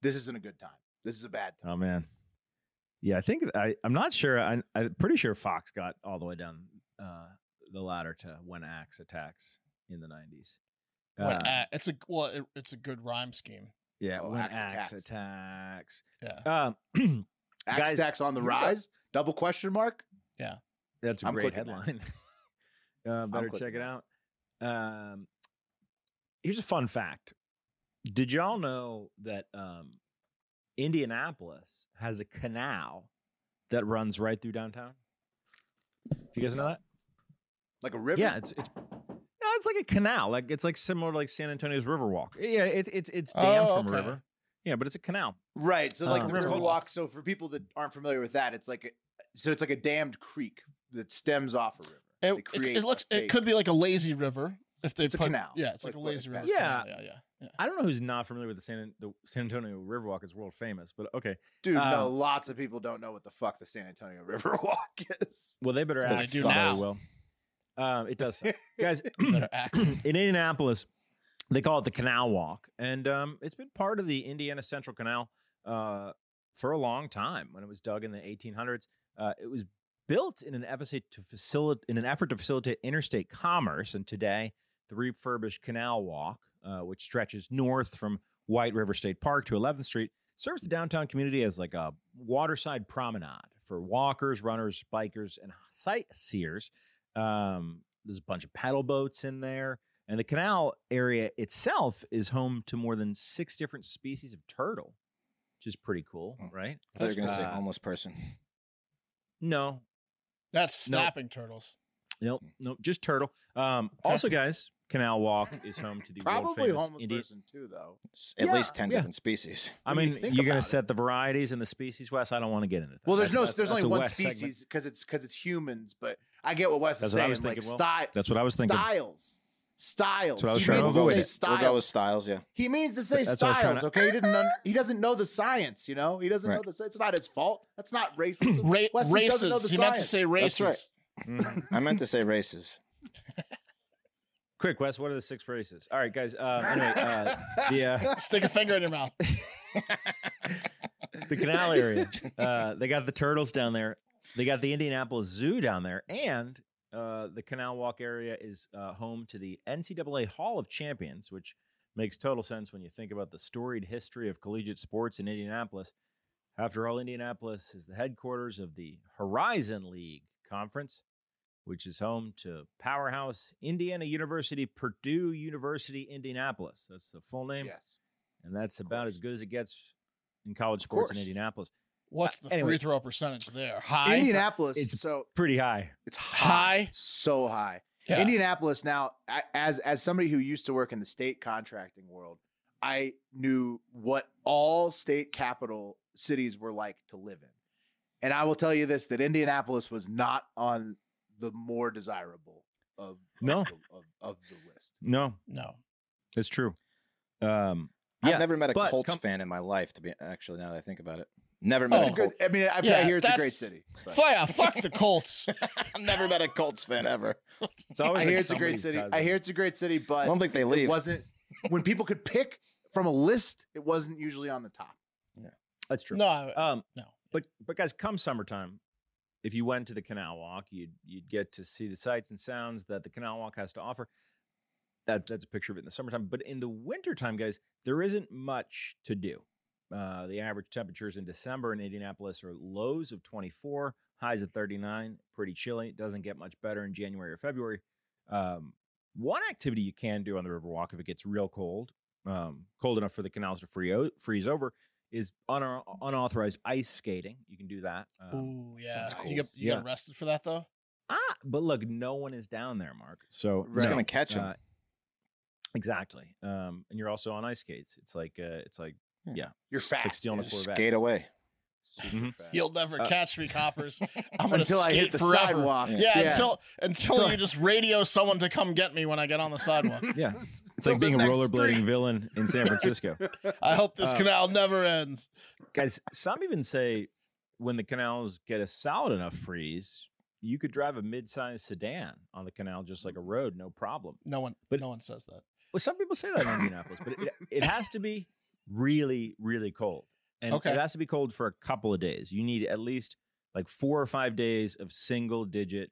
[SPEAKER 1] "This isn't a good time. This is a bad time."
[SPEAKER 2] Oh man, yeah. I think I, I'm not sure. I, I'm pretty sure Fox got all the way down uh, the ladder to when axe attacks in the '90s.
[SPEAKER 4] When
[SPEAKER 2] Uh,
[SPEAKER 4] a- it's a well, it, it's a good rhyme scheme.
[SPEAKER 2] yeah,
[SPEAKER 1] Oh,
[SPEAKER 2] when
[SPEAKER 1] axe
[SPEAKER 2] axe, attacks.
[SPEAKER 4] Yeah,
[SPEAKER 2] Um,
[SPEAKER 1] Axe
[SPEAKER 2] Guys-
[SPEAKER 1] stacks on the rise? Double question mark?
[SPEAKER 2] that's a
[SPEAKER 1] I'm
[SPEAKER 2] great
[SPEAKER 1] clicking that.
[SPEAKER 2] headline. uh, better
[SPEAKER 1] clicking
[SPEAKER 2] check it out. Um, here's a fun fact. Did y'all know that um, Indianapolis has a canal that runs right through downtown? You guys know that?
[SPEAKER 1] Like a river?
[SPEAKER 2] Yeah, it's it's no, it's like a canal. Like it's like similar to like San Antonio's Riverwalk. Eh, Yeah, it's it's it's dammed
[SPEAKER 4] Oh,
[SPEAKER 2] from a
[SPEAKER 4] okay.
[SPEAKER 2] river. Yeah, but it's a canal.
[SPEAKER 1] Right. So like
[SPEAKER 2] Um,
[SPEAKER 1] the
[SPEAKER 2] it's
[SPEAKER 1] river
[SPEAKER 2] called-
[SPEAKER 1] walk. So for people that aren't familiar with that, it's like a, so it's like a dammed creek that stems off a river.
[SPEAKER 4] it,
[SPEAKER 1] They
[SPEAKER 4] it-
[SPEAKER 1] create
[SPEAKER 4] it, looks.
[SPEAKER 1] a
[SPEAKER 4] It could be like a lazy river if they
[SPEAKER 1] It's a
[SPEAKER 4] put.
[SPEAKER 1] canal.
[SPEAKER 4] Yeah, it's like,
[SPEAKER 1] Like
[SPEAKER 4] a lazy
[SPEAKER 1] what-
[SPEAKER 4] river.
[SPEAKER 2] Yeah.
[SPEAKER 4] canal. yeah, yeah, yeah.
[SPEAKER 2] I don't know who's not familiar with the San the San Antonio Riverwalk. It's world famous, but okay.
[SPEAKER 1] Dude, no,
[SPEAKER 2] Um,
[SPEAKER 1] lots of people don't know what the fuck the San Antonio River Walk is.
[SPEAKER 2] Well, they better
[SPEAKER 4] That's what
[SPEAKER 2] act
[SPEAKER 4] they do
[SPEAKER 2] suck very
[SPEAKER 4] now.
[SPEAKER 2] well. Um, it does, suck. guys.
[SPEAKER 4] Better axe.
[SPEAKER 2] in Indianapolis, they call it the Canal Walk, and um, it's been part of the Indiana Central Canal uh, for a long time. When it was dug in the 1800s, uh, it was built in an effort to facilitate in an effort to facilitate interstate commerce. And today, the refurbished Canal Walk, uh, which stretches north from White River State Park to 11th Street, serves the downtown community as like a waterside promenade for walkers, runners, bikers, and sightseers. Um, there's a bunch of paddle boats in there. And the canal area itself is home to more than six different species of turtle, which is pretty cool,
[SPEAKER 3] Hmm.
[SPEAKER 2] right?
[SPEAKER 3] I thought you were gonna say
[SPEAKER 2] Uh,
[SPEAKER 3] homeless person.
[SPEAKER 2] No,
[SPEAKER 4] That's
[SPEAKER 2] Nope.
[SPEAKER 4] snapping turtles.
[SPEAKER 2] nope,
[SPEAKER 3] Hmm.
[SPEAKER 2] nope, just turtle. Um, also, guys, Canal Walk is home to the world
[SPEAKER 1] Probably
[SPEAKER 2] famous
[SPEAKER 1] homeless
[SPEAKER 2] Indian-
[SPEAKER 1] person too, though.
[SPEAKER 3] S- At
[SPEAKER 2] yeah,
[SPEAKER 3] least ten
[SPEAKER 2] yeah.
[SPEAKER 3] different species.
[SPEAKER 2] I
[SPEAKER 1] when you
[SPEAKER 2] mean,
[SPEAKER 1] think
[SPEAKER 2] you are going
[SPEAKER 1] about
[SPEAKER 2] to
[SPEAKER 1] it.
[SPEAKER 2] set the varieties and the species, Wes. I don't want to get into that.
[SPEAKER 1] Well, there's no,
[SPEAKER 2] That's- that's-
[SPEAKER 1] there's
[SPEAKER 2] that's
[SPEAKER 1] only
[SPEAKER 2] a
[SPEAKER 1] one
[SPEAKER 2] Wes segment.
[SPEAKER 1] species because it's because it's humans. But I get what Wes is
[SPEAKER 2] That's what I
[SPEAKER 1] saying.
[SPEAKER 2] was
[SPEAKER 1] like
[SPEAKER 2] thinking, Will.
[SPEAKER 1] sti-
[SPEAKER 2] That's what I was thinking.
[SPEAKER 1] Styles, styles.
[SPEAKER 2] That's what I was
[SPEAKER 1] he
[SPEAKER 2] trying to
[SPEAKER 1] means to
[SPEAKER 2] avoid
[SPEAKER 1] say
[SPEAKER 2] it.
[SPEAKER 3] We'll go with
[SPEAKER 1] styles.
[SPEAKER 3] styles. Yeah.
[SPEAKER 1] He means to say
[SPEAKER 2] That's what I was trying
[SPEAKER 1] styles.
[SPEAKER 2] to-
[SPEAKER 1] Okay, he didn't. Un- he doesn't know the science. You know, he doesn't know
[SPEAKER 3] Right.
[SPEAKER 1] the. It's not his fault. That's not racism.
[SPEAKER 4] Ra-
[SPEAKER 1] Wes just doesn't know
[SPEAKER 4] races.
[SPEAKER 1] the
[SPEAKER 4] He meant to
[SPEAKER 1] science.
[SPEAKER 4] say races.
[SPEAKER 3] That's right. I meant to say races.
[SPEAKER 2] Quick, Wes, what are the six races? All right, guys. Uh, anyway, uh, the uh,
[SPEAKER 4] Stick a finger in your mouth.
[SPEAKER 2] the canal area. Uh, they got the turtles down there. They got the Indianapolis Zoo down there, and uh, the Canal Walk area is uh, home to the NCAA Hall of Champions, which makes total sense when you think about the storied history of collegiate sports in Indianapolis. After all, Indianapolis is the headquarters of the Horizon League Conference, which is home to powerhouse Indiana University, Purdue University, Indianapolis. That's the full name,
[SPEAKER 1] Yes.
[SPEAKER 2] and that's about as good as it gets in college sports in
[SPEAKER 1] course.
[SPEAKER 2] Indianapolis.
[SPEAKER 4] What's the
[SPEAKER 2] anyway.
[SPEAKER 4] free throw percentage there? High.
[SPEAKER 1] Indianapolis.
[SPEAKER 2] it's-
[SPEAKER 1] so
[SPEAKER 2] Pretty high.
[SPEAKER 1] it's
[SPEAKER 4] High.
[SPEAKER 1] so high.
[SPEAKER 4] Yeah.
[SPEAKER 1] Indianapolis now a- as as somebody who used to work in the state contracting world, I knew what all state capital cities were like to live in. And I will tell you this that Indianapolis was not on the more desirable of
[SPEAKER 2] No.
[SPEAKER 1] of, the- of, of the list.
[SPEAKER 2] No,
[SPEAKER 4] no.
[SPEAKER 2] it's true. Um, yeah,
[SPEAKER 3] I've never met a
[SPEAKER 2] but
[SPEAKER 3] Colts
[SPEAKER 2] come-
[SPEAKER 3] fan in my life. To be actually, now that I think about it, never met
[SPEAKER 4] Oh.
[SPEAKER 3] a
[SPEAKER 1] Good.
[SPEAKER 3] Colts.
[SPEAKER 1] I mean, I, I
[SPEAKER 4] Yeah,
[SPEAKER 1] hear it's a great
[SPEAKER 4] that's-
[SPEAKER 1] city. but-
[SPEAKER 4] Fire. Fuck the Colts.
[SPEAKER 3] I've never met a Colts fan ever.
[SPEAKER 2] it's always
[SPEAKER 1] I
[SPEAKER 2] like
[SPEAKER 1] hear it's a great
[SPEAKER 2] somebody's
[SPEAKER 1] city. I
[SPEAKER 2] cousin.
[SPEAKER 1] hear it's a great city, but
[SPEAKER 3] I don't think they
[SPEAKER 1] it
[SPEAKER 3] leave.
[SPEAKER 1] wasn't when people could pick from a list, it wasn't usually on the top.
[SPEAKER 2] that's true.
[SPEAKER 4] no. I-
[SPEAKER 2] Um,
[SPEAKER 4] no.
[SPEAKER 2] but but guys, come summertime, if you went to the Canal Walk, you'd you'd get to see the sights and sounds that the Canal Walk has to offer. That that's a picture of it in the summertime. But in the wintertime, guys, there isn't much to do. Uh, the average temperatures in December in Indianapolis are lows of 24, highs of 39. Pretty chilly. It doesn't get much better in January or February. Um, one activity you can do on the Riverwalk if it gets real cold, um, cold enough for the canals to free o- freeze over, is unau- unauthorized ice skating. You can do that. Um,
[SPEAKER 4] Ooh, yeah.
[SPEAKER 3] that's
[SPEAKER 4] You
[SPEAKER 3] cool.
[SPEAKER 4] get you
[SPEAKER 2] Yeah.
[SPEAKER 4] get arrested for that though.
[SPEAKER 2] Ah, but look, no one is down there, Mark. So
[SPEAKER 3] Who's
[SPEAKER 2] no,
[SPEAKER 3] gonna catch him?
[SPEAKER 2] uh, exactly. Um, and you're also on ice skates. It's like uh, it's like
[SPEAKER 1] You're
[SPEAKER 2] it's like
[SPEAKER 1] fast.
[SPEAKER 2] stealing a
[SPEAKER 1] dude.
[SPEAKER 2] Corvette.
[SPEAKER 3] Skate away. Mm-hmm.
[SPEAKER 2] Mhm.
[SPEAKER 4] You'll never
[SPEAKER 2] Uh,
[SPEAKER 4] catch me, coppers. I'm gonna
[SPEAKER 1] until I hit
[SPEAKER 4] skate
[SPEAKER 1] the
[SPEAKER 4] forever.
[SPEAKER 1] sidewalk.
[SPEAKER 3] Yeah.
[SPEAKER 4] Yeah,
[SPEAKER 1] Yeah.
[SPEAKER 4] until until
[SPEAKER 1] Until I-
[SPEAKER 4] you just radio someone to come get me when I get on the sidewalk.
[SPEAKER 2] Yeah, it's,
[SPEAKER 1] Until
[SPEAKER 2] like
[SPEAKER 1] the
[SPEAKER 2] being a
[SPEAKER 1] next
[SPEAKER 2] rollerblading
[SPEAKER 1] street.
[SPEAKER 2] villain in San Francisco.
[SPEAKER 4] I hope this
[SPEAKER 2] Uh,
[SPEAKER 4] canal never ends.
[SPEAKER 2] guys some even say when the canals get a solid enough freeze you could drive a mid-sized sedan on the canal just like a road no problem
[SPEAKER 4] No one,
[SPEAKER 2] but-
[SPEAKER 4] no one says that.
[SPEAKER 2] well some people say that in indianapolis but it, it has to be really really cold and
[SPEAKER 4] Okay.
[SPEAKER 2] it has to be cold for a couple of days you need at least like four or five days of single digit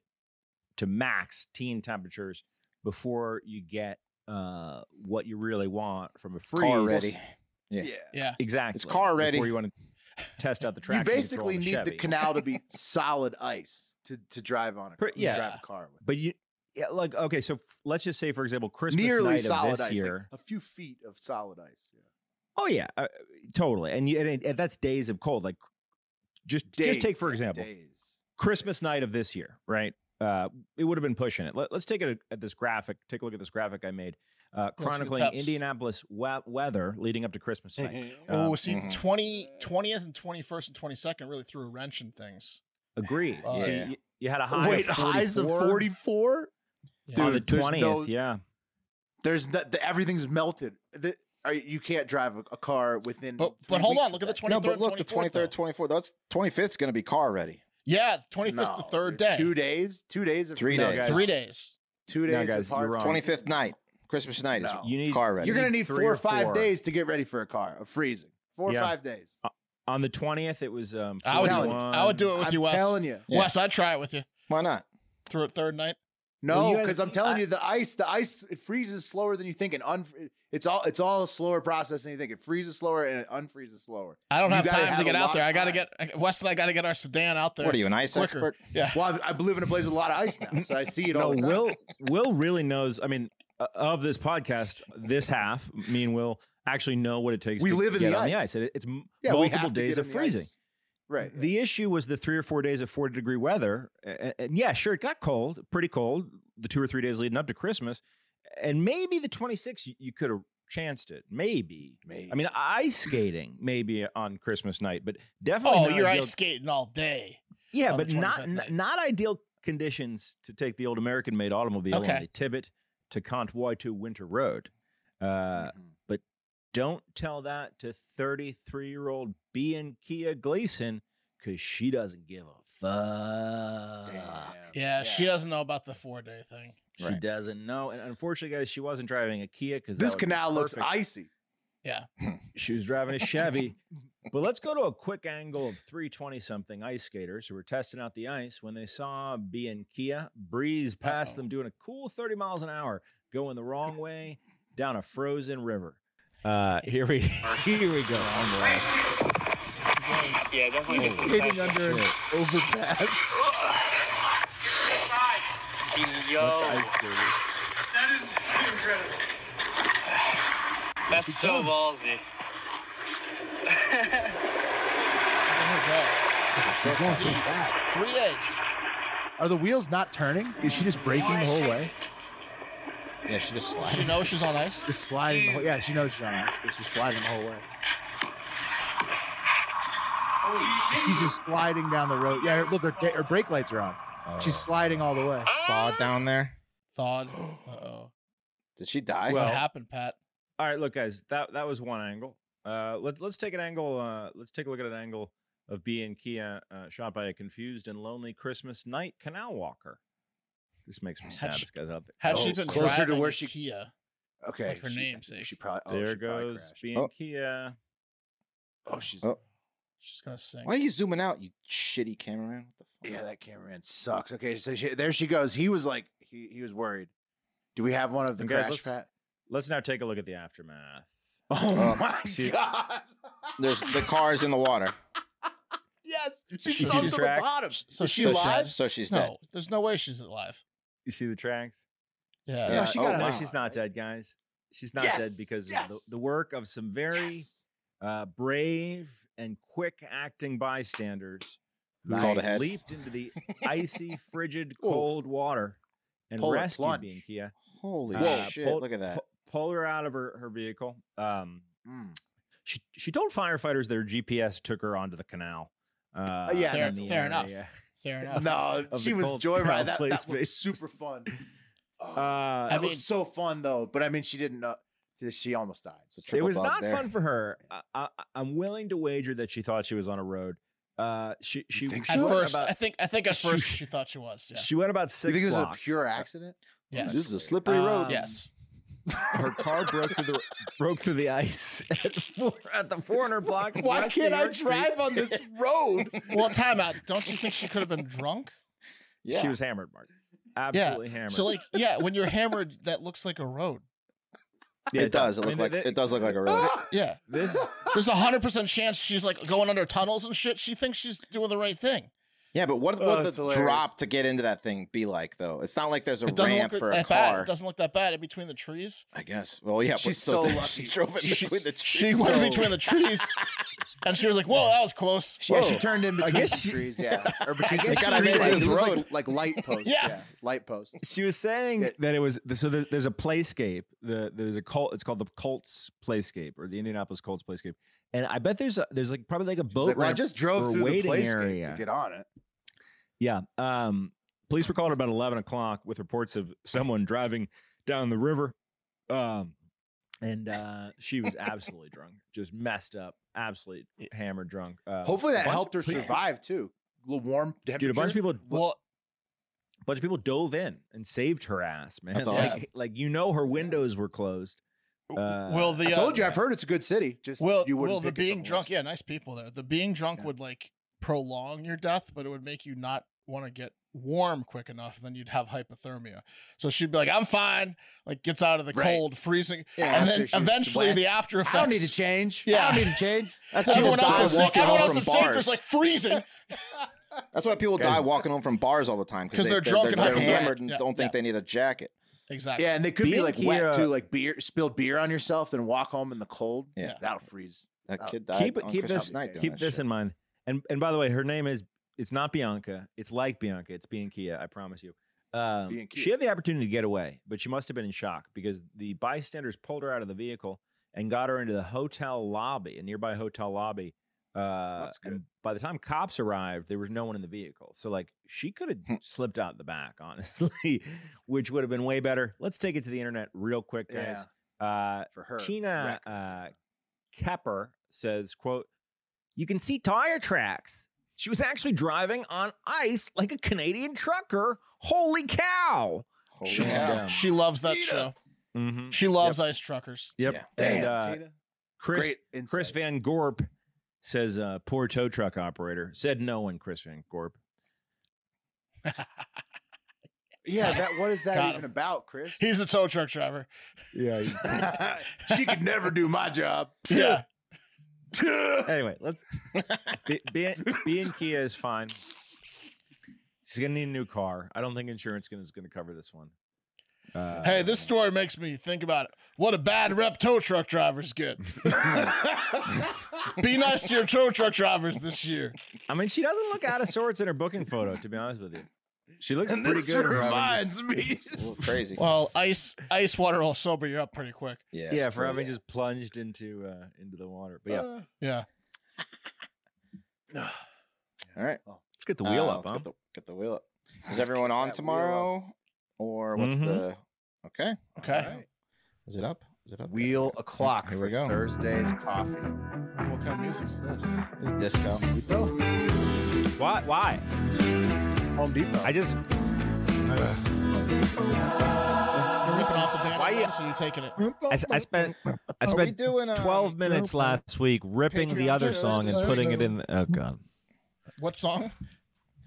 [SPEAKER 2] to max teen temperatures before you get uh, what you really want from a freeze.
[SPEAKER 3] Car ready. Yeah.
[SPEAKER 4] Yeah.
[SPEAKER 2] Exactly.
[SPEAKER 3] car ready.
[SPEAKER 2] Before you want to test out the
[SPEAKER 1] You
[SPEAKER 2] traction. control
[SPEAKER 1] basically
[SPEAKER 2] in
[SPEAKER 1] need the
[SPEAKER 2] Chevy.
[SPEAKER 1] canal to be solid ice to, to drive on a
[SPEAKER 2] Pre-
[SPEAKER 1] to
[SPEAKER 2] yeah.
[SPEAKER 1] drive a car with.
[SPEAKER 2] But you, yeah, like, okay, so f- let's just say, for example, Christmas
[SPEAKER 1] Nearly
[SPEAKER 2] night
[SPEAKER 1] solid
[SPEAKER 2] of this
[SPEAKER 1] ice, like
[SPEAKER 2] year.
[SPEAKER 1] a few feet of solid ice. Yeah.
[SPEAKER 2] oh yeah, uh, totally. And, you, and, it- and that's days of cold. Like, just just take
[SPEAKER 1] Days
[SPEAKER 2] for
[SPEAKER 1] and
[SPEAKER 2] example
[SPEAKER 1] days.
[SPEAKER 2] Christmas night of this year, right? Uh, it would have been pushing it. Let, us take a, at this graphic. Take a look at this graphic I made, uh,
[SPEAKER 4] the
[SPEAKER 2] chronicling
[SPEAKER 4] tops.
[SPEAKER 2] Indianapolis wa- weather leading up to Christmas night.
[SPEAKER 4] Oh,
[SPEAKER 2] Um,
[SPEAKER 4] see,
[SPEAKER 3] mhm.
[SPEAKER 4] 20, 20th and 21st and 22nd really threw a wrench in things.
[SPEAKER 2] Agreed.
[SPEAKER 4] Oh,
[SPEAKER 2] See,
[SPEAKER 3] yeah.
[SPEAKER 2] you, you had a high
[SPEAKER 1] Wait,
[SPEAKER 2] of 44
[SPEAKER 1] highs of forty four.
[SPEAKER 2] on the
[SPEAKER 1] Dude, there's
[SPEAKER 2] twentieth.
[SPEAKER 1] no-
[SPEAKER 2] yeah,
[SPEAKER 1] There's no, the, everything's melted. The, are, you can't drive a, a car within.
[SPEAKER 4] But
[SPEAKER 1] three
[SPEAKER 4] but hold
[SPEAKER 1] weeks
[SPEAKER 4] on,
[SPEAKER 1] of
[SPEAKER 4] look at the
[SPEAKER 1] that.
[SPEAKER 4] 23rd.
[SPEAKER 3] No, but look, the
[SPEAKER 4] 24th, though.
[SPEAKER 3] 23rd, 24th, that's 25th is going to be car ready.
[SPEAKER 4] Yeah, twenty fifth, the
[SPEAKER 1] No,
[SPEAKER 4] third
[SPEAKER 1] dude,
[SPEAKER 4] day,
[SPEAKER 1] Two days. Two days. Of
[SPEAKER 3] Three
[SPEAKER 1] no,
[SPEAKER 3] days.
[SPEAKER 1] guys,
[SPEAKER 4] three days.
[SPEAKER 1] Two
[SPEAKER 2] No,
[SPEAKER 1] days.
[SPEAKER 2] guys,
[SPEAKER 1] of hard
[SPEAKER 2] you're wrong.
[SPEAKER 3] 25th night, Christmas night
[SPEAKER 1] No.
[SPEAKER 3] is
[SPEAKER 2] you need
[SPEAKER 3] car ready.
[SPEAKER 1] You're gonna need
[SPEAKER 2] three
[SPEAKER 1] four
[SPEAKER 2] or
[SPEAKER 1] or five
[SPEAKER 2] four.
[SPEAKER 1] days to get ready for a car of freezing. Four
[SPEAKER 2] Yeah.
[SPEAKER 1] or five days.
[SPEAKER 2] on the twentieth it was. Um,
[SPEAKER 4] I would, do it.
[SPEAKER 2] 41.
[SPEAKER 4] I would do it with
[SPEAKER 1] I'm
[SPEAKER 4] you, Wes.
[SPEAKER 1] telling you.
[SPEAKER 3] Yeah.
[SPEAKER 4] Wes, I'd try it with you
[SPEAKER 3] Why not?
[SPEAKER 4] through a third night.
[SPEAKER 2] Well,
[SPEAKER 1] No,
[SPEAKER 2] you guys-
[SPEAKER 1] because I'm telling
[SPEAKER 2] I-
[SPEAKER 1] you, the ice, the ice, it freezes slower than you think, and un, it's all, it's all a slower process than you think. It freezes slower and it unfreezes slower.
[SPEAKER 4] I don't
[SPEAKER 1] You
[SPEAKER 4] have
[SPEAKER 1] gotta
[SPEAKER 4] time
[SPEAKER 1] have
[SPEAKER 4] to
[SPEAKER 1] a
[SPEAKER 4] get
[SPEAKER 1] lot
[SPEAKER 4] out
[SPEAKER 1] of
[SPEAKER 4] there. I gotta
[SPEAKER 1] time.
[SPEAKER 4] get Wes and I gotta get our sedan out there.
[SPEAKER 3] What are you, an ice
[SPEAKER 4] quicker.
[SPEAKER 3] expert?
[SPEAKER 4] Yeah,
[SPEAKER 1] Well, I, I live in a place with a lot of ice now, so I see it all.
[SPEAKER 2] No,
[SPEAKER 1] the time.
[SPEAKER 2] Will Will really knows. I mean, uh, of this podcast, this half, me and Will actually know what it takes.
[SPEAKER 1] We
[SPEAKER 2] to
[SPEAKER 1] live in
[SPEAKER 2] get
[SPEAKER 1] the
[SPEAKER 2] on the
[SPEAKER 1] ice.
[SPEAKER 2] ice. It- it's m-
[SPEAKER 1] Yeah, we have
[SPEAKER 2] multiple
[SPEAKER 1] to get
[SPEAKER 2] days
[SPEAKER 1] in
[SPEAKER 2] of
[SPEAKER 1] the
[SPEAKER 2] freezing.
[SPEAKER 1] ice. right?
[SPEAKER 2] The issue was the three or four days of forty degree weather, and, and yeah, sure, it got cold, pretty cold, the two or three days leading up to Christmas, and maybe the twenty sixth you, you could have chanced it. Maybe.
[SPEAKER 1] Maybe.
[SPEAKER 2] I mean, ice skating maybe on Christmas night, but definitely.
[SPEAKER 4] oh,
[SPEAKER 2] not
[SPEAKER 4] you're
[SPEAKER 2] ideal-
[SPEAKER 4] ice skating all day.
[SPEAKER 2] Yeah,
[SPEAKER 4] on the
[SPEAKER 2] but not
[SPEAKER 4] 25th
[SPEAKER 2] n-
[SPEAKER 4] night.
[SPEAKER 2] not ideal conditions to take the old American made automobile
[SPEAKER 4] Okay.
[SPEAKER 2] on the Tibbet to Contwoy to Winter Road. Uh, But don't tell that to 33 year old B and Kia Gleason because she doesn't give a fuck.
[SPEAKER 4] Yeah, she doesn't know about the four day thing.
[SPEAKER 2] She doesn't know. And unfortunately, guys, she wasn't driving a Kia because
[SPEAKER 1] This canal looks icy.
[SPEAKER 2] She was driving a Chevy. but let's go to a quick angle of 320 something ice skaters who were testing out the ice when they saw B and Kia breeze past
[SPEAKER 4] Uh-oh.
[SPEAKER 2] them doing a cool 30 miles an hour going the wrong way down a frozen river. Uh, here we here we go.
[SPEAKER 9] Yeah, definitely.
[SPEAKER 1] Skating under an overpass.
[SPEAKER 9] Yo, that's so ballsy.
[SPEAKER 4] There
[SPEAKER 1] She's going pretty
[SPEAKER 4] we
[SPEAKER 1] fast.
[SPEAKER 4] go. Three days.
[SPEAKER 1] Are the wheels not turning? Is she just braking the whole way?
[SPEAKER 3] Yeah, she just
[SPEAKER 4] She
[SPEAKER 3] slid.
[SPEAKER 4] knows she's on ice.
[SPEAKER 1] Just sliding the whole. Yeah, she knows she's on ice, but she's sliding the whole way. She's just sliding down the road. Yeah, look, her, da- her brake lights are on. She's sliding all the way.
[SPEAKER 3] Thawed down there.
[SPEAKER 4] Thawed. Uh oh.
[SPEAKER 3] Did she die?
[SPEAKER 2] Well-
[SPEAKER 4] What happened, Pat?
[SPEAKER 2] All right, look, guys, that that was one angle. Uh, let, let's take an angle. Uh, let's take a look at an angle of B and Kia uh, shot by a confused and lonely Christmas night canal walker. This makes me sad.
[SPEAKER 4] she-
[SPEAKER 2] This guy's out there.
[SPEAKER 4] Has
[SPEAKER 1] Oh,
[SPEAKER 4] she been
[SPEAKER 1] closer to
[SPEAKER 4] driving
[SPEAKER 1] where
[SPEAKER 4] a
[SPEAKER 1] she-
[SPEAKER 4] Kia?
[SPEAKER 1] Okay,
[SPEAKER 4] Like her
[SPEAKER 1] she-
[SPEAKER 4] namesake.
[SPEAKER 1] She probably. Oh,
[SPEAKER 2] there
[SPEAKER 1] she probably
[SPEAKER 2] goes
[SPEAKER 1] crashed.
[SPEAKER 2] B and uh,
[SPEAKER 3] Oh.
[SPEAKER 2] Kia.
[SPEAKER 1] Oh, she's.
[SPEAKER 3] Oh.
[SPEAKER 4] She's gonna sing.
[SPEAKER 3] Why are you zooming out, you shitty cameraman? What the
[SPEAKER 1] Yeah, that cameraman sucks. Okay, so she, there she goes. He was like, he he was worried. Do we have one of the
[SPEAKER 2] And guys,
[SPEAKER 1] crash?
[SPEAKER 2] let's-
[SPEAKER 1] Pat?
[SPEAKER 2] Let's now take a look at the aftermath.
[SPEAKER 1] Oh
[SPEAKER 3] Uh,
[SPEAKER 1] my
[SPEAKER 2] she-
[SPEAKER 1] god!
[SPEAKER 3] There's the car is in the water.
[SPEAKER 1] Yes, she
[SPEAKER 2] She's
[SPEAKER 1] sunk to the
[SPEAKER 2] tracked.
[SPEAKER 1] bottom.
[SPEAKER 4] So
[SPEAKER 1] Is she
[SPEAKER 4] she's
[SPEAKER 1] alive?
[SPEAKER 3] So she's
[SPEAKER 4] no,
[SPEAKER 3] dead.
[SPEAKER 4] there's no way she's alive.
[SPEAKER 2] You see the tracks?
[SPEAKER 4] Yeah.
[SPEAKER 1] Yeah, she
[SPEAKER 3] oh,
[SPEAKER 1] got
[SPEAKER 2] no,
[SPEAKER 1] it
[SPEAKER 3] wow.
[SPEAKER 1] out,
[SPEAKER 2] she's not
[SPEAKER 1] right?
[SPEAKER 2] dead, guys. She's not
[SPEAKER 1] Yes,
[SPEAKER 2] dead because
[SPEAKER 1] yes.
[SPEAKER 2] of the, the work of some very
[SPEAKER 1] Yes.
[SPEAKER 2] uh, brave and quick acting bystanders who
[SPEAKER 3] Called ahead.
[SPEAKER 2] leaped into the icy, frigid,
[SPEAKER 1] Ooh.
[SPEAKER 2] cold water and
[SPEAKER 1] Polar
[SPEAKER 2] rescued
[SPEAKER 1] plunge.
[SPEAKER 2] being Kia.
[SPEAKER 3] Holy
[SPEAKER 2] Uh,
[SPEAKER 3] shit!
[SPEAKER 2] pulled-
[SPEAKER 3] Look at that.
[SPEAKER 2] pu- pulled her out of her, her vehicle. Um,
[SPEAKER 1] Mm.
[SPEAKER 2] she, she told firefighters their GPS took her onto the canal. Uh,
[SPEAKER 1] yeah,
[SPEAKER 2] in
[SPEAKER 4] that's
[SPEAKER 2] the
[SPEAKER 4] fair enough.
[SPEAKER 2] area.
[SPEAKER 4] Fair enough.
[SPEAKER 1] No,
[SPEAKER 2] of
[SPEAKER 1] she
[SPEAKER 2] the
[SPEAKER 1] was
[SPEAKER 2] cold
[SPEAKER 1] joyride.
[SPEAKER 2] smell
[SPEAKER 1] That,
[SPEAKER 2] place
[SPEAKER 1] that looked
[SPEAKER 2] based.
[SPEAKER 1] super fun. Oh,
[SPEAKER 2] Uh,
[SPEAKER 1] that
[SPEAKER 4] mean-
[SPEAKER 1] looked so fun though. But I mean, she didn't know. She almost died. So
[SPEAKER 3] It's a
[SPEAKER 2] it
[SPEAKER 3] triple
[SPEAKER 2] was
[SPEAKER 3] bug
[SPEAKER 2] not
[SPEAKER 3] there.
[SPEAKER 2] fun for her. I, I, I'm willing to wager that she thought she was on a road. Uh, she she
[SPEAKER 1] think
[SPEAKER 4] At
[SPEAKER 1] so?
[SPEAKER 2] went
[SPEAKER 4] first,
[SPEAKER 2] about,
[SPEAKER 4] I think I think at
[SPEAKER 2] she-
[SPEAKER 4] first she thought she was. Yeah.
[SPEAKER 2] she went about
[SPEAKER 1] you
[SPEAKER 2] six
[SPEAKER 1] think this is a
[SPEAKER 2] blocks.
[SPEAKER 1] pure accident?
[SPEAKER 4] Yes.
[SPEAKER 3] This is a slippery road.
[SPEAKER 2] Um,
[SPEAKER 4] yes.
[SPEAKER 2] Her car broke through the broke through the ice at, the four, at the 400 block. of
[SPEAKER 1] Why
[SPEAKER 2] West
[SPEAKER 1] can't
[SPEAKER 2] New
[SPEAKER 1] I
[SPEAKER 2] York Street.
[SPEAKER 1] drive on this road?
[SPEAKER 3] um,
[SPEAKER 4] Well, time out. Don't you think she could have been drunk?
[SPEAKER 3] Yeah.
[SPEAKER 2] She was hammered, Mark. Absolutely hammered.
[SPEAKER 4] So like, yeah, when you're hammered, that looks like a road.
[SPEAKER 2] Yeah,
[SPEAKER 3] it does. It
[SPEAKER 2] I
[SPEAKER 3] look
[SPEAKER 2] mean,
[SPEAKER 3] like
[SPEAKER 2] th-
[SPEAKER 3] it does look like a road.
[SPEAKER 4] Yeah.
[SPEAKER 2] This
[SPEAKER 4] There's a hundred percent chance she's like going under tunnels and shit. She thinks she's doing the right thing.
[SPEAKER 3] Yeah, but what
[SPEAKER 7] Oh,
[SPEAKER 3] would
[SPEAKER 7] it's
[SPEAKER 3] the
[SPEAKER 7] hilarious.
[SPEAKER 3] drop to get into that thing be like though? It's not like there's a
[SPEAKER 4] It doesn't look
[SPEAKER 3] ramp
[SPEAKER 4] that,
[SPEAKER 3] for a
[SPEAKER 4] that bad.
[SPEAKER 3] car.
[SPEAKER 4] It doesn't look that bad in between the trees.
[SPEAKER 3] I guess. Well, yeah.
[SPEAKER 1] She's
[SPEAKER 3] but,
[SPEAKER 1] so
[SPEAKER 3] then
[SPEAKER 1] lucky.
[SPEAKER 3] She drove in
[SPEAKER 1] She's-
[SPEAKER 3] between the trees.
[SPEAKER 4] She went
[SPEAKER 3] So-
[SPEAKER 4] between the trees, and she was like, "Whoa, that was close."
[SPEAKER 1] Yeah, she turned in between
[SPEAKER 2] guess
[SPEAKER 1] some
[SPEAKER 2] she-
[SPEAKER 1] trees, yeah, or between some
[SPEAKER 2] guess
[SPEAKER 1] trees.
[SPEAKER 2] she
[SPEAKER 1] Like,
[SPEAKER 2] really
[SPEAKER 1] it
[SPEAKER 2] is
[SPEAKER 1] was
[SPEAKER 3] right.
[SPEAKER 1] like, like light posts, yeah.
[SPEAKER 4] Yeah.
[SPEAKER 1] light posts.
[SPEAKER 2] she was saying
[SPEAKER 1] Yeah.
[SPEAKER 2] that it was so there, there's a playscape the there's a cult it's called the colts playscape or the indianapolis colts playscape and i bet there's a, there's like probably like a
[SPEAKER 1] She's
[SPEAKER 2] boat
[SPEAKER 1] like, well, I
[SPEAKER 2] ramp
[SPEAKER 1] just drove
[SPEAKER 2] or
[SPEAKER 1] through the
[SPEAKER 2] waiting
[SPEAKER 1] place to
[SPEAKER 2] area.
[SPEAKER 1] get on it.
[SPEAKER 2] yeah um police were called about 11 o'clock with reports of someone driving down the river um and uh she was absolutely drunk just messed up absolutely hammered drunk uh,
[SPEAKER 1] Hopefully
[SPEAKER 2] a
[SPEAKER 1] that
[SPEAKER 2] bunch-
[SPEAKER 1] helped her
[SPEAKER 2] please-
[SPEAKER 1] survive too. A little warm temperature.
[SPEAKER 2] dude a bunch of people
[SPEAKER 4] Well,
[SPEAKER 2] a bunch of people dove in and saved her ass man
[SPEAKER 3] That's
[SPEAKER 2] like,
[SPEAKER 4] awesome.
[SPEAKER 2] like you know her windows were closed Uh,
[SPEAKER 4] will the
[SPEAKER 1] I
[SPEAKER 4] uh,
[SPEAKER 1] told you, I've heard it's a good city. Just
[SPEAKER 4] will
[SPEAKER 1] you wouldn't
[SPEAKER 4] will the
[SPEAKER 1] pick it from
[SPEAKER 4] being
[SPEAKER 1] a
[SPEAKER 4] drunk?
[SPEAKER 1] list.
[SPEAKER 4] Yeah, nice people there. The being drunk
[SPEAKER 1] Yeah.
[SPEAKER 4] would like prolong your death, but it would make you not want to get warm quick enough. Then you'd have hypothermia. So she'd be like, "I'm fine." Like gets out of the
[SPEAKER 1] Right.
[SPEAKER 4] cold, freezing,
[SPEAKER 3] Yeah,
[SPEAKER 4] and
[SPEAKER 1] after
[SPEAKER 4] then
[SPEAKER 1] she was
[SPEAKER 4] eventually
[SPEAKER 1] wet.
[SPEAKER 4] the after effects.
[SPEAKER 1] I don't need to change.
[SPEAKER 4] Yeah.
[SPEAKER 1] I don't need to change.
[SPEAKER 3] That's what people
[SPEAKER 4] Everyone
[SPEAKER 3] die
[SPEAKER 4] else, is sick.
[SPEAKER 3] walking
[SPEAKER 4] everyone
[SPEAKER 3] home
[SPEAKER 4] else
[SPEAKER 3] from
[SPEAKER 4] is sick.
[SPEAKER 3] bars.
[SPEAKER 4] There's like freezing.
[SPEAKER 3] That's why people die walking home from bars all the time
[SPEAKER 4] 'Cause
[SPEAKER 3] they,
[SPEAKER 4] they're drunk and
[SPEAKER 3] they're,
[SPEAKER 4] hyper-
[SPEAKER 3] hammered and
[SPEAKER 4] Yeah,
[SPEAKER 3] don't think
[SPEAKER 4] yeah.
[SPEAKER 3] they need a jacket.
[SPEAKER 4] Exactly.
[SPEAKER 1] Yeah, and they could be
[SPEAKER 2] Being
[SPEAKER 1] like
[SPEAKER 2] here- uh,
[SPEAKER 1] wet too, like beer, spilled beer on yourself, then walk home in the cold.
[SPEAKER 3] Yeah.
[SPEAKER 1] that'll freeze.
[SPEAKER 3] That
[SPEAKER 1] Oh,
[SPEAKER 3] kid died
[SPEAKER 2] keep-
[SPEAKER 3] on
[SPEAKER 2] keep
[SPEAKER 3] Christmas
[SPEAKER 2] this-
[SPEAKER 3] night. doing
[SPEAKER 2] keep
[SPEAKER 3] that
[SPEAKER 2] this
[SPEAKER 3] shit.
[SPEAKER 2] in mind. And and by the way, her name is it's not Bianca. It's like Bianca. It's Bianca. I promise you. Um,
[SPEAKER 1] Bianca.
[SPEAKER 2] she had the opportunity to get away, but she must have been in shock because the bystanders pulled her out of the vehicle and got her into the hotel lobby, a nearby hotel lobby. Uh,
[SPEAKER 1] That's
[SPEAKER 2] and
[SPEAKER 1] good.
[SPEAKER 2] by the time cops arrived, there was no one in the vehicle, so like she could
[SPEAKER 3] Hmm.
[SPEAKER 2] have slipped out the back, honestly, which would have been way better. Let's take it to the internet real quick, guys. Uh,
[SPEAKER 1] for her.
[SPEAKER 2] Tina
[SPEAKER 1] wreck.
[SPEAKER 2] uh, Kepper says, "quote You can see tire tracks. She was actually driving on ice like a Canadian trucker. Holy cow!"
[SPEAKER 3] Holy
[SPEAKER 4] She,
[SPEAKER 3] cow.
[SPEAKER 4] loves, she loves that show.
[SPEAKER 2] Mm-hmm.
[SPEAKER 4] She loves ice truckers.
[SPEAKER 2] Yep.
[SPEAKER 3] Yeah.
[SPEAKER 2] And
[SPEAKER 1] Damn,
[SPEAKER 2] uh,
[SPEAKER 1] Tina.
[SPEAKER 2] Chris
[SPEAKER 1] Great insight.
[SPEAKER 2] Chris Van Gorp says, uh, "Poor tow truck operator." Said no one. Chris Van Gorp.
[SPEAKER 1] Yeah, that what is that
[SPEAKER 4] Got
[SPEAKER 1] even
[SPEAKER 4] him.
[SPEAKER 1] about, Chris?
[SPEAKER 4] He's a tow truck driver.
[SPEAKER 2] Yeah.
[SPEAKER 1] she could never do my job.
[SPEAKER 4] Yeah.
[SPEAKER 2] anyway, let's. B- B- B and Kia is fine. She's gonna need a new car. I don't think insurance is gonna cover this one. Uh,
[SPEAKER 4] Hey, this story makes me think about it. What a bad rep tow truck drivers get. Be nice to your tow truck drivers this year.
[SPEAKER 2] I mean, she doesn't look out of sorts in her booking photo, to be honest with you. She looks
[SPEAKER 5] And
[SPEAKER 2] pretty
[SPEAKER 5] this
[SPEAKER 2] good. for having-
[SPEAKER 5] reminds me.
[SPEAKER 3] It's a little crazy.
[SPEAKER 4] Well, ice ice water will sober you up pretty quick.
[SPEAKER 3] yeah,
[SPEAKER 2] yeah,
[SPEAKER 3] it's
[SPEAKER 2] for having
[SPEAKER 3] crazy.
[SPEAKER 2] just plunged into uh, into the water. But yeah,
[SPEAKER 4] Yeah.
[SPEAKER 3] All right.
[SPEAKER 2] let's get the wheel
[SPEAKER 3] Uh,
[SPEAKER 2] up.
[SPEAKER 3] let's
[SPEAKER 2] Huh?
[SPEAKER 3] Get the, get the wheel up. Is everyone
[SPEAKER 1] that
[SPEAKER 3] on
[SPEAKER 1] wheel up.
[SPEAKER 3] tomorrow? Or what's
[SPEAKER 2] Mhm.
[SPEAKER 3] the. Okay.
[SPEAKER 4] Okay.
[SPEAKER 3] Is it up? Is it up?
[SPEAKER 1] Wheel o'clock
[SPEAKER 3] Here
[SPEAKER 1] for
[SPEAKER 3] we go.
[SPEAKER 1] Thursday's coffee.
[SPEAKER 4] What kind of music's this?
[SPEAKER 3] This is disco.
[SPEAKER 2] Why? Why?
[SPEAKER 1] Home Depot.
[SPEAKER 2] I just
[SPEAKER 4] You're ripping off the band.
[SPEAKER 2] Why
[SPEAKER 4] Why
[SPEAKER 2] you-
[SPEAKER 4] are you taking it?
[SPEAKER 2] I, s- I spent I
[SPEAKER 3] Are we
[SPEAKER 2] spent
[SPEAKER 3] doing uh,
[SPEAKER 2] twelve minutes last week ripping the other song and putting it in. The, oh god!
[SPEAKER 4] What song?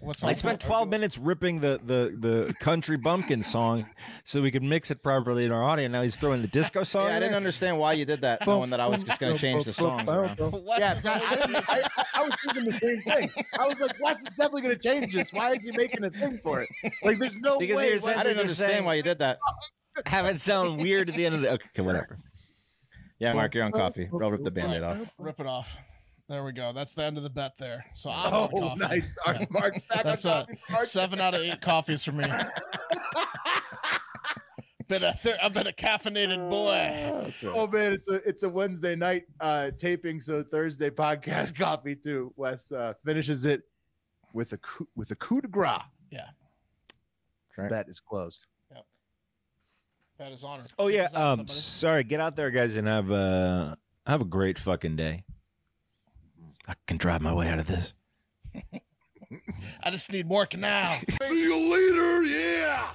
[SPEAKER 4] What song?
[SPEAKER 2] I spent twelve minutes ripping the the the country bumpkin song so we could mix it properly in our audio. Now he's throwing the disco song.
[SPEAKER 3] Yeah, I
[SPEAKER 2] in
[SPEAKER 3] didn't
[SPEAKER 2] there?
[SPEAKER 3] understand why you did that, knowing that I was just going to change the songs around.
[SPEAKER 4] Wes
[SPEAKER 10] Yeah,
[SPEAKER 4] is
[SPEAKER 10] I,
[SPEAKER 4] always-
[SPEAKER 10] I, didn't- I, I- I was thinking the same thing. I was like, Wes is definitely going to change this. Why is he making a thing for it? Like, there's no
[SPEAKER 2] Because
[SPEAKER 10] way.
[SPEAKER 2] you're
[SPEAKER 10] Wes-
[SPEAKER 2] saying-
[SPEAKER 3] I didn't understand why you did that.
[SPEAKER 2] Have it sound weird at the end of the. Okay, whatever.
[SPEAKER 3] Yeah, Mark, you're on coffee. I'll rip the band-aid off.
[SPEAKER 4] Rip it off. There we go. That's the end of the bet there. So I'm on
[SPEAKER 10] oh,
[SPEAKER 4] coffee.
[SPEAKER 10] nice. All right, Mark's back
[SPEAKER 4] That's
[SPEAKER 10] on
[SPEAKER 4] a
[SPEAKER 10] coffee. Mark.
[SPEAKER 4] seven out of eight coffees for me. been a thir- I've been a caffeinated boy.
[SPEAKER 10] Oh man, it's a it's a Wednesday night uh, taping, so Thursday podcast coffee too. Wes uh, finishes it with a coup, with a coup de grace.
[SPEAKER 4] Yeah.
[SPEAKER 3] Right.
[SPEAKER 10] Bet is closed.
[SPEAKER 4] That is honored.
[SPEAKER 2] Oh
[SPEAKER 4] Take
[SPEAKER 2] yeah.
[SPEAKER 4] us out,
[SPEAKER 2] Um.
[SPEAKER 4] somebody.
[SPEAKER 2] Sorry. Get out there, guys, and have uh have a great fucking day. I can drive my way out of this.
[SPEAKER 4] I just need more canal.
[SPEAKER 5] See you later. Yeah.